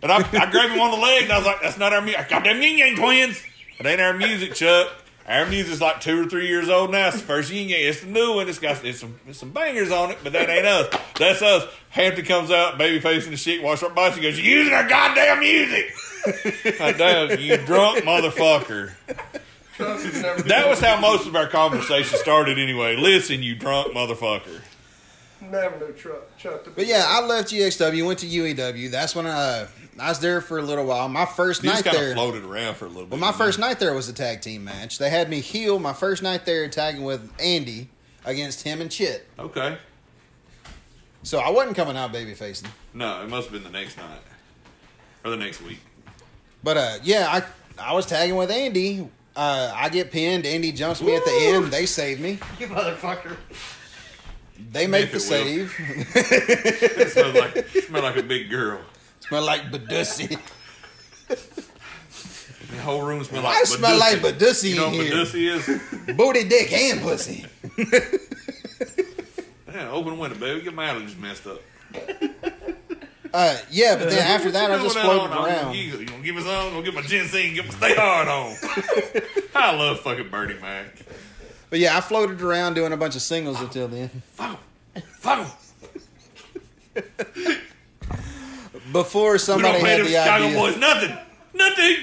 S2: and I, I grabbed him on the leg, and I was like, "That's not our music. Goddamn Yin Yang Twins. That ain't our music, Chuck. Our music's like two or three years old now. It's the first Yin Yang. It's the new one. It's got it's some it's some bangers on it, but that ain't us. That's us. Hampton comes out, baby facing the shit, wash our body. She goes, "You using our goddamn music."
S1: <laughs>
S2: Like, damn, you drunk motherfucker.
S6: Trust
S2: <laughs>
S6: is never
S2: That was how most of our conversation started, anyway. Listen, you drunk motherfucker.
S6: never knew Chuck, Chuck to be.
S1: But yeah, I left GXW, went to UEW. That's when I, I was there for a little while. My first
S2: He just
S1: night
S2: kind
S1: there,
S2: of floated around for a little bit.
S1: Well, my
S2: you know?
S1: first night there was a tag team match. They had me heel my first night there tagging with Andy against him and Chit.
S2: Okay.
S1: So I wasn't coming out baby facing.
S2: No, it must have been the next night or the
S1: <laughs>
S2: next week.
S1: But uh, yeah, I I was tagging with Andy. Uh, I get pinned. Andy jumps me at the end. They save me.
S3: <laughs> You motherfucker.
S1: They make
S2: If
S1: the
S2: it will.
S1: save. <laughs>
S2: It smelled like it smelled like a big girl.
S1: smell like Badussy.
S2: The whole room smelled like.
S1: I smell like
S2: Badussy.
S1: Badussy
S2: You know
S1: in
S2: what
S1: here.
S2: Badussy is?
S1: Booty, dick, and pussy.
S2: Yeah, open window, baby. Your mileage is messed up.
S1: Uh, yeah,
S2: <laughs>
S1: but then after that, I
S2: You know
S1: just
S2: that
S1: floated
S2: on, I'm
S1: around.
S2: gonna giggle. You gonna give me some? Gonna get my ginseng? Get my stay
S1: <laughs>
S2: hard on. I love fucking Bernie Mac.
S1: But yeah, I floated around doing a bunch of singles until then.
S2: Fuck him. Fuck him.
S1: Before
S2: We don't
S1: somebody
S2: pay
S1: had
S2: them
S1: the
S2: Chicago
S1: idea.
S2: boys nothing. Nothing.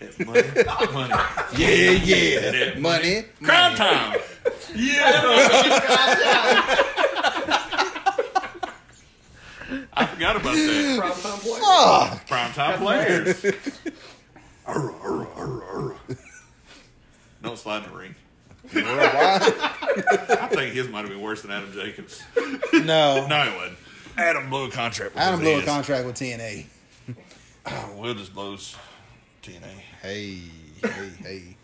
S1: <laughs>
S2: That money. That money.
S1: Yeah, yeah.
S2: That
S1: Money.
S2: Crime time. I forgot about that.
S6: Primetime player.
S1: Fuck.
S2: Primetime players. Arr, arr, arr, arr. Don't slide in the ring. I think his might have been worse than Adam Jacobs.
S1: No.
S2: <laughs> No, it wasn't. Adam blew a contract. with
S1: Adam
S2: his
S1: blew a
S2: ass.
S1: contract with TNA.
S2: Will Oh, just blows TNA.
S1: Hey, hey,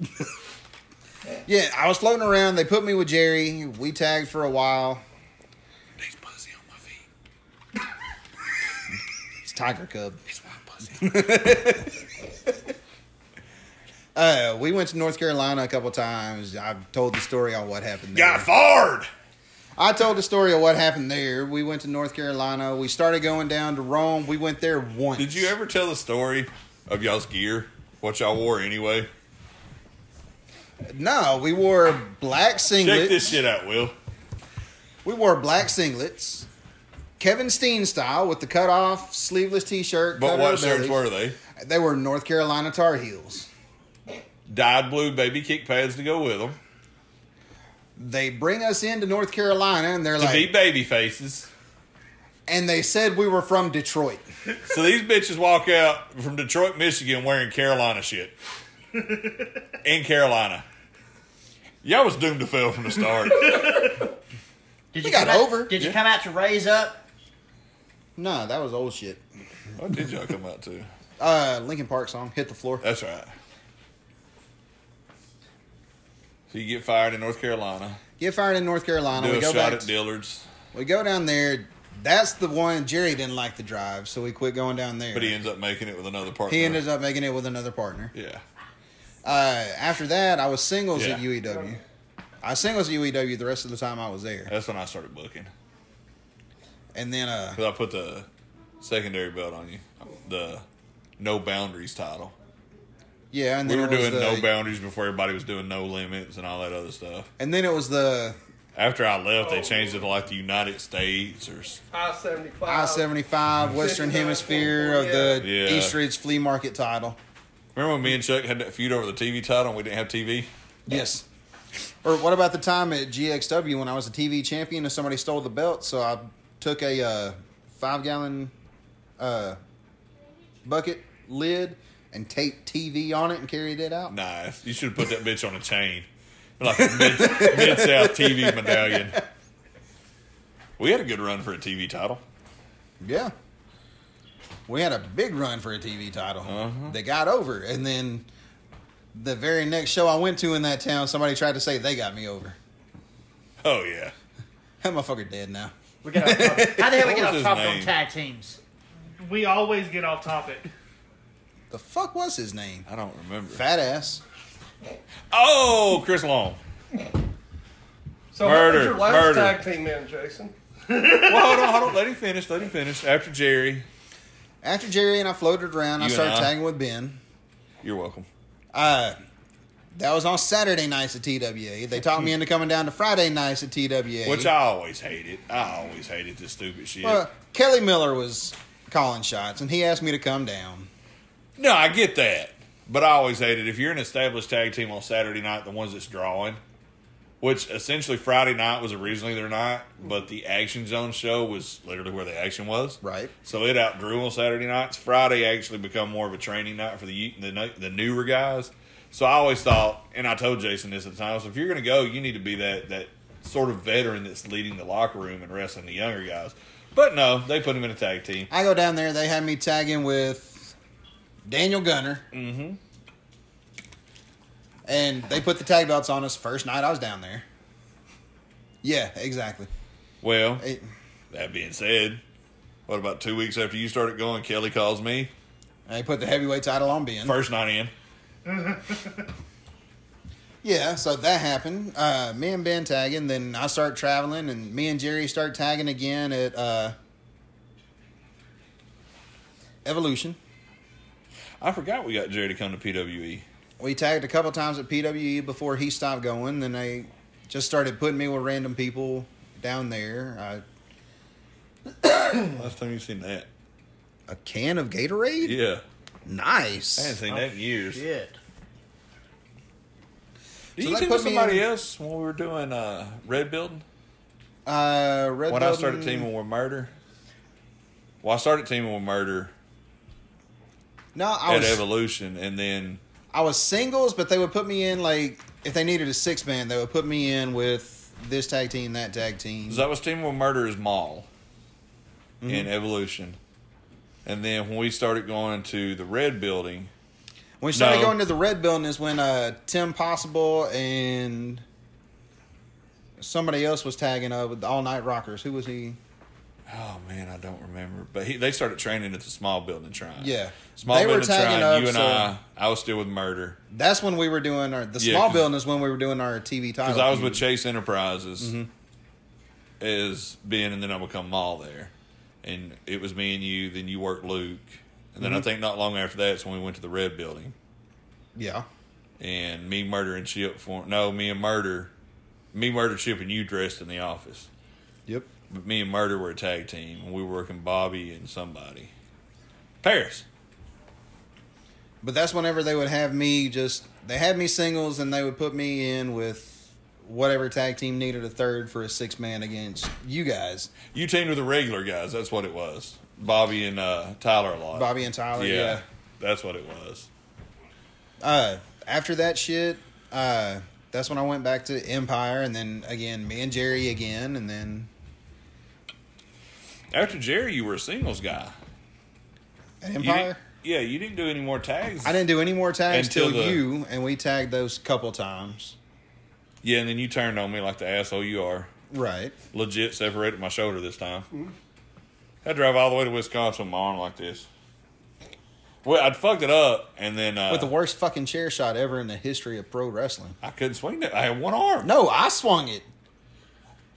S1: hey. yeah, I was floating around. They put me with Jerry. We tagged for a while.
S2: There's pussy on my feet.
S1: It's Tiger Cub.
S2: It's white pussy.
S1: <laughs> Uh, we went to North Carolina a couple times. I've told the story on what happened there.
S2: Got fired.
S1: I told the story of what happened there. We went to North Carolina. We started going down to Rome. We went there once.
S2: Did you ever tell the story of y'all's gear? What y'all wore anyway?
S1: No, we wore black
S2: Check
S1: singlets.
S2: this shit out, Will.
S1: We wore black singlets, Kevin Steen style, with the cut off, sleeveless t shirt.
S2: But what shirts were they?
S1: They were North Carolina Tar Heels.
S2: Dyed blue baby kick pads to go with them.
S1: They bring us into North Carolina and they're
S2: To be
S1: like,
S2: baby faces.
S1: and they said we were from Detroit.
S2: So these bitches walk out from Detroit, Michigan wearing Carolina shit. In Carolina. Y'all was doomed to fail from the start.
S3: Did
S1: got
S3: come out-
S1: over.
S3: Did you come out to raise up?
S1: No, that was old shit.
S2: what did y'all come out to?
S1: Uh, Lincoln Park song, hit the floor.
S2: That's right. So you get fired in North Carolina.
S1: Get fired in North Carolina.
S2: Do
S1: we
S2: a
S1: go
S2: shot
S1: back.
S2: at Dillard's.
S1: we go down there. That's the one Jerry didn't like the drive, so we quit going down there.
S2: But he ends up making it with another partner.
S1: He ended up making it with another partner.
S2: Yeah.
S1: Uh, after that, I was singles
S2: Yeah.
S1: at UEW. I was singles at UEW the rest of the time I was there,
S2: That's when I started booking.
S1: and then uh,
S2: Because I put the secondary belt on you. The no boundaries title.
S1: Yeah, and
S2: We
S1: then
S2: were
S1: it was
S2: doing
S1: the,
S2: no boundaries before everybody was doing no limits and all that other stuff.
S1: and then it was the
S2: After I left, they changed it to like the United States or s-
S6: I seventy five.
S1: I seventy five Western
S6: 69,
S1: Hemisphere of the
S2: Yeah.
S1: East Ridge Flea Market title.
S2: Remember when me and Chuck had that feud over the TV title and we didn't have TV?
S1: Yes. Or what about the time at GXW when I was a TV champion and somebody stole the belt? So I took a uh, five gallon uh, bucket lid and taped TV on it and carried it out.
S2: Nice. You should have put that bitch on a chain. Like a mid, Mid-South TV medallion. We had a good run for a TV title.
S1: Yeah. We had a big run for a TV title.
S2: Uh-huh.
S1: They got over. And then the very next show I went to in that town, somebody tried to say they got me over.
S2: Oh, yeah.
S1: That motherfucker dead now.
S3: We got off topic. How the hell we
S2: What
S3: get
S2: was
S3: off
S2: his
S3: topic on
S2: name?
S3: tag teams?
S7: We always get off topic.
S1: The fuck was his name?
S2: I don't remember.
S1: Fat ass.
S2: Oh, Chris Long.
S6: So what
S2: Murder,
S6: was your last
S2: murder.
S6: tag team in, Jason?
S2: Well, hold on, hold on. Let him finish. Let him finish. After Jerry,
S1: After Jerry and I floated around, I
S2: You and
S1: started
S2: I?
S1: tagging with Ben.
S2: you're welcome.
S1: Uh, that was on Saturday nights at TWA. They talked me into coming down to Friday nights at TWA.
S2: Which I always hated. I always hated this stupid shit.
S1: Well, Kelly Miller was calling shots, and he asked me to come down.
S2: no, I get that. But I always hated if you're an established tag team on Saturday night, the ones that's drawing, which essentially Friday night was originally their night, but the Action Zone show was literally where the action was.
S1: Right.
S2: So it outgrew on Saturday nights. Friday actually become more of a training night for the the, ne- the newer guys. So I always thought, and I told Jason this at the time, I was, if you're going to go, you need to be that that sort of veteran that's leading the locker room and wrestling the younger guys. But no, they put him in a tag team.
S1: I go down there. They had me tagging with Daniel Gunner. Mm-hmm. And they put the tag belts on us first night I was down there. Yeah, exactly.
S2: Well,
S1: It-
S2: that being said, what about two weeks after you started going, Kelly calls me
S1: they put the heavyweight title on Ben.
S2: first night in.
S1: Yeah, so that happened. Uh, me and Ben tagging, then I start traveling, and me and Jerry start tagging again at uh, Evolution.
S2: I forgot we got Jerry to E. come to PWE.
S1: We tagged a couple times at PWE before he stopped going. Then they just started putting me with random people down there. I,
S2: Last time you seen that?
S1: a can of Gatorade?
S2: Yeah, I hadn't
S1: Nice.
S2: seen that in years.
S3: Shit.
S2: Did
S1: So
S2: you
S1: that
S2: see
S1: put
S2: with
S1: me
S2: somebody
S1: in-
S2: else when we were doing uh, Red Building?
S1: Uh, Red
S2: when I started
S1: Building-
S2: teaming with Murder? Well, I started teaming with Murder
S1: No, I
S2: at
S1: was,
S2: Evolution, and then
S1: I was singles, but they would put me in, like, if they needed a six man, they would put me in with this tag team, that tag team.
S2: 'cause I was teaming with Murder as Maul
S1: Mm-hmm.
S2: in Evolution. And then when we started going to the Red Building,
S1: When we started
S2: No.
S1: going to the red building is when uh, Tim Possible and somebody else was tagging up with the All Night Rockers. Who was he?
S2: oh man, I don't remember. But he, they started training at the Small Building Shrine.
S1: Yeah.
S2: Small
S1: They were
S2: Building Shrine,
S1: tagging up,
S2: you and
S1: so-
S2: I, I was still with Murder.
S1: That's when we were doing our the
S2: Yeah,
S1: small
S2: 'cause-
S1: building is when we were doing our TV title.
S2: Because I was
S1: feud.
S2: with Chase Enterprises
S1: Mm-hmm.
S2: as Ben, and then I become Maul there. And it was me and you, then you worked Luke.
S1: Mm-hmm.
S2: And then I think not long after that is when we went to the Red Building.
S1: yeah,
S2: And me, Murder, and Chip formed. No, me and Murder. Me, Murder, Chip, and you dressed in the office.
S1: yep.
S2: But me and Murder were a tag team, and we were working Bobby and somebody. Paris.
S1: But that's whenever they would have me just they had me singles and they would put me in with whatever tag team needed a third for a six man against you guys,
S2: You teamed with the regular guys. That's what it was. Bobby and uh, Tyler a lot.
S1: Bobby and Tyler.
S2: yeah.
S1: yeah.
S2: That's what it was.
S1: uh, after that shit, uh, that's when I went back to Empire, and then again, me and Jerry again, and then
S2: After Jerry, you were a singles guy.
S1: at
S2: You
S1: Empire.
S2: didn't, yeah, you didn't do any more tags.
S1: I didn't do any more tags
S2: Until
S1: till
S2: the-
S1: you, and we tagged those couple times.
S2: Yeah, and then you turned on me like the asshole you are.
S1: Right.
S2: Legit separated my shoulder this time.
S1: Mm-hmm.
S2: I drive all the way to Wisconsin with my arm like this. Well, I'd fucked it up, and then uh,
S1: With the worst fucking chair shot ever in the history of pro wrestling.
S2: I couldn't swing it. I had one arm.
S1: No, I swung it.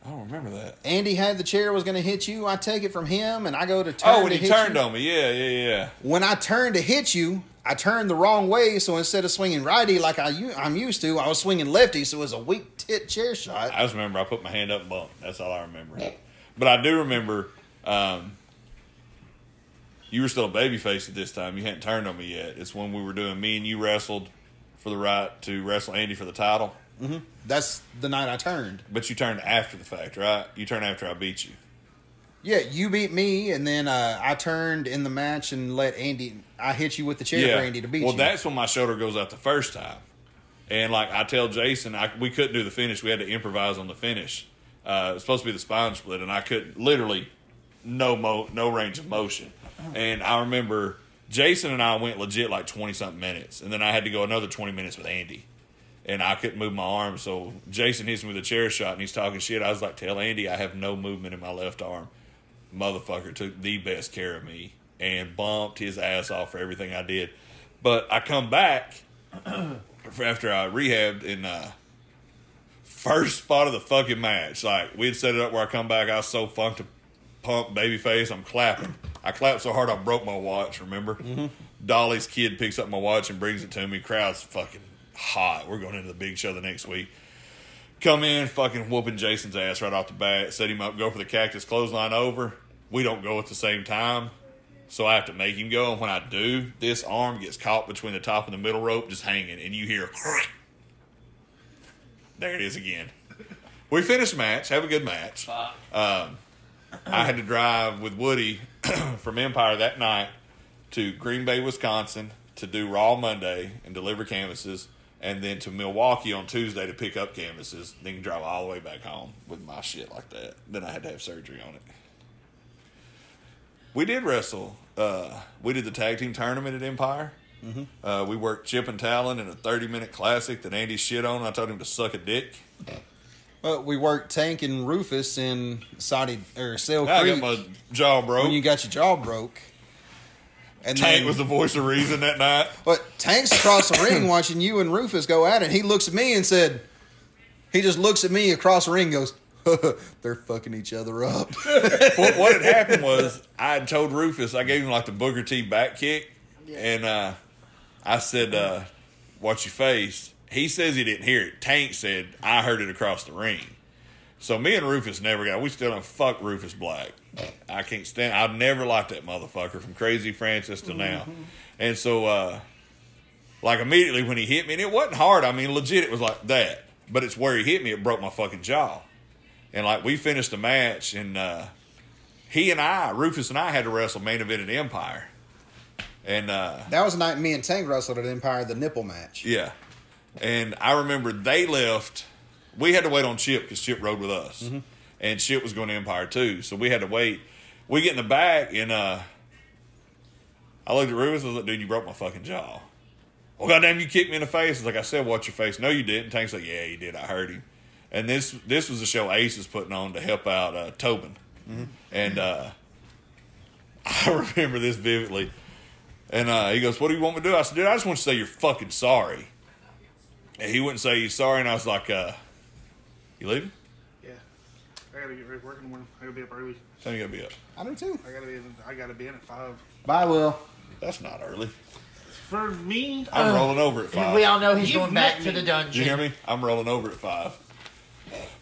S2: I don't remember that.
S1: Andy had the chair was going to hit you. I take it from him, and I go to turn.
S2: Oh, when
S1: to
S2: he
S1: hit
S2: turned
S1: you.
S2: on me. Yeah, yeah, yeah.
S1: When I turned to hit you, I turned the wrong way. So instead of swinging righty like I, u- I'm used to, I was swinging lefty. So it was a weak tit chair shot.
S2: I just remember I put my hand up and bumped. That's all I remember. But I do remember um, you were still a baby face at this time. You hadn't turned on me yet. It's when we were doing me and you wrestled for the right to wrestle Andy for the title.
S1: That's the night I turned.
S2: But you turned after the fact, right? You turned after I beat you.
S1: Yeah, you beat me, and then uh, I turned in the match and let Andy. I hit you with the chair for Andy to beat
S2: well,
S1: you.
S2: that's when my shoulder goes out the first time, and like I tell Jason, I, we couldn't do the finish. We had to improvise on the finish. Uh, it was supposed to be the spine split, and I couldn't literally no mo no range of motion. And I remember Jason and I went legit like twenty something minutes, and then I had to go another twenty minutes with Andy. And I couldn't move my arm, so Jason hits me with a chair shot, and he's talking shit. I was like, "Tell Andy I have no movement in my left arm." motherfucker took the best care of me and bumped his ass off for everything I did. But I come back <clears throat> for- after I rehabbed and uh, first spot of the fucking match. Like we had set it up where I come back, I was so funked to pump baby face. I'm clapping. I clapped so hard I broke my watch. Remember, Dolly's kid picks up my watch and brings it to me. Crowd's fucking hot. We're going into the big show the next week. Come in, fucking whooping Jason's ass right off the bat, set him up, go for the cactus clothesline over. We don't go at the same time, so I have to make him go. And when I do, this arm gets caught between the top and the middle rope, just hanging, and you hear, <laughs> there it is again. We finished the match, have a good match. Um, I had to drive with Woody <clears throat> from Empire that night to Green Bay, Wisconsin to do Raw Monday and deliver canvases, and then to Milwaukee on Tuesday to pick up canvases. Then drive all the way back home with my shit like that. Then I had to have surgery on it. We did wrestle. Uh, we did the tag team tournament at Empire.
S1: Mm-hmm.
S2: Uh, we worked Chip and Talon in a 30 minute classic that Andy shit on. I told him to suck a dick.
S1: But we worked Tank and Rufus in Saudi or Sail
S2: I
S1: Creek
S2: got my jaw broke.
S1: when you got your jaw broke. And
S2: Tank
S1: then-
S2: was the voice of reason that night.
S1: But Tank's across the
S2: <clears throat>
S1: ring watching you and Rufus go at it. He looks at me and said, he just looks at me across the ring and goes, <laughs> they're fucking each other
S2: <laughs>
S1: up.
S2: what, what had happened was I had told Rufus I gave him like the Booker T back kick, and uh, I said, uh, "Watch your face." He says he didn't hear it. Tank said I heard it across the ring. So me and Rufus never got. We still don't fuck Rufus Black. I can't stand. I've never liked that motherfucker from Crazy Francis to now. And so, uh, like immediately when he hit me, and it wasn't hard. I mean, legit, it was like that. But it's where he hit me. It broke my fucking jaw. And like we finished the match, and uh, he and I, Rufus and I, had to wrestle main event at Empire, and uh,
S1: that was the night me and Tank wrestled at Empire, the nipple match.
S2: yeah, and I remember they left. We had to wait on Chip because Chip rode with us, and Chip was going to Empire too, so we had to wait. We get in the back, and uh, I looked at Rufus. I was like, "Dude, you broke my fucking jaw." Well, goddamn, you kicked me in the face. It's like I said, watch your face. No, you didn't. Tank's like, yeah, you did. I heard him. And this this was a show Ace was putting on to help out uh, Tobin, and uh, <laughs> I remember this vividly. And uh, he goes, "What do you want me to do?" I said, "Dude, I just want you to say you're fucking sorry." And he wouldn't say he's sorry, and I was like, uh, "You leaving?
S7: Yeah. I gotta get ready for work in the morning. I gotta be up early.
S2: Time you gotta be up.
S1: I do too.
S7: I gotta be in, I gotta be in at five.
S1: Bye, Will.
S2: That's not early.
S7: For me,
S2: I'm rolling over at five.
S3: We all know he's
S7: You've
S3: going back
S7: met
S3: to
S7: me.
S3: the
S2: Did you
S3: dungeon.
S2: hear me? I'm rolling over at five.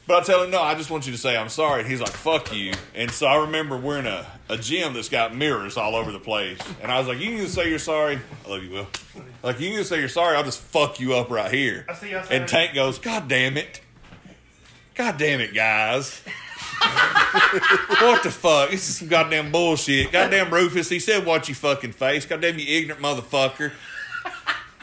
S2: But I tell him, no, I just want you to say I'm sorry. And he's like, fuck you. And so I remember we're in a, a gym that's got mirrors all over the place. And I was like, you can either say you're sorry. I love you, Will. Like, you can either say you're sorry, I'll just fuck you up right here.
S7: I see you outside.
S2: and Tank goes, God damn it. God damn it, guys. <laughs> what the fuck? This is some goddamn bullshit. Goddamn Rufus, he said, watch you fucking face. Goddamn you ignorant motherfucker.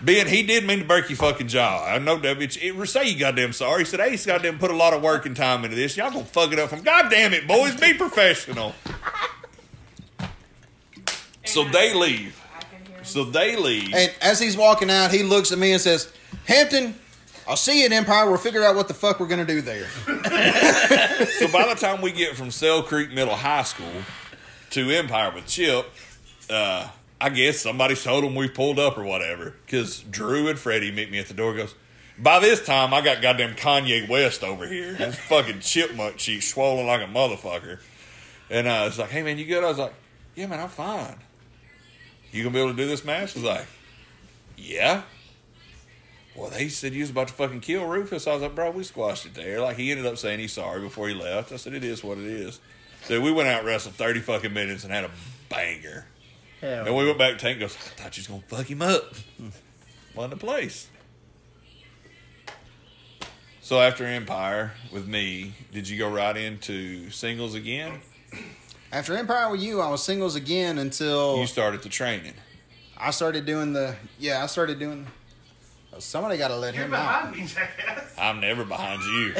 S2: Ben, he did mean to break your fucking jaw. I know that bitch. It, say you goddamn sorry. He said, Ace goddamn put a lot of work and time into this. Y'all gonna fuck it up from goddamn it, boys. Be professional. So they leave.
S5: I can hear him.
S2: So they leave.
S1: And as he's walking out, he looks at me and says, Hampton, I'll see you at Empire. We'll figure out what the fuck we're going to do there.
S2: <laughs> so by the time we get from Cell Creek Middle High School to Empire with Chip, uh, I guess somebody told him we pulled up or whatever. Because Drew and Freddie meet me at the door. and Goes, By this time, I got goddamn Kanye West over here. His fucking chipmunk cheek swollen like a motherfucker. And uh, it's like, hey man, you good? I was like, yeah man, I'm fine. You gonna be able to do this match? I was like, yeah. Well, they said you was about to fucking kill Rufus. I was like, bro, we squashed it there. Like he ended up saying he's sorry before he left. I said, it is what it is. Dude, we went out and wrestled thirty fucking minutes and had a banger.
S3: Hell.
S2: And we went back. Tank goes, I thought you was gonna fuck him up. <laughs> Won the place. So after Empire with me, did you go right into singles again?
S1: After Empire with you, I was singles again until
S2: You started the training.
S1: I started doing the. Yeah, I started doing. oh, Somebody got to let
S7: You're
S1: him out.
S7: behind me, jackass.
S2: I'm never behind you.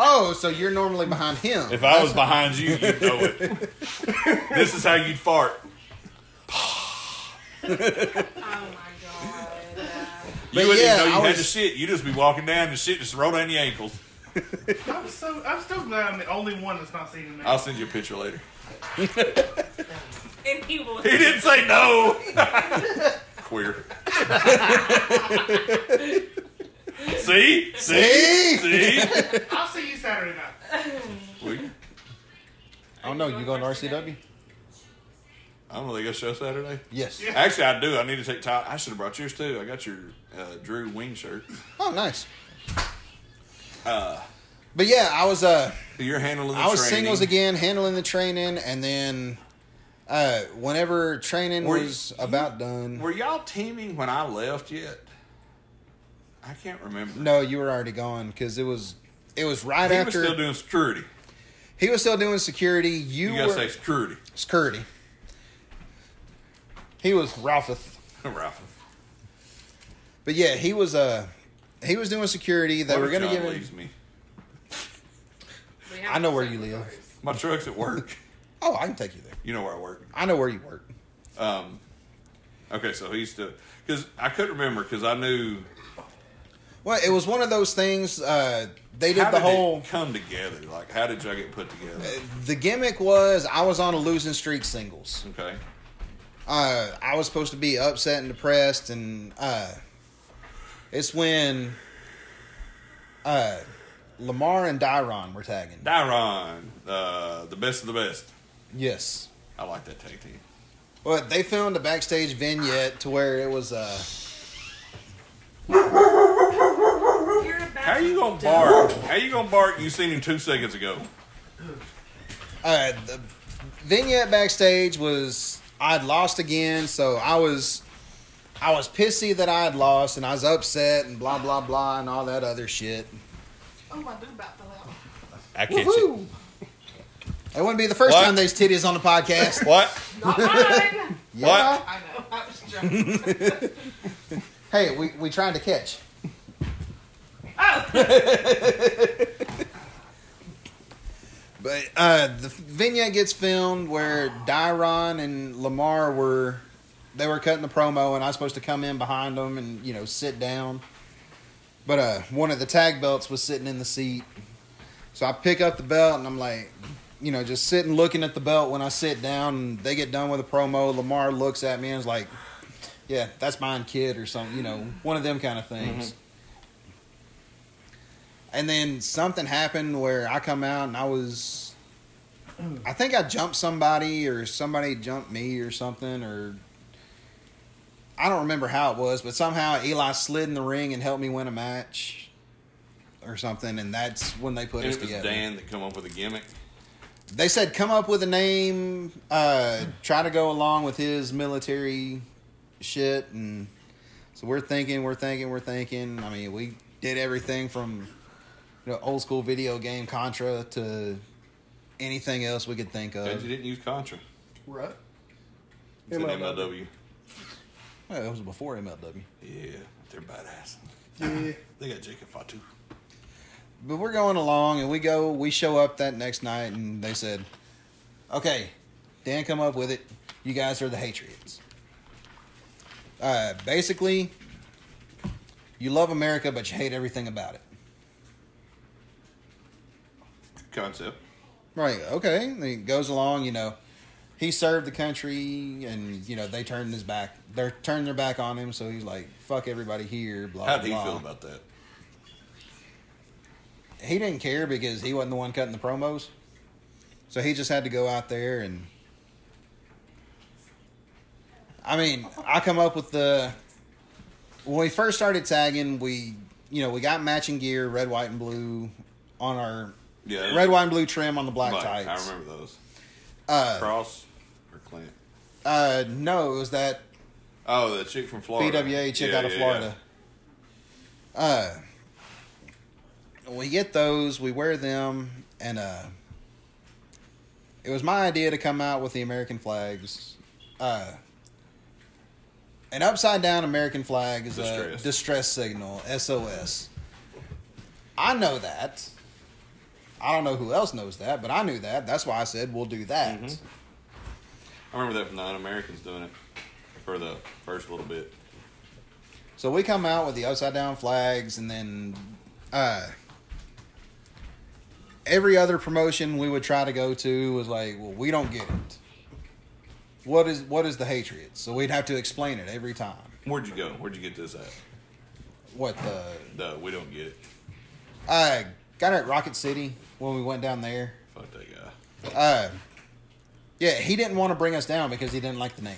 S1: Oh, so you're normally behind him.
S2: If I was behind you, you'd know it. <laughs> this is how you'd fart.
S5: Oh my god.
S2: You
S1: But
S2: wouldn't
S1: yeah,
S2: even know you
S1: I
S2: had
S1: was-
S2: the shit. You'd just be walking down and shit just roll down your ankles.
S7: I'm so I'm still glad I'm the only one that's not seen him.
S2: I'll send you a picture later.
S5: And he will.
S2: <laughs> He didn't say no. <laughs> Queer. <laughs> See? See?
S1: Hey!
S2: <laughs> See?
S7: I'll see you Saturday night.
S2: We-
S1: I don't know. Oh, You going to RCW?
S2: I don't know. They got a show Saturday?
S1: Yes.
S2: Actually, I do. I need to take Ty. I should have brought yours too. I got your uh, Drew Wing shirt.
S1: Oh, nice. but yeah, I was uh,
S2: You're handling Uh, the
S1: I was
S2: training.
S1: singles again, handling the training, and then uh, whenever training
S2: Were you-
S1: was about done,
S2: Were y'all teaming when I left yet? I can't remember.
S1: no, you were already gone because it was it was right
S2: he was
S1: after
S2: still doing security.
S1: he was still doing security. You,
S2: You
S1: were
S2: gotta say security. <laughs>
S1: security. He was Ralpheth.
S2: Ralph.
S1: But yeah, he was uh he was doing security. They
S2: What
S1: were
S2: if
S1: gonna
S2: John
S1: give him.
S2: leaves me.
S5: We have
S1: I know
S5: to
S1: where
S5: say
S1: you live.
S5: first.
S2: My truck's at work. <laughs>
S1: Oh, I can take you there.
S2: you know where I work.
S1: I know where you work.
S2: Um, okay, so he's still because I couldn't remember because I knew
S1: Well, it was one of those things. Uh, they did
S2: how
S1: the
S2: did
S1: whole.
S2: it come together. Like, how did y'all get put together?
S1: The gimmick was I was on a losing streak singles.
S2: Okay,
S1: Uh, I was supposed to be upset and depressed, and uh, it's when uh, Lamar and Dyron were tagging.
S2: Dyron, uh, the best of the best.
S1: yes.
S2: I like that tag team.
S1: Well, they filmed a backstage vignette to where it was. Uh,
S5: You're a bad
S2: How you gonna bark? How you gonna bark? You seen him two seconds ago.
S1: uh, the vignette backstage was I'd lost again, so I was I was pissy that I had lost, and I was upset and blah blah blah and all that other shit.
S5: Oh, my dude about fell out.
S2: I catch
S1: Woohoo! It wouldn't be the first
S2: What?
S1: time there's titties on the podcast.
S2: What?
S5: Not mine.
S1: Yeah.
S5: I know. I was joking.
S1: <laughs> Hey, we we trying to catch.
S5: Oh,
S1: But uh, the vignette gets filmed where Dyron and Lamar were they were cutting the promo, and I was supposed to come in behind them and you know sit down. But uh, one of the tag belts was sitting in the seat, so I pick up the belt and I'm like, you know, just sitting looking at the belt when I sit down. And they get done with the promo. Lamar looks at me and is like, "Yeah, that's mine, kid," or something. You know, one of them kind of things.
S2: Mm-hmm.
S1: And then something happened where I come out and I was, I think I jumped somebody or somebody jumped me or something or I don't remember how it was, but somehow Eli slid in the ring and helped me win a match or something, and that's when they put
S2: And
S1: us
S2: it was
S1: together.
S2: Dan that come up with a gimmick.
S1: They said come up with a name, uh, try to go along with his military shit, and so we're thinking, we're thinking, we're thinking. I mean, we did everything from you know, old school video game Contra to anything else we could think
S2: Glad
S1: of.
S2: you didn't use Contra.
S6: Right?
S2: It's in
S6: MLW.
S2: MLW.
S1: Well, it was before MLW,
S2: Yeah, they're badass.
S6: Yeah.
S2: They got Jacob Fatu.
S1: but we're going along, and we go, we show up that next night, and they said, "Okay, Dan, come up with it. You guys are the Hatriots." Uh, basically, you love America, but you hate everything about it.
S2: Concept.
S1: Right. Okay. Then it goes along. You know, he served the country, and you know they turned his back. They're turning their back on him, so he's like, "Fuck everybody here." Blah.
S2: How
S1: blah,
S2: do you
S1: blah.
S2: feel about that?
S1: He didn't care because he wasn't the one cutting the promos, so he just had to go out there and. I mean, I come up with the. When we first started tagging, we you know we got matching gear, red, white, and blue, on our
S2: Yeah,
S1: red, white, and blue trim on the black
S2: Like,
S1: tights.
S2: I remember those. Cross or Clint?
S1: Uh, no, it was that
S2: Oh, the chick from Florida.
S1: BWA chick
S2: Yeah,
S1: out of
S2: yeah,
S1: Florida. Uh, we get those, we wear them, and uh, it was my idea to come out with the American flags. Uh, an upside down American flag is
S2: Distress.
S1: a distress signal, SOS. I know that. I don't know who else knows that, but I knew that. That's why I said we'll do that.
S2: Mm-hmm. yeah. I remember that from the Americans doing it for the first little bit.
S1: So we come out with the upside down flags, and then uh, every other promotion we would try to go to was like, well, we don't get it. What is what is the hatred? So we'd have to explain it every time.
S2: Where'd you go? Where'd you get this at?
S1: What the?
S2: No, we don't get it.
S1: I got it at Rocket City when we went down there.
S2: Fuck that guy.
S1: Uh, yeah, he didn't want to bring us down because he didn't like the name.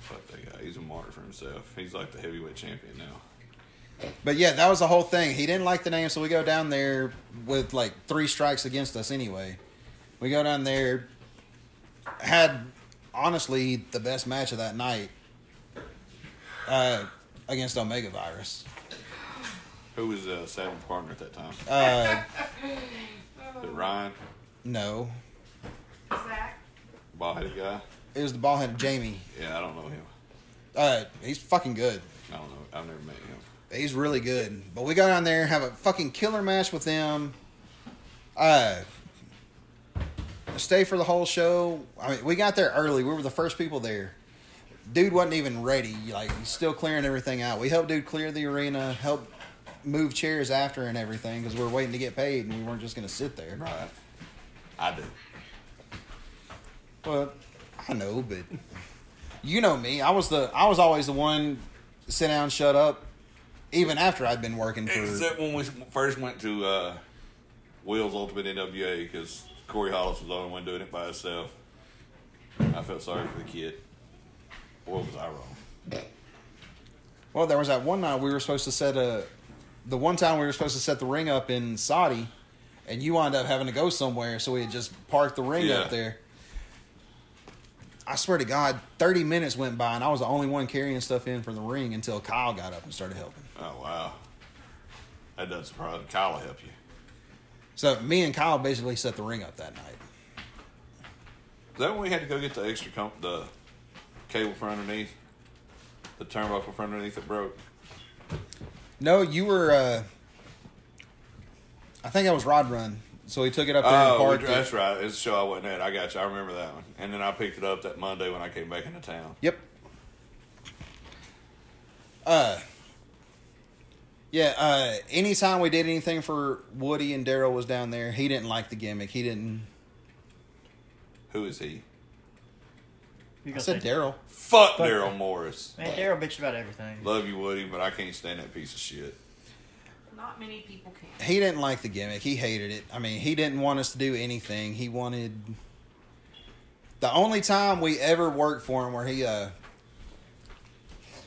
S2: Fuck that guy. He's a martyr for himself. He's like the heavyweight champion now.
S1: But yeah, that was the whole thing. He didn't like the name, so we go down there with like three strikes against us anyway. We go down there, had honestly the best match of that night uh, against Omega Virus.
S2: Who was uh, Savage partner at that time? <laughs>
S1: Uh,
S2: Was it Ryan,
S1: no,
S5: Zach.
S2: bald headed guy.
S1: it was the ball headed Jamie.
S2: Yeah, I don't know him.
S1: Uh, he's fucking good.
S2: I don't know. I've never met him.
S1: He's really good. But we go down there, have a fucking killer match with them. Uh, stay for the whole show. I mean, we got there early. We were the first people there. Dude wasn't even ready. Like, he's still clearing everything out. We helped dude clear the arena, help move chairs after and everything because we were waiting to get paid and we weren't just going to sit there.
S2: Right. I do.
S1: Well, I know, but you know me. I was the I was always the one sit down, shut up, even after I'd been working for.
S2: Except when we first went to uh, Will's Ultimate NWA because Corey Hollis was the only one doing it by himself. I felt sorry for the kid. What was I wrong?
S1: Well, there was that one night we were supposed to set a, the one time we were supposed to set the ring up in Saudi, and you wound up having to go somewhere, so we had just parked the ring
S2: Yeah.
S1: up there. I swear to God, thirty minutes went by, and I was the only one carrying stuff in from the ring until Kyle got up and started helping.
S2: Oh, wow. That doesn't surprise me. Kyle will help you.
S1: So me and Kyle basically set the ring up that night.
S2: Is that when we had to go get the extra comp- the cable from underneath? The turnbuckle from underneath that broke?
S1: No, you were. uh I think that was Rod Run, so he took it up there and
S2: Oh, we-
S1: parked it.
S2: that's right. It's a show I wasn't at. I got you. I remember that one. And then I picked it up that Monday when I came back into town.
S1: Yep. Uh yeah, uh anytime we did anything for Woody and Daryl was down there, he didn't like the gimmick. He didn't
S2: Who is he?
S1: I
S3: You gonna
S1: said
S3: say-
S1: Daryl.
S2: Fuck Daryl Morris.
S3: Man, Daryl bitched about everything.
S2: Love you, Woody, but I can't stand that piece of shit. <laughs>
S5: Not many people can.
S1: He didn't like the gimmick. He hated it. I mean, he didn't want us to do anything. He wanted the only time we ever worked for him where he uh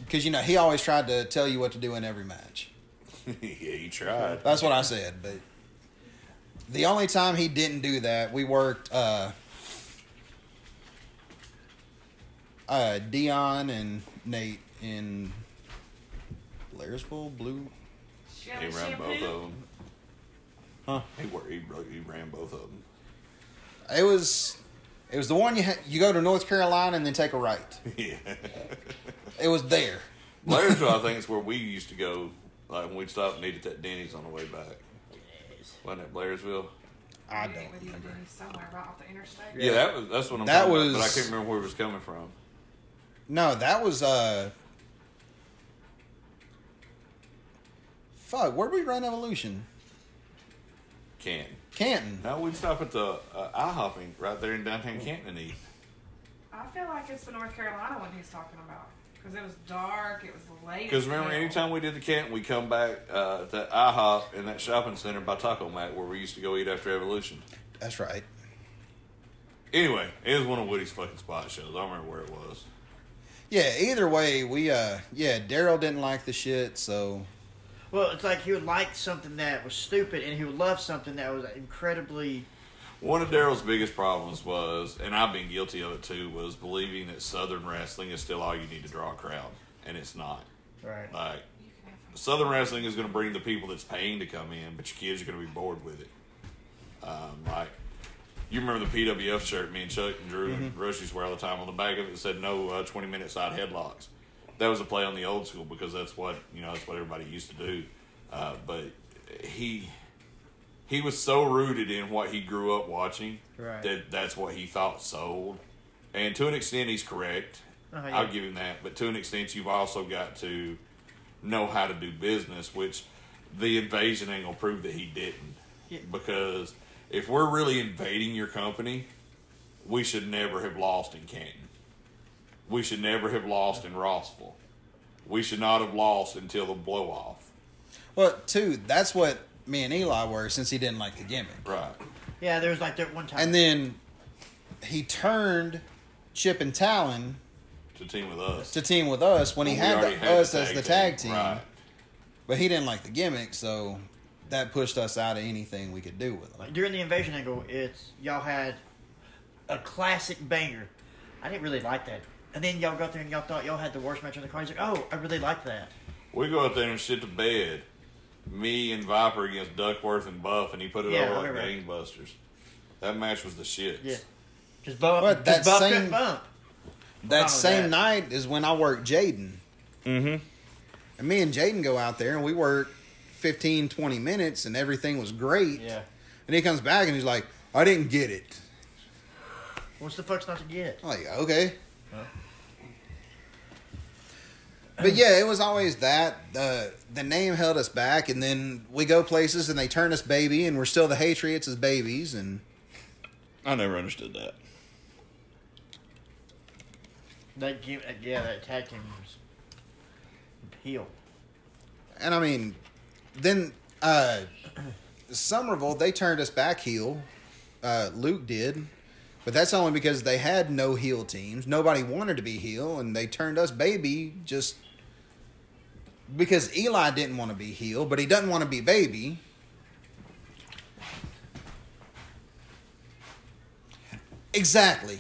S1: because you know he always tried to tell you what to do in every match.
S2: yeah, you tried.
S1: That's what I said. But the only time he didn't do that, we worked uh, uh, Dion and Nate in Blairsville Blue.
S5: Shell
S2: He
S5: and
S2: ran both of
S5: shampoo.
S2: them.
S1: Huh.
S2: He, wor- he, bro- he ran both of them.
S1: It was it was the one you ha- you go to North Carolina and then take a right.
S2: <laughs> yeah.
S1: It was there.
S2: Blairsville, I think, is where we used to go. Like when we'd stop and eat at that Denny's on the way back. Wasn't it Blairsville?
S1: I
S5: We
S1: don't
S5: were
S1: remember.
S5: doing Somewhere right off the interstate.
S2: Yeah, that was that's what I'm.
S1: That
S2: talking about, but I
S1: was-
S2: can't remember where it was coming from.
S1: No, that was uh. Fuck, where'd we run Evolution?
S2: Canton.
S1: Canton.
S2: No, we'd stop at the uh, IHOP Inc. right there in downtown Canton and eat.
S5: feel like it's the North Carolina one he's talking about because it was dark. It was late.
S2: Because remember,
S5: as hell.
S2: anytime we did the camp, we come back uh, to IHOP in that shopping center by Taco Mat where we used to go eat after Evolution.
S1: That's right.
S2: Anyway, it was one of Woody's fucking spot shows. I don't remember where it was.
S1: Yeah. Either way, we uh yeah Daryl didn't like the shit, so
S3: Well, it's like he would like something that was stupid, and he would love something that was incredibly.
S2: One of Daryl's biggest problems was, and I've been guilty of it too, was believing that Southern wrestling is still all you need to draw a crowd, and it's not.
S3: Right.
S2: Like Southern wrestling is going to bring the people that's paying to come in, but your kids are going to be bored with it. Um, like you remember the PWF shirt me and Chuck and Drew and
S3: Mm-hmm.
S2: Rush used to wear all the time. On the back of it said no uh, twenty minute side headlocks. That was a play on the old school because that's what you know that's what everybody used to do. Uh, but he he was so rooted in what he grew up watching
S3: Right.
S2: that that's what he thought sold. And to an extent, he's correct.
S3: Uh-huh, yeah.
S2: I'll give him that. But to an extent, you've also got to know how to do business, which the invasion angle proved that he didn't.
S3: Yeah.
S2: Because if we're really invading your company, we should never have lost in Canton. We should never have lost in Rossville. We should not have lost until the blow off.
S1: well two. That's what me and Eli were since he didn't like the gimmick.
S2: Right.
S3: Yeah, there was like that one time.
S1: And then he turned Chip and Talon
S2: To team with us.
S1: to team with us when he
S2: We
S1: had,
S2: already
S1: the, us as the tag team.
S2: Right.
S1: But he didn't like the gimmick, so that pushed us out of anything we could do with him.
S3: during the invasion angle, it's y'all had a classic banger. I didn't really like that. And then y'all got there and y'all thought y'all had the worst match on the card. He's like, oh, I really like that.
S2: We go out there and shit to bed. Me and Viper against Duckworth and Buff, and he put it
S3: Yeah, I
S2: over like
S3: remember.
S2: gangbusters. That match was the shit.
S3: Yeah. Just bump,
S1: But that
S3: just bump,
S1: same-
S3: just bump.
S1: That
S3: of
S1: same
S3: that.
S1: night is when I worked Jaden. Mm-hmm. And me and Jaden go out there and we work 15, 20 minutes and everything was great.
S3: Yeah.
S1: And he comes back and he's like, I didn't get it.
S3: What's the fuck's not to get?
S1: I'm like, okay. But yeah, it was always that. The the name held us back and then we go places and they turn us baby and we're still the Hatriots as babies and
S2: I never understood that.
S3: That game, uh, yeah, that tag team was heel.
S1: and I mean then uh Somerville they turned us back heel. Uh Luke did. But that's only because they had no heel teams. Nobody wanted to be heel and they turned us baby just because Eli didn't want to be heel, but he doesn't want to be baby. Exactly.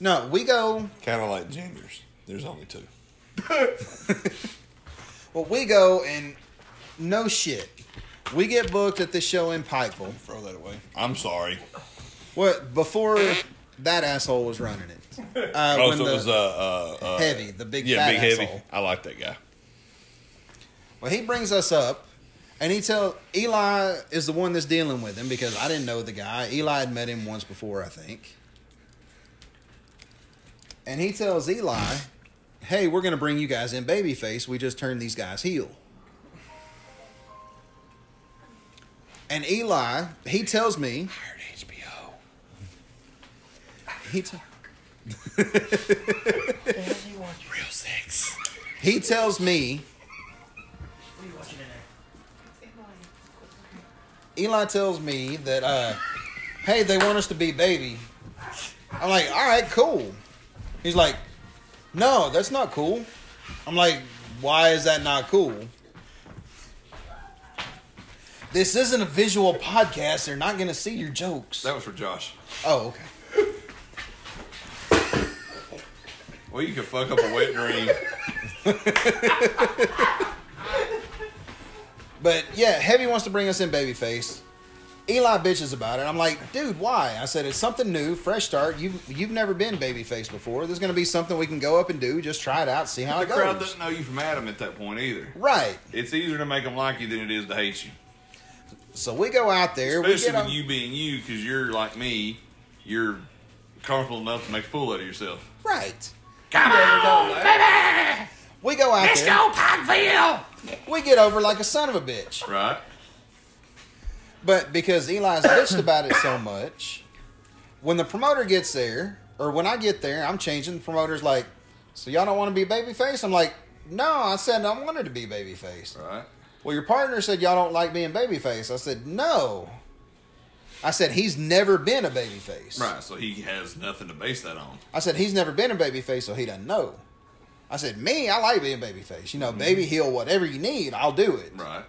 S1: No, we go
S2: Kind of like genders. There's only two.
S1: Well, we go and no shit. We get booked at this show in Pikeville.
S2: Throw that away. I'm sorry.
S1: What before that asshole was running
S2: <laughs>
S1: it? Uh,
S2: oh,
S1: when
S2: so
S1: the
S2: it was uh, uh, uh
S1: heavy, the big
S2: yeah,
S1: fat
S2: big
S1: asshole.
S2: heavy. I like that guy.
S1: Well, he brings us up, and he tell Eli is the one that's dealing with him because I didn't know the guy. Eli had met him once before, I think. And he tells Eli, "Hey, we're going to bring you guys in babyface. We just turned these guys heel." And Eli, he tells me,
S2: Hired HBO.
S1: he t-
S3: What the hell do
S1: <laughs>
S3: you watch? What
S2: Real sex.
S1: he tells me
S3: are you watching in there?
S1: Eli tells me that, uh, hey, they want us to be baby. I'm like, all right, cool. He's like, no, that's not cool. I'm like, why is that not cool? This isn't a visual podcast. They're not going to see your jokes.
S2: That was for Josh.
S1: Oh, okay.
S2: Well, you could fuck up a
S1: <laughs>
S2: wet dream.
S1: But yeah, Heavy wants to bring us in babyface. Eli bitches about it. I'm like, dude, why? I said it's something new, fresh start. You've you've never been babyface before. There's gonna be something we can go up and do. Just try it out, see how
S2: the
S1: it
S2: crowd
S1: goes.
S2: doesn't know you from Adam at that point either.
S1: Right.
S2: It's easier to make them like you than it is to hate you.
S1: So we go out there. we
S2: Especially
S1: get
S2: when
S1: on-
S2: you being you, because you're like me, you're comfortable enough to make a fool out of yourself.
S1: right.
S6: Come
S1: We go out there.
S2: Pikeville!
S1: We get over like a son of a bitch.
S2: Right?
S1: But because Eli's bitched about it so much, when the promoter gets there, or when I get there, I'm changing. The promoter's like, so y'all don't want to be babyface? I'm like, no, I said I wanted to be babyface.
S2: Right?
S1: Well, your partner said y'all don't like being babyface. I said, no. I said, he's never been a babyface.
S2: Right. So he has nothing to base that on.
S1: I said, he's never been a babyface, so he doesn't know. I said, me, I like being babyface. You know, baby heel, whatever you need, I'll do it.
S2: Right.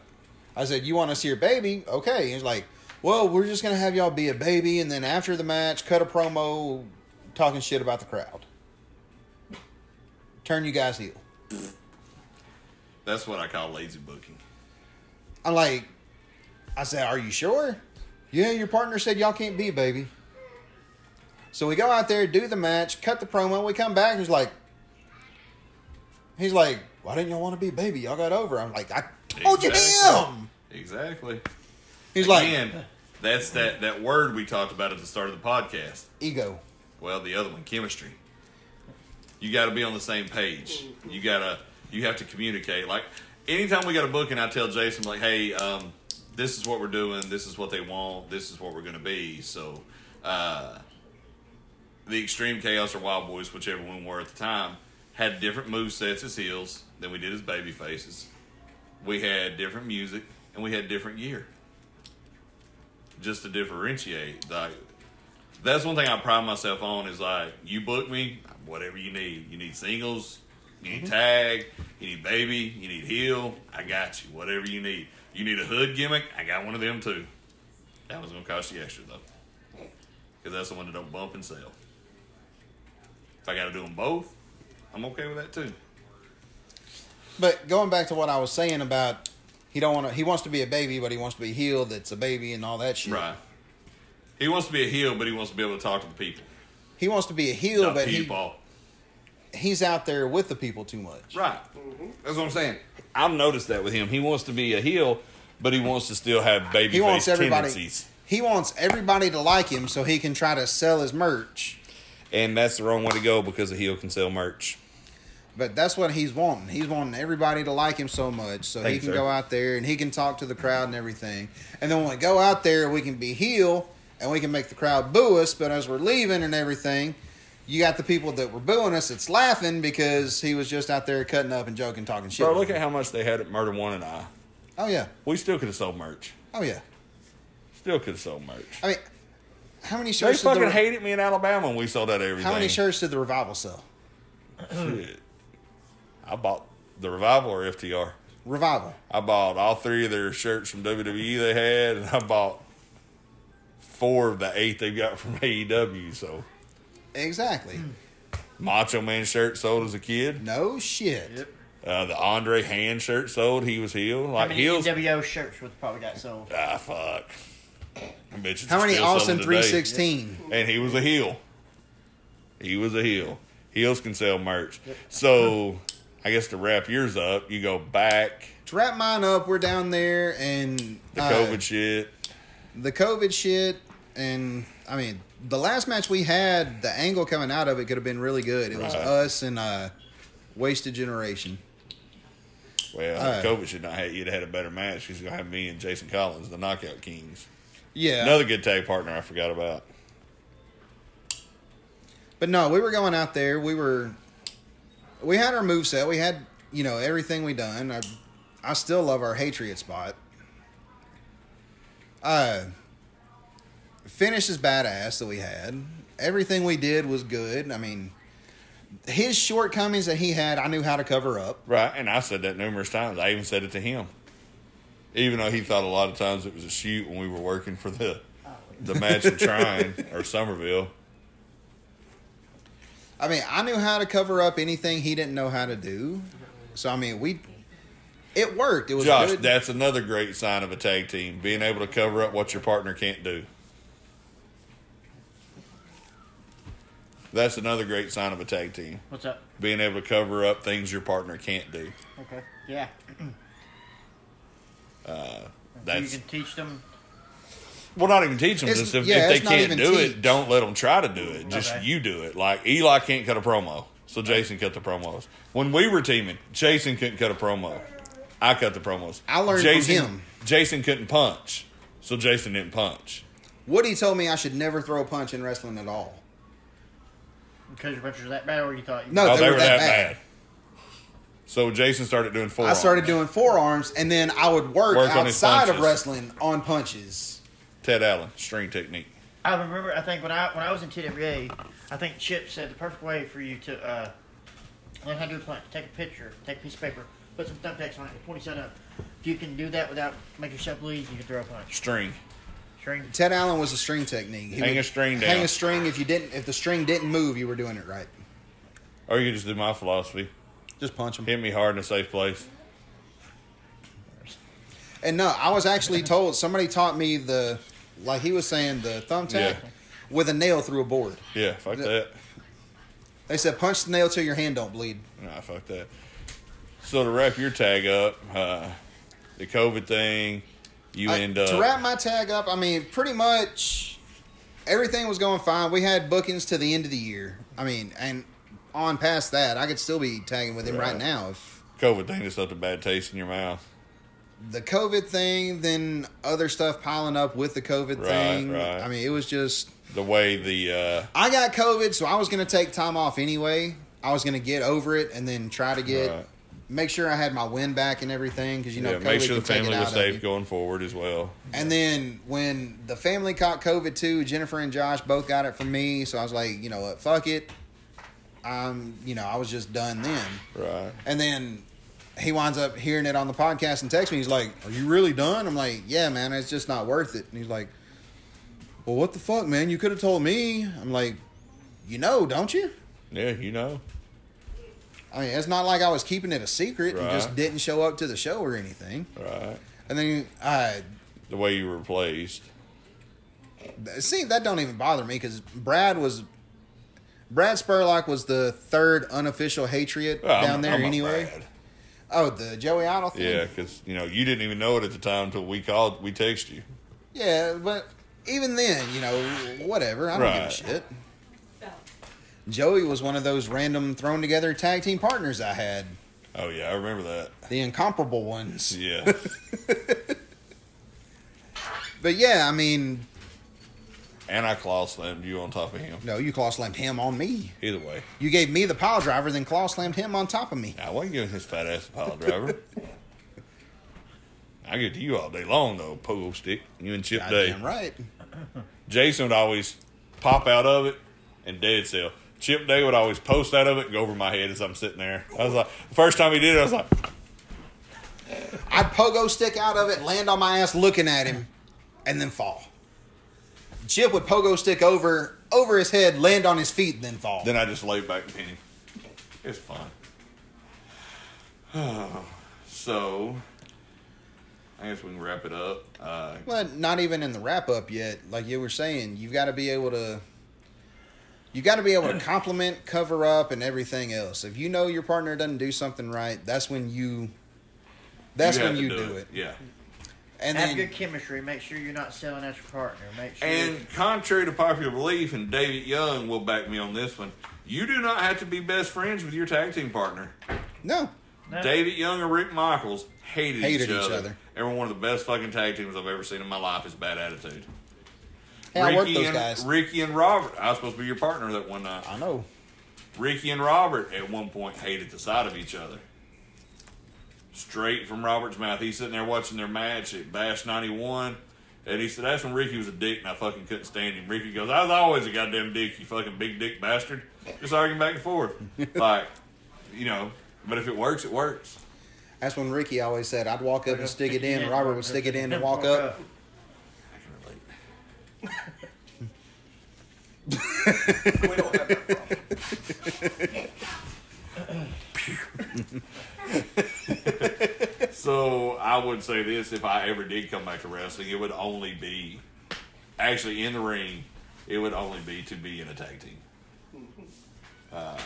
S1: I said, you want to see your baby? Okay. He's like, well, we're just going to have y'all be a baby, and then after the match, cut a promo talking shit about the crowd. Turn you guys heel.
S2: That's what I call lazy booking.
S1: I'm like, I said, are you sure? Yeah, your partner said y'all can't be, baby. So we go out there, do the match, cut the promo. We come back. He's like, he's like, why didn't y'all want to be, baby? Y'all got over. I'm like, I told you
S2: Exactly.
S1: him.
S2: Exactly.
S1: Oh, He's like,
S2: Again, that's that that word we talked about at the start of the podcast.
S1: ego.
S2: Well, the other one, chemistry. You got to be on the same page. You gotta you have to communicate. Like anytime we got a booking, I tell Jason like, hey, um, this is what we're doing. This is what they want. This is what we're gonna be. So, uh, the Extreme Chaos or Wild Boys, whichever one we were at the time, had different move sets as heels than we did as baby faces. We had different music and we had different gear. Just to differentiate, like that's one thing I pride myself on is like you book me, whatever you need. You need singles, you
S1: Mm-hmm.
S2: need tag, you need baby, you need heel. I got you. Whatever you need. You need a hood gimmick. I got one of them too. That was gonna cost you extra though, because that's the one that don't bump and sell. If I got to do them both, I'm okay with that too.
S1: But going back to what I was saying about he don't want to. He wants to be a baby, but he wants to be healed. That's a baby and all that shit.
S2: Right. He wants to be a heel, but he wants to be able to talk to the people.
S1: He wants to be a heel,
S2: Not
S1: but he,
S2: people.
S1: he's out there with the people too much.
S2: Right.
S1: Mm-hmm.
S2: That's what I'm saying. I've noticed that with him. He wants to be a heel, but he wants to still have baby
S1: He wants everybody.
S2: tendencies.
S1: He wants everybody to like him so he can try to sell his merch.
S2: And that's the wrong way to go because a heel can sell merch.
S1: But that's what he's wanting. He's wanting everybody to like him so much so he
S2: Thanks,
S1: can
S2: sir.
S1: go out there and he can talk to the crowd and everything. And then when we go out there, we can be heel and we can make the crowd boo us. But as we're leaving and everything, you got the people that were booing us. It's laughing because he was just out there cutting up and joking, talking shit.
S2: Bro, look at how much they had at Murder One and I.
S1: oh yeah,
S2: We still could have sold merch.
S1: oh yeah.
S2: Still could have sold merch.
S1: I mean, how many
S2: They
S1: shirts? Did
S2: fucking
S1: the,
S2: hated me in Alabama when we sold out everything.
S1: How many shirts did the revival sell?
S2: Shit. I bought the Revival or FTR.
S1: Revival.
S2: I bought all three of their shirts from WWE they had, and I bought four of the eight they got from AEW. So
S1: Exactly.
S2: Hmm. Macho Man shirt sold as a kid.
S1: No shit.
S2: Uh, the Andre Hand shirt sold. He was heel.
S3: How
S2: Like
S3: many
S2: heels.
S3: NWO shirts would probably got sold?
S2: ah, fuck. I bet you
S1: How
S2: they're
S1: many
S2: still
S1: Austin
S2: selling
S1: three
S2: today.
S1: sixteen?
S2: And he was a heel. He was a heel. Heels can sell merch. So I guess to wrap yours up, you go back
S1: To wrap mine up, we're down there and
S2: the
S1: uh,
S2: COVID shit.
S1: the COVID shit, and I mean the last match we had, the angle coming out of it could have been really good. It was
S2: Right.
S1: us and uh, Wasted Generation.
S2: Well,
S1: uh,
S2: COVID should not have you'd have had a better match. He's gonna have me and Jason Collins, the Knockout Kings.
S1: Yeah,
S2: Another good tag partner I forgot about.
S1: but no, we were going out there. We were we had our move set. We had you know everything we done. I I still love our Hatriot spot. Uh, finish is badass that we had. Everything we did was good. I mean, his shortcomings that he had, I knew how to cover up.
S2: Right, and I said that numerous times. I even said it to him, even though he thought a lot of times it was a shoot when we were working for the the match in Trine or Somerville.
S1: I mean, I knew how to cover up anything he didn't know how to do. So I mean, we it worked. It was
S2: Josh,
S1: good.
S2: that's another great sign of a tag team: being able to cover up what your partner can't do. That's another great sign of a tag team:
S3: What's up?
S2: being able to cover up things your partner can't do.
S3: Okay. Yeah.
S2: That's
S3: you can teach them.
S2: Well, not even teach them.
S1: It's-
S2: Just if,
S1: yeah,
S2: if they
S1: it's not
S2: can't
S1: even
S2: do it,
S1: teach.
S2: don't let them try to do it. Just
S3: Okay.
S2: you do it. Like Eli can't cut a promo, so Jason cut the promos. When we were teaming, Jason couldn't cut a promo. I cut the promos.
S1: I learned from
S2: Jason,
S1: him.
S2: Jason couldn't punch, so Jason didn't punch.
S1: Woody told me I should never throw a punch in wrestling at all.
S3: because your punches were that bad, or you thought you
S1: No,
S2: oh, they, were that bad. So Jason started doing four.
S1: I started doing forearms, and then I would work,
S2: Work on his
S1: outside of
S2: punches.
S1: wrestling on punches.
S2: Ted Allen string technique.
S3: I remember. I think when I when I was in TWA, I think Chip said the perfect way for you to uh, learn how to do a plank. Take a picture, take a piece of paper, put some thumbtacks on it, and point it up. If you can do that without making yourself bleed, you can throw a punch.
S2: String.
S3: String.
S1: Ted Allen was a string technique. He
S2: Hang
S1: would
S2: a string
S1: Hang
S2: down.
S1: a string. If you didn't, if the string didn't move, you were doing it right.
S2: Or you could just do my philosophy.
S1: Just punch him.
S2: Hit me hard in a safe place.
S1: And no, I was actually told somebody taught me the like he was saying the thumbtack
S2: Yeah.
S1: with a nail through a board.
S2: Yeah, fuck that.
S1: They said punch the nail till your hand don't bleed.
S2: Nah, fuck that. So to wrap your tag up, uh, the COVID thing, you
S1: I-
S2: end up.
S1: to wrap my tag up, I mean, pretty much everything was going fine. We had bookings to the end of the year. I mean, and on past that, I could still be tagging with him right,
S2: Right.
S1: now. If
S2: COVID thing just left a bad taste in your mouth.
S1: the COVID thing, then other stuff piling up with the COVID
S2: Right,
S1: thing.
S2: right.
S1: I mean, it was just
S2: The way the uh,
S1: I got COVID, so I was going to take time off anyway. I was going to get over it and then try to get
S2: Right.
S1: make sure I had my win back and everything because you know
S2: uh, yeah,
S1: COVID
S2: make sure the
S1: can take it
S2: family
S1: out
S2: was
S1: of you.
S2: safe going forward as well.
S1: And then when the family caught COVID too, Jennifer and Josh both got it from me. So I was like, you know what, fuck it. I'm, you know, I was just done then.
S2: Right.
S1: And then he winds up hearing it on the podcast and texts me. He's like, "Are you really done?" I'm like, "Yeah, man. It's just not worth it." And he's like, "Well, what the fuck, man? You could have told me." I'm like, "You know, don't you?"
S2: Yeah, you know.
S1: I mean, it's not like I was keeping it a secret and just
S2: Right.
S1: didn't show up to the show or anything.
S2: Right.
S1: And then I
S2: The way you were replaced.
S1: see that don't even bother me because Brad was Brad Spurlock was the third unofficial hatriot
S2: Well, I'm-
S1: down there
S2: I'm not
S1: anyway.
S2: mad.
S1: Oh, the Joey Idol thing.
S2: Yeah, because you know you didn't even know it at the time until we called, we texted you.
S1: yeah, but even then, you know, whatever. I don't give
S2: Right.
S1: a shit. Joey was one of those random thrown together tag team partners I had,
S2: Oh yeah, I remember that.
S1: the incomparable ones. <laughs>
S2: Yeah,
S1: But yeah, I mean,
S2: and I claw slammed you on top of him.
S1: no, you claw slammed him on me.
S2: Either way,
S1: You gave me the pile driver, then claw slammed him on top of me.
S2: I wasn't giving his fat ass a pile driver. I get to you all day long though, pogo stick. You and Chip Day.
S1: Goddamn right.
S2: Jason would always pop out of it and dead cell. Chip Day would always post out of it and go over my head as I'm sitting there. I was like, the first time he did it, I was like,
S1: I'd pogo stick out of it, land on my ass looking at him, and then fall. Chip would pogo stick over over his head, land on his feet, then fall.
S2: then I just laid back and pinned him. It's fun. <sighs> so, I guess we can wrap it up. Uh,
S1: Well, not even in the wrap up yet. Like you were saying, you've got to be able to. You got to be
S2: <clears throat>
S1: able to compliment, cover up, and everything else. If you know your partner doesn't do something right, that's when you. That's
S2: have
S1: when
S2: to
S1: you do, it.
S2: Yeah.
S1: and
S3: Have
S1: then
S3: good chemistry. Make sure you're not selling out your partner. Make sure.
S2: And contrary to popular belief, and David Young will back me on this one, you do not have to be best friends with your tag team partner.
S1: no,
S3: No.
S2: David Young and Rick Michaels hated,
S1: Hated
S2: each,
S1: each
S2: other.
S1: other.
S2: They were one of the best fucking tag teams I've ever seen in my life is Bad Attitude.
S1: hey, I work those
S2: and,
S1: guys.
S2: Ricky and Robert. I was supposed to be your partner that one night.
S1: I know.
S2: Ricky and Robert at one point hated the sight of each other. Straight from Robert's mouth. He's sitting there watching their match at Bash 91. And he said, That's when Ricky was a dick and I fucking couldn't stand him. Ricky goes, I was always a goddamn dick, you fucking big dick bastard. Just arguing back and forth. like, you know, but if it works, it works.
S1: That's when Ricky always said, "I'd walk up and stick it in." Robert would stick it in and walk up.
S2: I can relate.
S6: We don't have that problem.
S2: So I would say this: if I ever did come back to wrestling, it would only be actually in the ring. It would only be to be in a tag team, uh,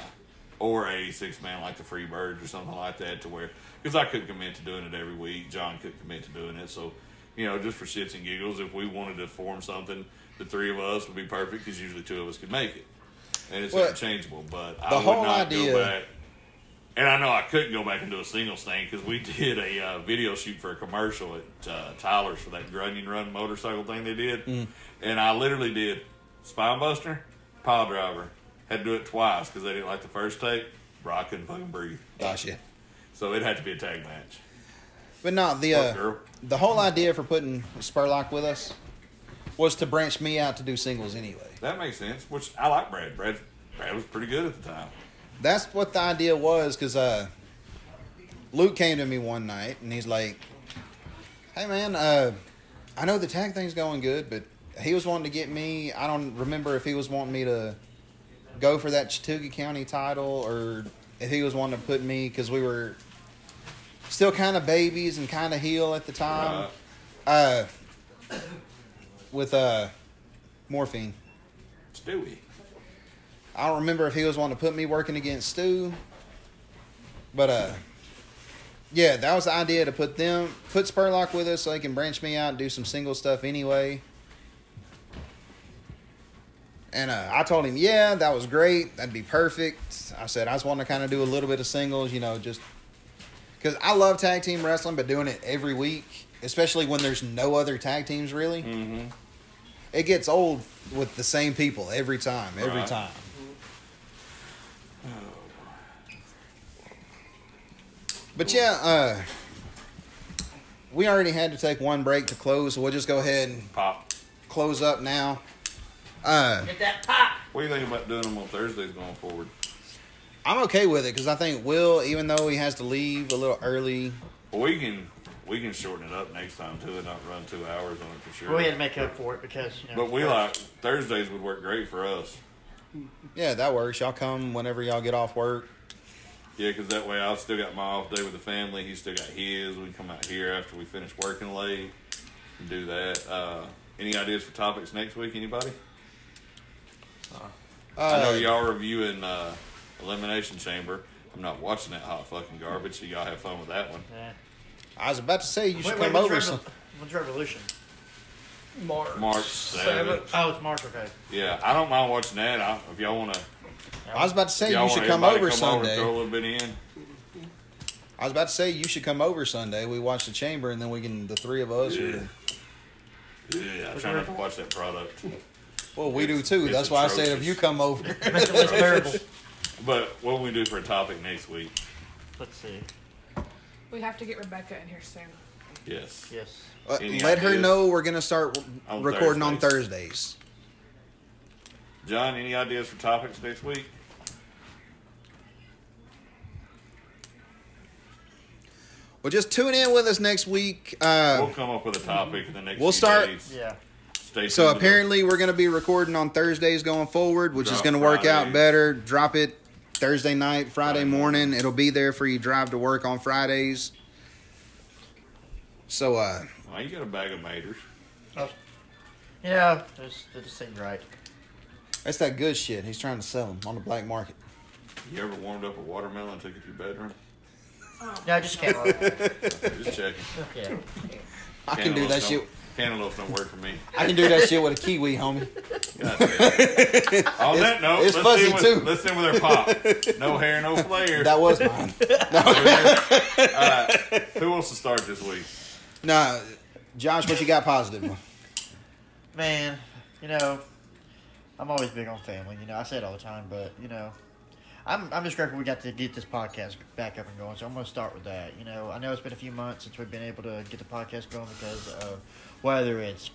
S2: or a six man like the Freebirds or something like that, to where because I couldn't commit to doing it every week. John couldn't commit to doing it, so you know, just for shits and giggles, if we wanted to form something, the three of us would be perfect because usually two of us could make it, and it's
S1: Well,
S2: interchangeable. But I
S1: the
S2: would
S1: whole
S2: not
S1: idea-
S2: go back. And I know I couldn't go back and do a singles thing because we <laughs> did a uh, video shoot for a commercial at uh, Tyler's for that Grunion Run motorcycle thing they did. And I literally did Spinebuster, Pile Driver, Had to do it twice because they didn't like the first take. Brock couldn't fucking breathe.
S1: Gotcha.
S2: So it had to be a tag match.
S1: But no, the
S2: Fuck,
S1: uh,
S2: girl.
S1: the whole idea for putting Spurlock with us was to branch me out to do singles anyway.
S2: That makes sense. Which I like Brad. Brad Brad was pretty good at the time.
S1: That's what the idea was because uh, Luke came to me one night and he's like, "Hey man, uh, I know the tag thing's going good, but he was wanting to get me. I don't remember if he was wanting me to go for that Chattooga County title or if he was wanting to put me because we were still kind of babies and kind of heel at the time."
S2: Right.
S1: uh, with uh, morphine.
S2: Stewie.
S1: I don't remember if he was wanting to put me working against Stu, but uh, yeah, that was the idea to put them put Spurlock with us so they can branch me out and do some single stuff anyway. And uh, I told him, yeah, that was great. That'd be perfect. I said I was wanting to kind of do a little bit of singles, you know, just because I love tag team wrestling, but doing it every week, especially when there's no other tag teams really, it gets old with the same people every time, every
S2: Right.
S1: time. But yeah, uh, we already had to take one break to close, so we'll just go ahead and
S2: Pop.
S1: close up now. Uh,
S3: Get that pop.
S2: What do you think about doing them on Thursdays going forward?
S1: I'm okay with it because I think Will, even though he has to leave a little early,
S2: Well, we can we can shorten it up next time too and not run two hours on it for sure.
S3: Well, we had to make up for it because you know.
S2: But we like Thursdays would work great for us.
S1: yeah, that works. Y'all come whenever y'all get off work.
S2: Yeah, because that way I've still got my off day with the family. He's still got his. We come out here after we finish working late and do that. Uh, any ideas for topics next week? Anybody? I know
S1: Uh,
S2: y'all reviewing uh, Elimination Chamber. I'm not watching that hot fucking garbage, so y'all have fun with that one.
S3: Yeah.
S1: I was about to say you should
S3: Wait,
S1: come
S3: wait, when's
S1: over.
S3: Revo-
S1: Some,
S3: when's Revolution?
S6: March,
S2: March 7th.
S3: Oh, it's March. Okay.
S2: Yeah, I don't mind watching that. I, if y'all want to,
S1: I was about to say
S2: y'all
S1: you
S2: want
S1: should come
S2: everybody
S1: over
S2: come
S1: Sunday.
S2: over, and throw a little bit in.
S1: I was about to say you should come over Sunday. We watch the chamber, and then we can the three of us.
S2: Yeah.
S1: Yeah.
S2: Yeah, I try not to watch that product.
S1: Well, we do too.
S2: It's
S1: That's why I said if
S2: atrocious.
S1: you come
S2: <laughs>
S1: over.
S3: Make the list bearable.
S2: But what will we do for a topic next week?
S3: Let's see.
S5: We have to get Rebecca in here soon.
S2: Yes.
S3: Yes.
S1: Uh,
S2: Any
S1: let her
S2: ideas?
S1: know we're gonna start w-
S2: On
S1: recording on Thursdays.
S2: John, any ideas for topics next week?
S1: Well, just tune in with us next week.
S2: We'll
S1: Uh,
S2: come up with a topic in the next.
S1: We'll
S2: few
S1: start-
S2: days.
S3: Yeah.
S2: Stay tuned
S1: so
S2: to the-
S1: apparently, we're gonna be recording on Thursdays going forward, which is
S2: Drop
S1: gonna work out
S2: Fridays.
S1: better. Drop it Thursday night, Friday morning. It'll be there for you drive to work on Fridays. So, uh,
S2: Oh, you got a bag of maters.
S3: Yeah. This that just seemed right.
S1: that's that good shit. He's trying to sell them on the black market.
S2: You ever warmed up a watermelon and took it to your bedroom?
S3: No, I just can't.
S2: Just checking.
S3: yeah.
S1: <laughs> I can do that
S2: Cantaloupes
S1: shit.
S2: don't- Cantaloupes don't work for me.
S1: I can do that shit with a kiwi, homie.
S2: On that note,
S1: it's
S2: let's
S1: fuzzy,
S2: end with,
S1: too.
S2: Let's end with our pop.
S1: <laughs>
S2: No hair, no flair.
S1: That was mine.
S2: Who wants to start this week?
S1: Nah, Josh, what you got positive? one?
S3: Man, you know, I'm always big on family. You know, I say it all the time, but you know, I'm I'm just grateful we got to get this podcast back up and going. So I'm going to start with that. You know, I know it's been a few months since we've been able to get the podcast going because of whether it's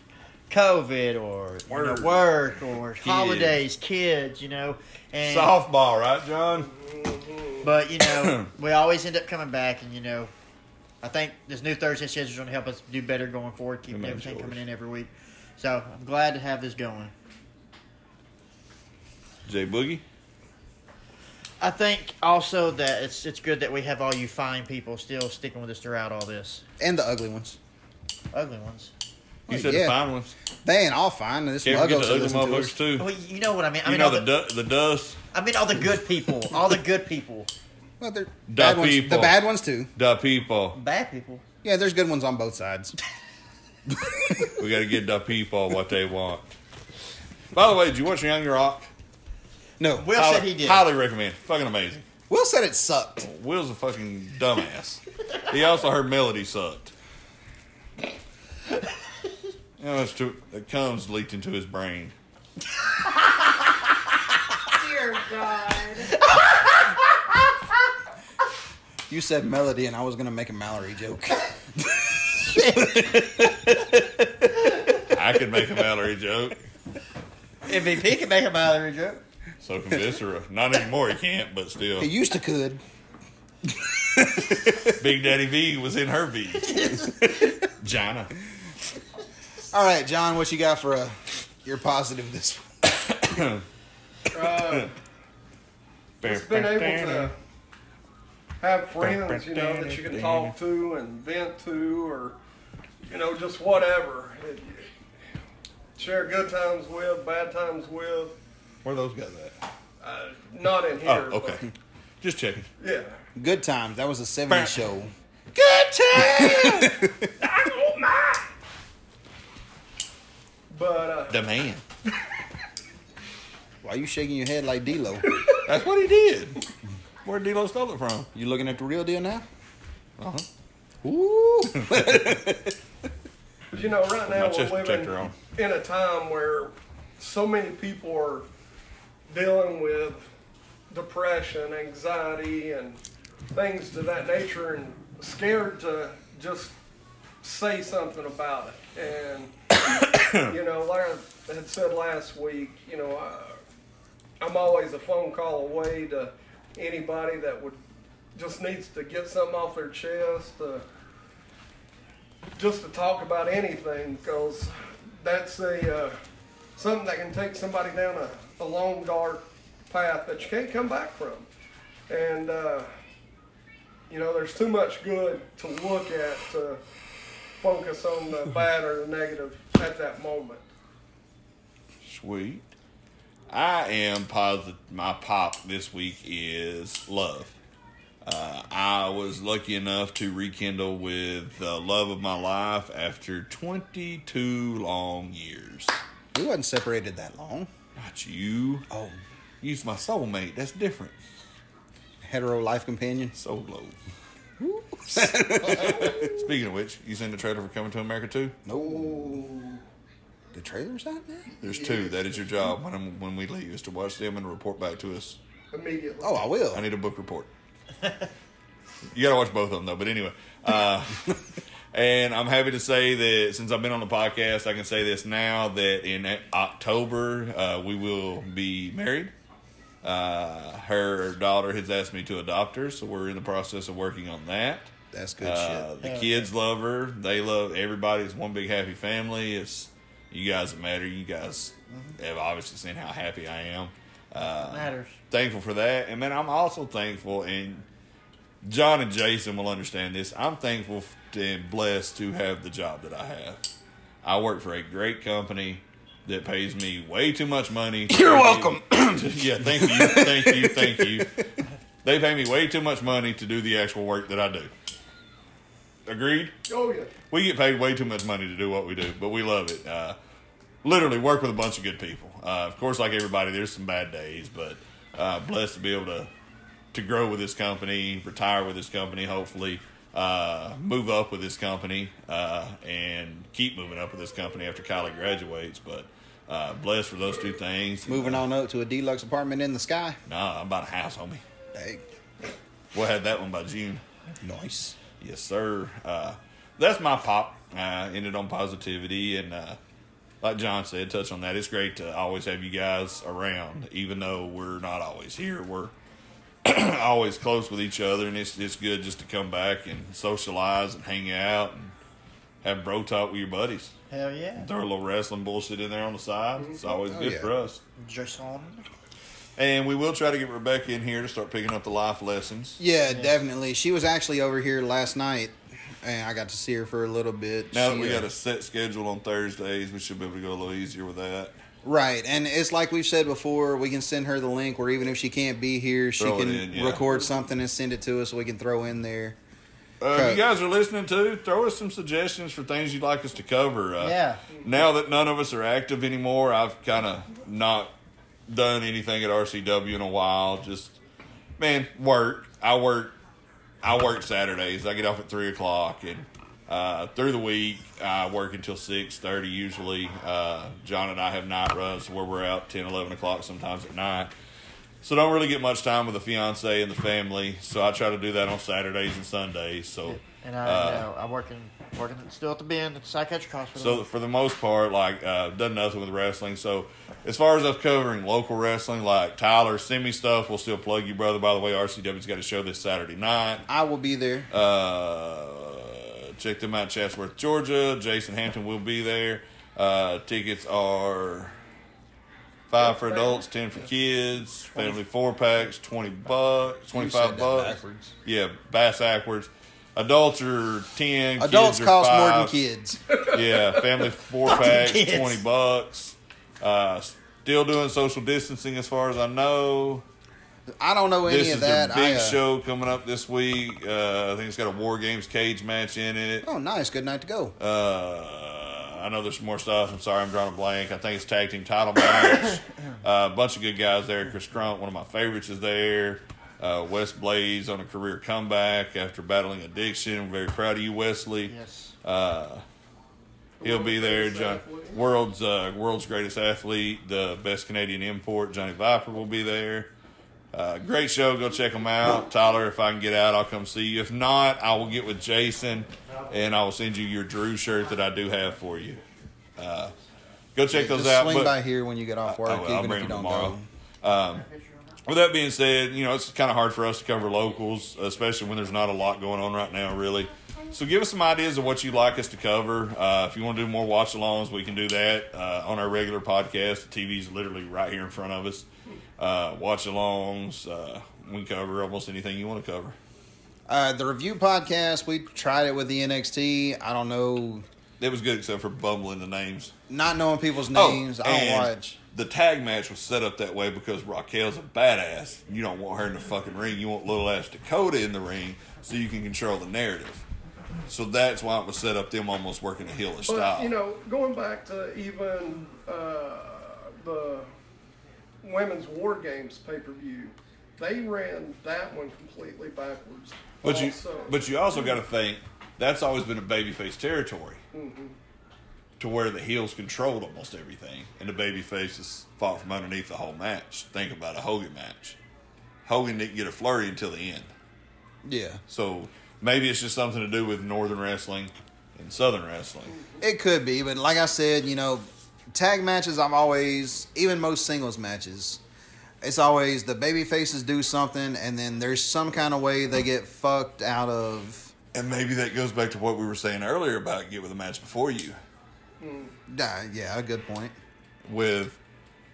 S3: COVID or you know,
S2: Work.
S3: work or holidays, kids. You know, and
S2: Softball, right, John?
S3: but
S2: <coughs>
S3: you know, we always end up coming back, and you know, I think this new Thursday schedule is going to help us do better going forward, keeping
S2: Amen,
S3: everything
S2: George.
S3: coming in every week. So I'm glad to have this going.
S2: Jay Boogie.
S1: Oh,
S3: I think also that it's it's good that we have all you fine people still sticking with us throughout all this.
S1: And the ugly ones.
S3: Ugly ones.
S2: You
S1: Oh,
S2: said
S1: yeah.
S2: the fine ones.
S1: They ain't all fine. This
S2: Can't forget
S1: muggo
S2: the
S1: should
S2: ugly
S1: listen to us.
S2: motherfuckers too.
S3: Well, you know what I mean. I
S2: you
S3: mean
S2: know
S3: all
S2: the
S3: the,
S2: du- the dust,
S3: I mean all the
S2: <laughs>
S3: good people, all the good people,
S1: Well, they're
S2: Da
S1: bad ones. The
S2: people.
S1: bad ones too.
S2: the people.
S3: bad people.
S1: Yeah, there's good ones on both sides.
S2: We got to get the people what they want. By the way, did you watch Young Rock?
S1: No,
S3: Will
S2: highly,
S3: said he did.
S2: Highly recommend. Fucking amazing.
S1: Will said it sucked.
S2: Will's a fucking dumbass. he also heard Melody sucked. You know, it's too, it comes leaked into his brain.
S5: Dear God.
S1: You said melody, and I was gonna make a Mallory
S3: <laughs>
S1: joke.
S2: I could make a Mallory joke.
S3: MVP can make a Mallory joke.
S2: So can Viscera. Not anymore. He can't, but still.
S1: He used to could.
S2: Big Daddy V was in her V. Jana.
S1: All right, John, what you got for a your positive this week?
S6: Uh, just being able to have friends, you know, that you can talk to and vent to, or you know, just whatever. It- Share good times with, bad times with.
S2: Where are those guys at?
S6: Uh, not in here.
S2: Oh, okay. Just checking.
S6: But yeah.
S1: Good times. That was a '70s show.
S2: Good time!
S6: But uh,
S2: the man.
S1: Why are you shaking your head like D'Lo?
S2: That's what he did. Where D-Lo stole it from.
S1: You looking at the real deal now?
S2: Uh-huh.
S1: Ooh.
S6: But uh, you know, right now
S2: chest
S6: we're living
S2: protector on.
S6: in a time where so many people are dealing with depression, anxiety, and things to that nature, and scared to just say something about it. And <coughs> you know, like I had said last week, you know, I, I'm always a phone call away to anybody that would just needs to get something off their chest. Uh, just to talk about anything because that's a uh, something that can take somebody down a, a long dark path that you can't come back from and uh, you know there's too much good to look at to focus
S1: <laughs>
S6: on the bad or the negative at that moment
S2: Sweet. I am positive. My pop this week is love. Uh, I was lucky enough to rekindle with the love of my life after 22 long years.
S1: we wasn't separated that long.
S2: Not you.
S1: Oh,
S2: Use my soulmate. That's different.
S1: hetero life companion.
S2: Solo. <laughs> Speaking of which, you seen the trailer for Coming to America too?
S1: No. The trailer's out there.
S2: There's two. That is your job when, I'm, when we leave is to watch them and report back to us
S6: immediately
S1: Oh, I will.
S2: I need a book report. you gotta watch both of them though. But anyway, uh, and I'm happy to say that since I've been on the podcast, I can say this now that in E, October uh, we will be married. Uh, her daughter has asked me to adopt her, so we're in the process of working on that.
S1: That's good
S2: Uh,
S1: shit.
S2: the kids love her. They love everybody. It's one big happy family. It's you guys that matter. You guys have obviously seen how happy I am Uh,
S3: Matters.
S2: thankful for that. And man, I'm also thankful, and John and Jason will understand this. I'm thankful f- and blessed to have the job that I have. I work for a great company that pays me way too much money. to
S1: You're
S2: do-
S1: welcome.
S2: to- <coughs> yeah, thank you, thank you, thank you. They pay me way too much money to do the actual work that I do. Agreed?
S6: oh yeah
S2: we get paid way too much money to do what we do, but we love it. Uh, literally work with a bunch of good people. Uh, of course, like everybody, there's some bad days, but uh, blessed to be able to to grow with this company, retire with this company, hopefully uh, move up with this company, uh, and keep moving up with this company after Kylie graduates. But uh, blessed for those two things.
S1: Moving on up to a deluxe apartment in the sky.
S2: Nah, I'm about a house, homie.
S1: Hey,
S2: We'll have that one by June.
S1: nice.
S2: Yes, sir. Uh, that's my pop. Uh, ended on positivity, and uh, like John said, touch on that. It's great to always have you guys around, even though we're not always here. We're <clears throat> always close with each other, and it's it's good just to come back and socialize and hang out and have bro talk with your buddies.
S3: Hell yeah.
S2: Throw a little wrestling bullshit in there on the side. It's always good
S1: Mm-hmm. Oh, yeah.
S2: for us.
S3: Jason.
S2: And we will try to get Rebecca in here to start picking up the life lessons.
S1: Yeah, definitely. She was actually over here last night, and I got to see her for a little bit.
S2: Now
S1: She,
S2: that we
S1: uh,
S2: got a set schedule on Thursdays, we should be able to go a little easier with that.
S1: Right, and it's like we've said before, we can send her the link, or even if she can't be here, she
S2: Throw it
S1: can
S2: in, yeah.
S1: record something and send it to us, so we can throw in there.
S2: Uh, if
S1: Okay.
S2: you guys are listening too, throw us some suggestions for things you'd like us to cover. Uh,
S3: Yeah.
S2: Now that none of us are active anymore, I've kind of not done anything at RCW in a while. Just man, work. I work. I work Saturdays. I get off at three o'clock, and uh, through the week I work until six thirty usually. Uh, John and I have night runs where we're out 10, 11 o'clock sometimes at night. So don't really get much time with the fiance and the family. So I try to do that on Saturdays and Sundays. So
S3: And I
S2: uh,
S3: know I work in working still at the bend at the psychiatric hospital.
S2: So for the most part, like uh, done nothing with wrestling. So as far as us covering local wrestling, like Tyler, send me stuff. We'll still plug you, brother. By the way, RCW's got a show this Saturday night.
S1: I will be there.
S2: Uh, check them out, Chatsworth, Georgia. Jason Hampton will be there. Uh, tickets are five for adults, ten for kids. Family four packs, twenty bucks, twenty five
S1: that
S2: bucks.
S1: backwards.
S2: Yeah, bass backwards. Adults are ten. kids
S1: Adults
S2: are
S1: cost more than
S2: five.
S1: kids. <laughs>
S2: Yeah, family four packs,
S3: kids.
S2: twenty bucks. Uh, still doing social distancing, as far as I know.
S1: I don't know any
S2: This
S1: of
S2: is
S1: that.
S2: their big
S1: I, uh,
S2: show coming up this week. Uh, I think it's got a War Games cage match in it.
S1: Oh, nice. Good night to go.
S2: Uh, I know there's some more stuff. I'm sorry, I'm drawing a blank. I think it's tag team title match. Uh, A bunch of good guys there. Chris Crump, one of my favorites, is there. Uh, Wes Blaze on a career comeback after battling addiction. I'm very proud of you, Wesley.
S3: yes.
S2: Uh, he'll be there. John, world's uh, world's greatest athlete, the best Canadian import, Johnny Viper will be there. Uh, great show. Go check them out, Tyler. If I can get out, I'll come see you. If not, I will get with Jason, and I will send you your Drew shirt that I do have for you. Uh, go check those
S1: Just
S2: out.
S1: swing
S2: but-
S1: by here when you get off work,
S2: I will. I'll
S1: even if
S2: bring
S1: you
S2: them
S1: don't
S2: tomorrow.
S1: go.
S2: Um, with that being said, you know, it's kind of hard for us to cover locals, especially when there's not a lot going on right now, really. So give us some ideas of what you'd like us to cover. Uh, if you want to do more watch alongs, we can do that uh, on our regular podcast. The TV's literally right here in front of us. Uh, watch alongs, uh, we cover almost anything you want to cover.
S1: Uh, the review podcast, we tried it with the NXT. I don't know,
S2: It was good except for bumbling the names.
S1: not knowing people's names. I don't
S2: Oh, and
S1: watch.
S2: The tag match was set up that way because Raquel's a badass. You don't want her in the fucking ring. You want little ass Dakota in the ring so you can control the narrative. So that's why it was set up them almost working a heelish
S6: But
S2: style.
S6: you know, going back to even uh, the women's war games pay per view, they ran that one completely backwards.
S2: but you
S6: also.
S2: but you also got to think that's always been a babyface territory.
S6: Mm-hmm.
S2: To where the heels controlled almost everything, and the babyfaces fought from underneath the whole match. Think about a Hogan match. Hogan didn't get a flurry until the end.
S1: Yeah,
S2: So maybe it's just something to do with northern wrestling and southern wrestling.
S1: it could be, but like I said, you know, tag matches. I'm always, even most singles matches, it's always the baby faces do something, and then there's some kind of way they get fucked out of.
S2: And maybe that goes back to what we were saying earlier about get with a match before you.
S1: Nah, yeah, a good point.
S2: With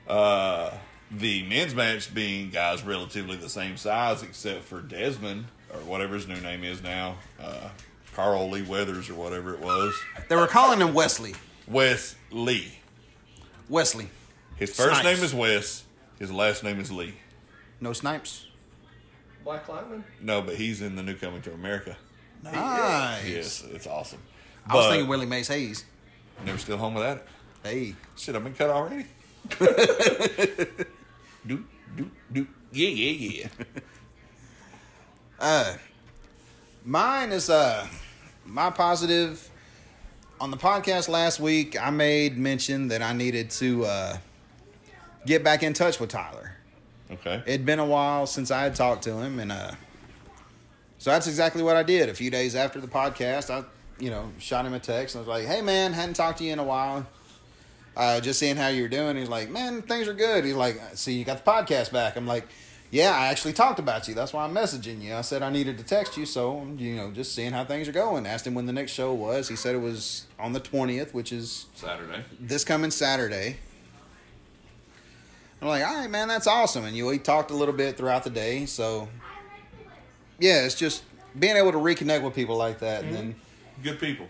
S2: uh, the men's match being guys relatively the same size except for Desmond or whatever his new name is now, uh, Carl Lee Weathers or whatever it was,
S1: They were calling him Wesley.
S2: Wes Lee.
S1: Wesley,
S2: His first
S1: Snipes.
S2: name is Wes. His last name is Lee.
S1: no snipes.
S6: Black Lightning?
S2: No, but he's in the new Coming to America.
S1: Nice.
S2: Yes, it's awesome.
S1: I was
S2: But-
S1: thinking Willie Mays Hayes.
S2: Never still home without it.
S1: Hey,
S2: Shit, I've been cut <laughs> already. do, do, do. Yeah, yeah, yeah.
S1: Mine is uh my positive on the podcast last week I made mention that I needed to uh get back in touch with Tyler.
S2: Okay.
S1: It'd been a while since I had talked to him and uh so that's exactly what I did. A few days after the podcast, I you know, shot him a text and I was like, "Hey man, hadn't talked to you in a while." Uh, just seeing how you were doing. He's like, "Man, things are good." He's like, "See, you got the podcast back." I'm like, "Yeah, I actually talked about you. That's why I'm messaging you. I said I needed to text you, so you know, just seeing how things are going." Asked him when the next show was. He said it was on the twentieth, which is
S2: Saturday.
S1: this coming Saturday. I'm like, all right, man, that's awesome. And you we talked a little bit throughout the day, so yeah, it's just being able to reconnect with people like that, and then
S2: Good people.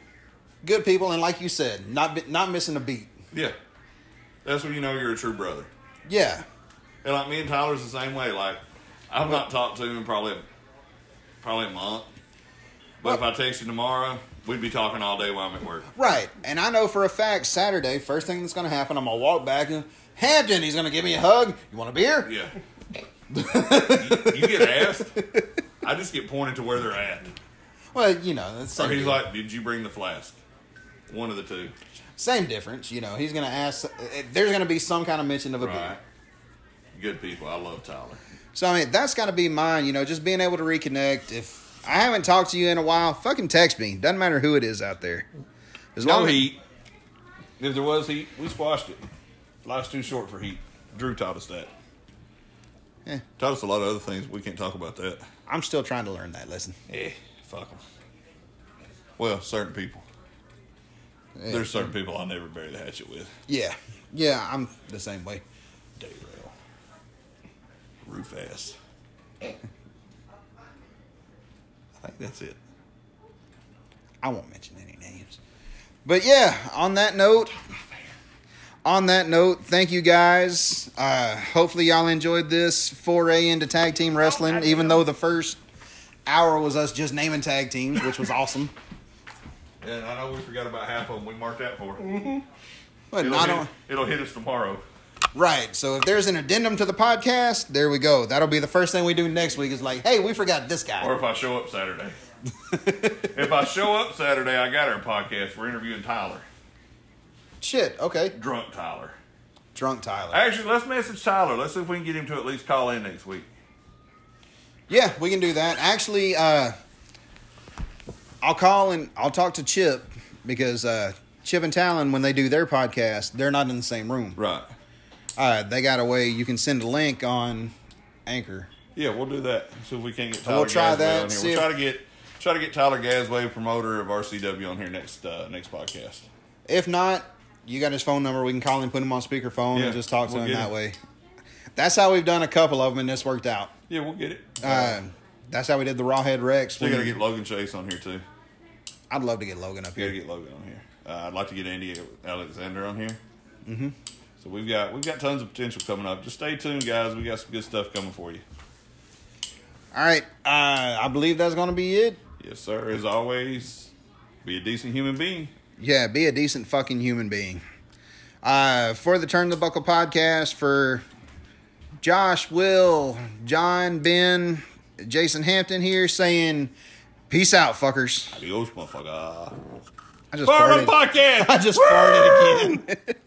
S1: good people, and like you said, not bi- not missing a beat.
S2: Yeah. That's when you know you're a true brother.
S1: Yeah,
S2: And like me and Tyler's the same way. Like I've not talked to him in probably probably a month. But if I text him tomorrow, we'd be talking all day while I'm at work.
S1: right. And I know for a fact Saturday, first thing that's gonna happen, I'm gonna walk back and Hampton, he's gonna give me a hug. You want a beer?
S2: Yeah. you, you get asked. I just get pointed to where they're at.
S1: Well, you know, that's the
S2: Or
S1: same.
S2: he's
S1: deal.
S2: like, "Did you bring the flask?" One of the two.
S1: eh, same difference. You know, he's gonna ask. There's gonna be some kind of mention of a beer.
S2: Right. good people. I love Tyler.
S1: So I mean, that's got to be mine. You know, just being able to reconnect. If I haven't talked to you in a while, fucking text me. Doesn't matter who it is out there. As
S2: No
S1: long as-
S2: heat. If there was heat, we squashed it. Life's too short for heat. Drew taught us that.
S1: Eh.
S2: Taught us a lot of other things. We can't talk about that.
S1: I'm still trying to learn that lesson.
S2: Eh, fuck them. Well, certain people. There's certain people I'll never bury the hatchet with.
S1: Yeah, yeah, I'm the same way.
S2: Derail. Roof ass. I think that's it.
S1: I won't mention any names. But yeah, on that note, on that note, thank you guys. Uh, hopefully, y'all enjoyed this foray into tag team wrestling, even though the first hour was us just naming tag teams, which was awesome.
S2: And I know we forgot about half of them. We marked that for.
S1: <laughs> But
S2: It'll,
S1: not
S2: hit,
S1: on.
S2: it'll hit us tomorrow.
S1: Right. So if there's an addendum to the podcast, there we go. That'll be the first thing we do next week is like, hey, we forgot this guy.
S2: Or if I show
S1: <laughs>
S2: up Saturday. if I show up Saturday, I got our podcast. We're interviewing Tyler.
S1: Shit. Okay.
S2: Drunk Tyler.
S1: Drunk Tyler.
S2: Actually, let's message Tyler. Let's see if we can get him to at least call in next week.
S1: Yeah, we can do that. Actually, uh, I'll call and I'll talk to Chip because uh, Chip and Talon, when they do their podcast, they're not in the same room.
S2: Right.
S1: Uh, they got a way you can send a link on Anchor.
S2: Yeah, we'll do that. See if we can get Tyler
S1: We'll try
S2: Gasway
S1: that,
S2: on here.
S1: see
S2: We'll
S1: if-
S2: try to get try to get Tyler Gasway, promoter of RCW, on here next uh, next podcast.
S1: If not, you got his phone number. We can call him, put him on speakerphone,
S2: Yeah,
S1: and just talk to
S2: we'll
S1: him
S2: get
S1: that
S2: him.
S1: way. That's how we've done a couple of them, and this worked out.
S2: Yeah, we'll get it.
S1: Uh, that's how we did the Rawhead Rex.
S2: Still got to get Logan Chase on here too.
S1: I'd love to get Logan up
S2: Got to
S1: here.
S2: get Logan on here. Uh, I'd like to get Andy Alexander on here. Mm-hmm. So we've got we've got tons of potential coming up. Just stay tuned, guys. We got some good stuff coming for you.
S1: All right, uh, I believe that's going to be it.
S2: Yes, sir. As always, be a decent human being.
S1: Yeah, be a decent fucking human being. Uh, for the Turn the Buckle podcast, for Josh, Will, John, Ben, Jason Hampton here saying, peace out, fuckers.
S2: Adios, motherfucker.
S1: I just farted.
S2: Farm podcast.
S1: I just farted again.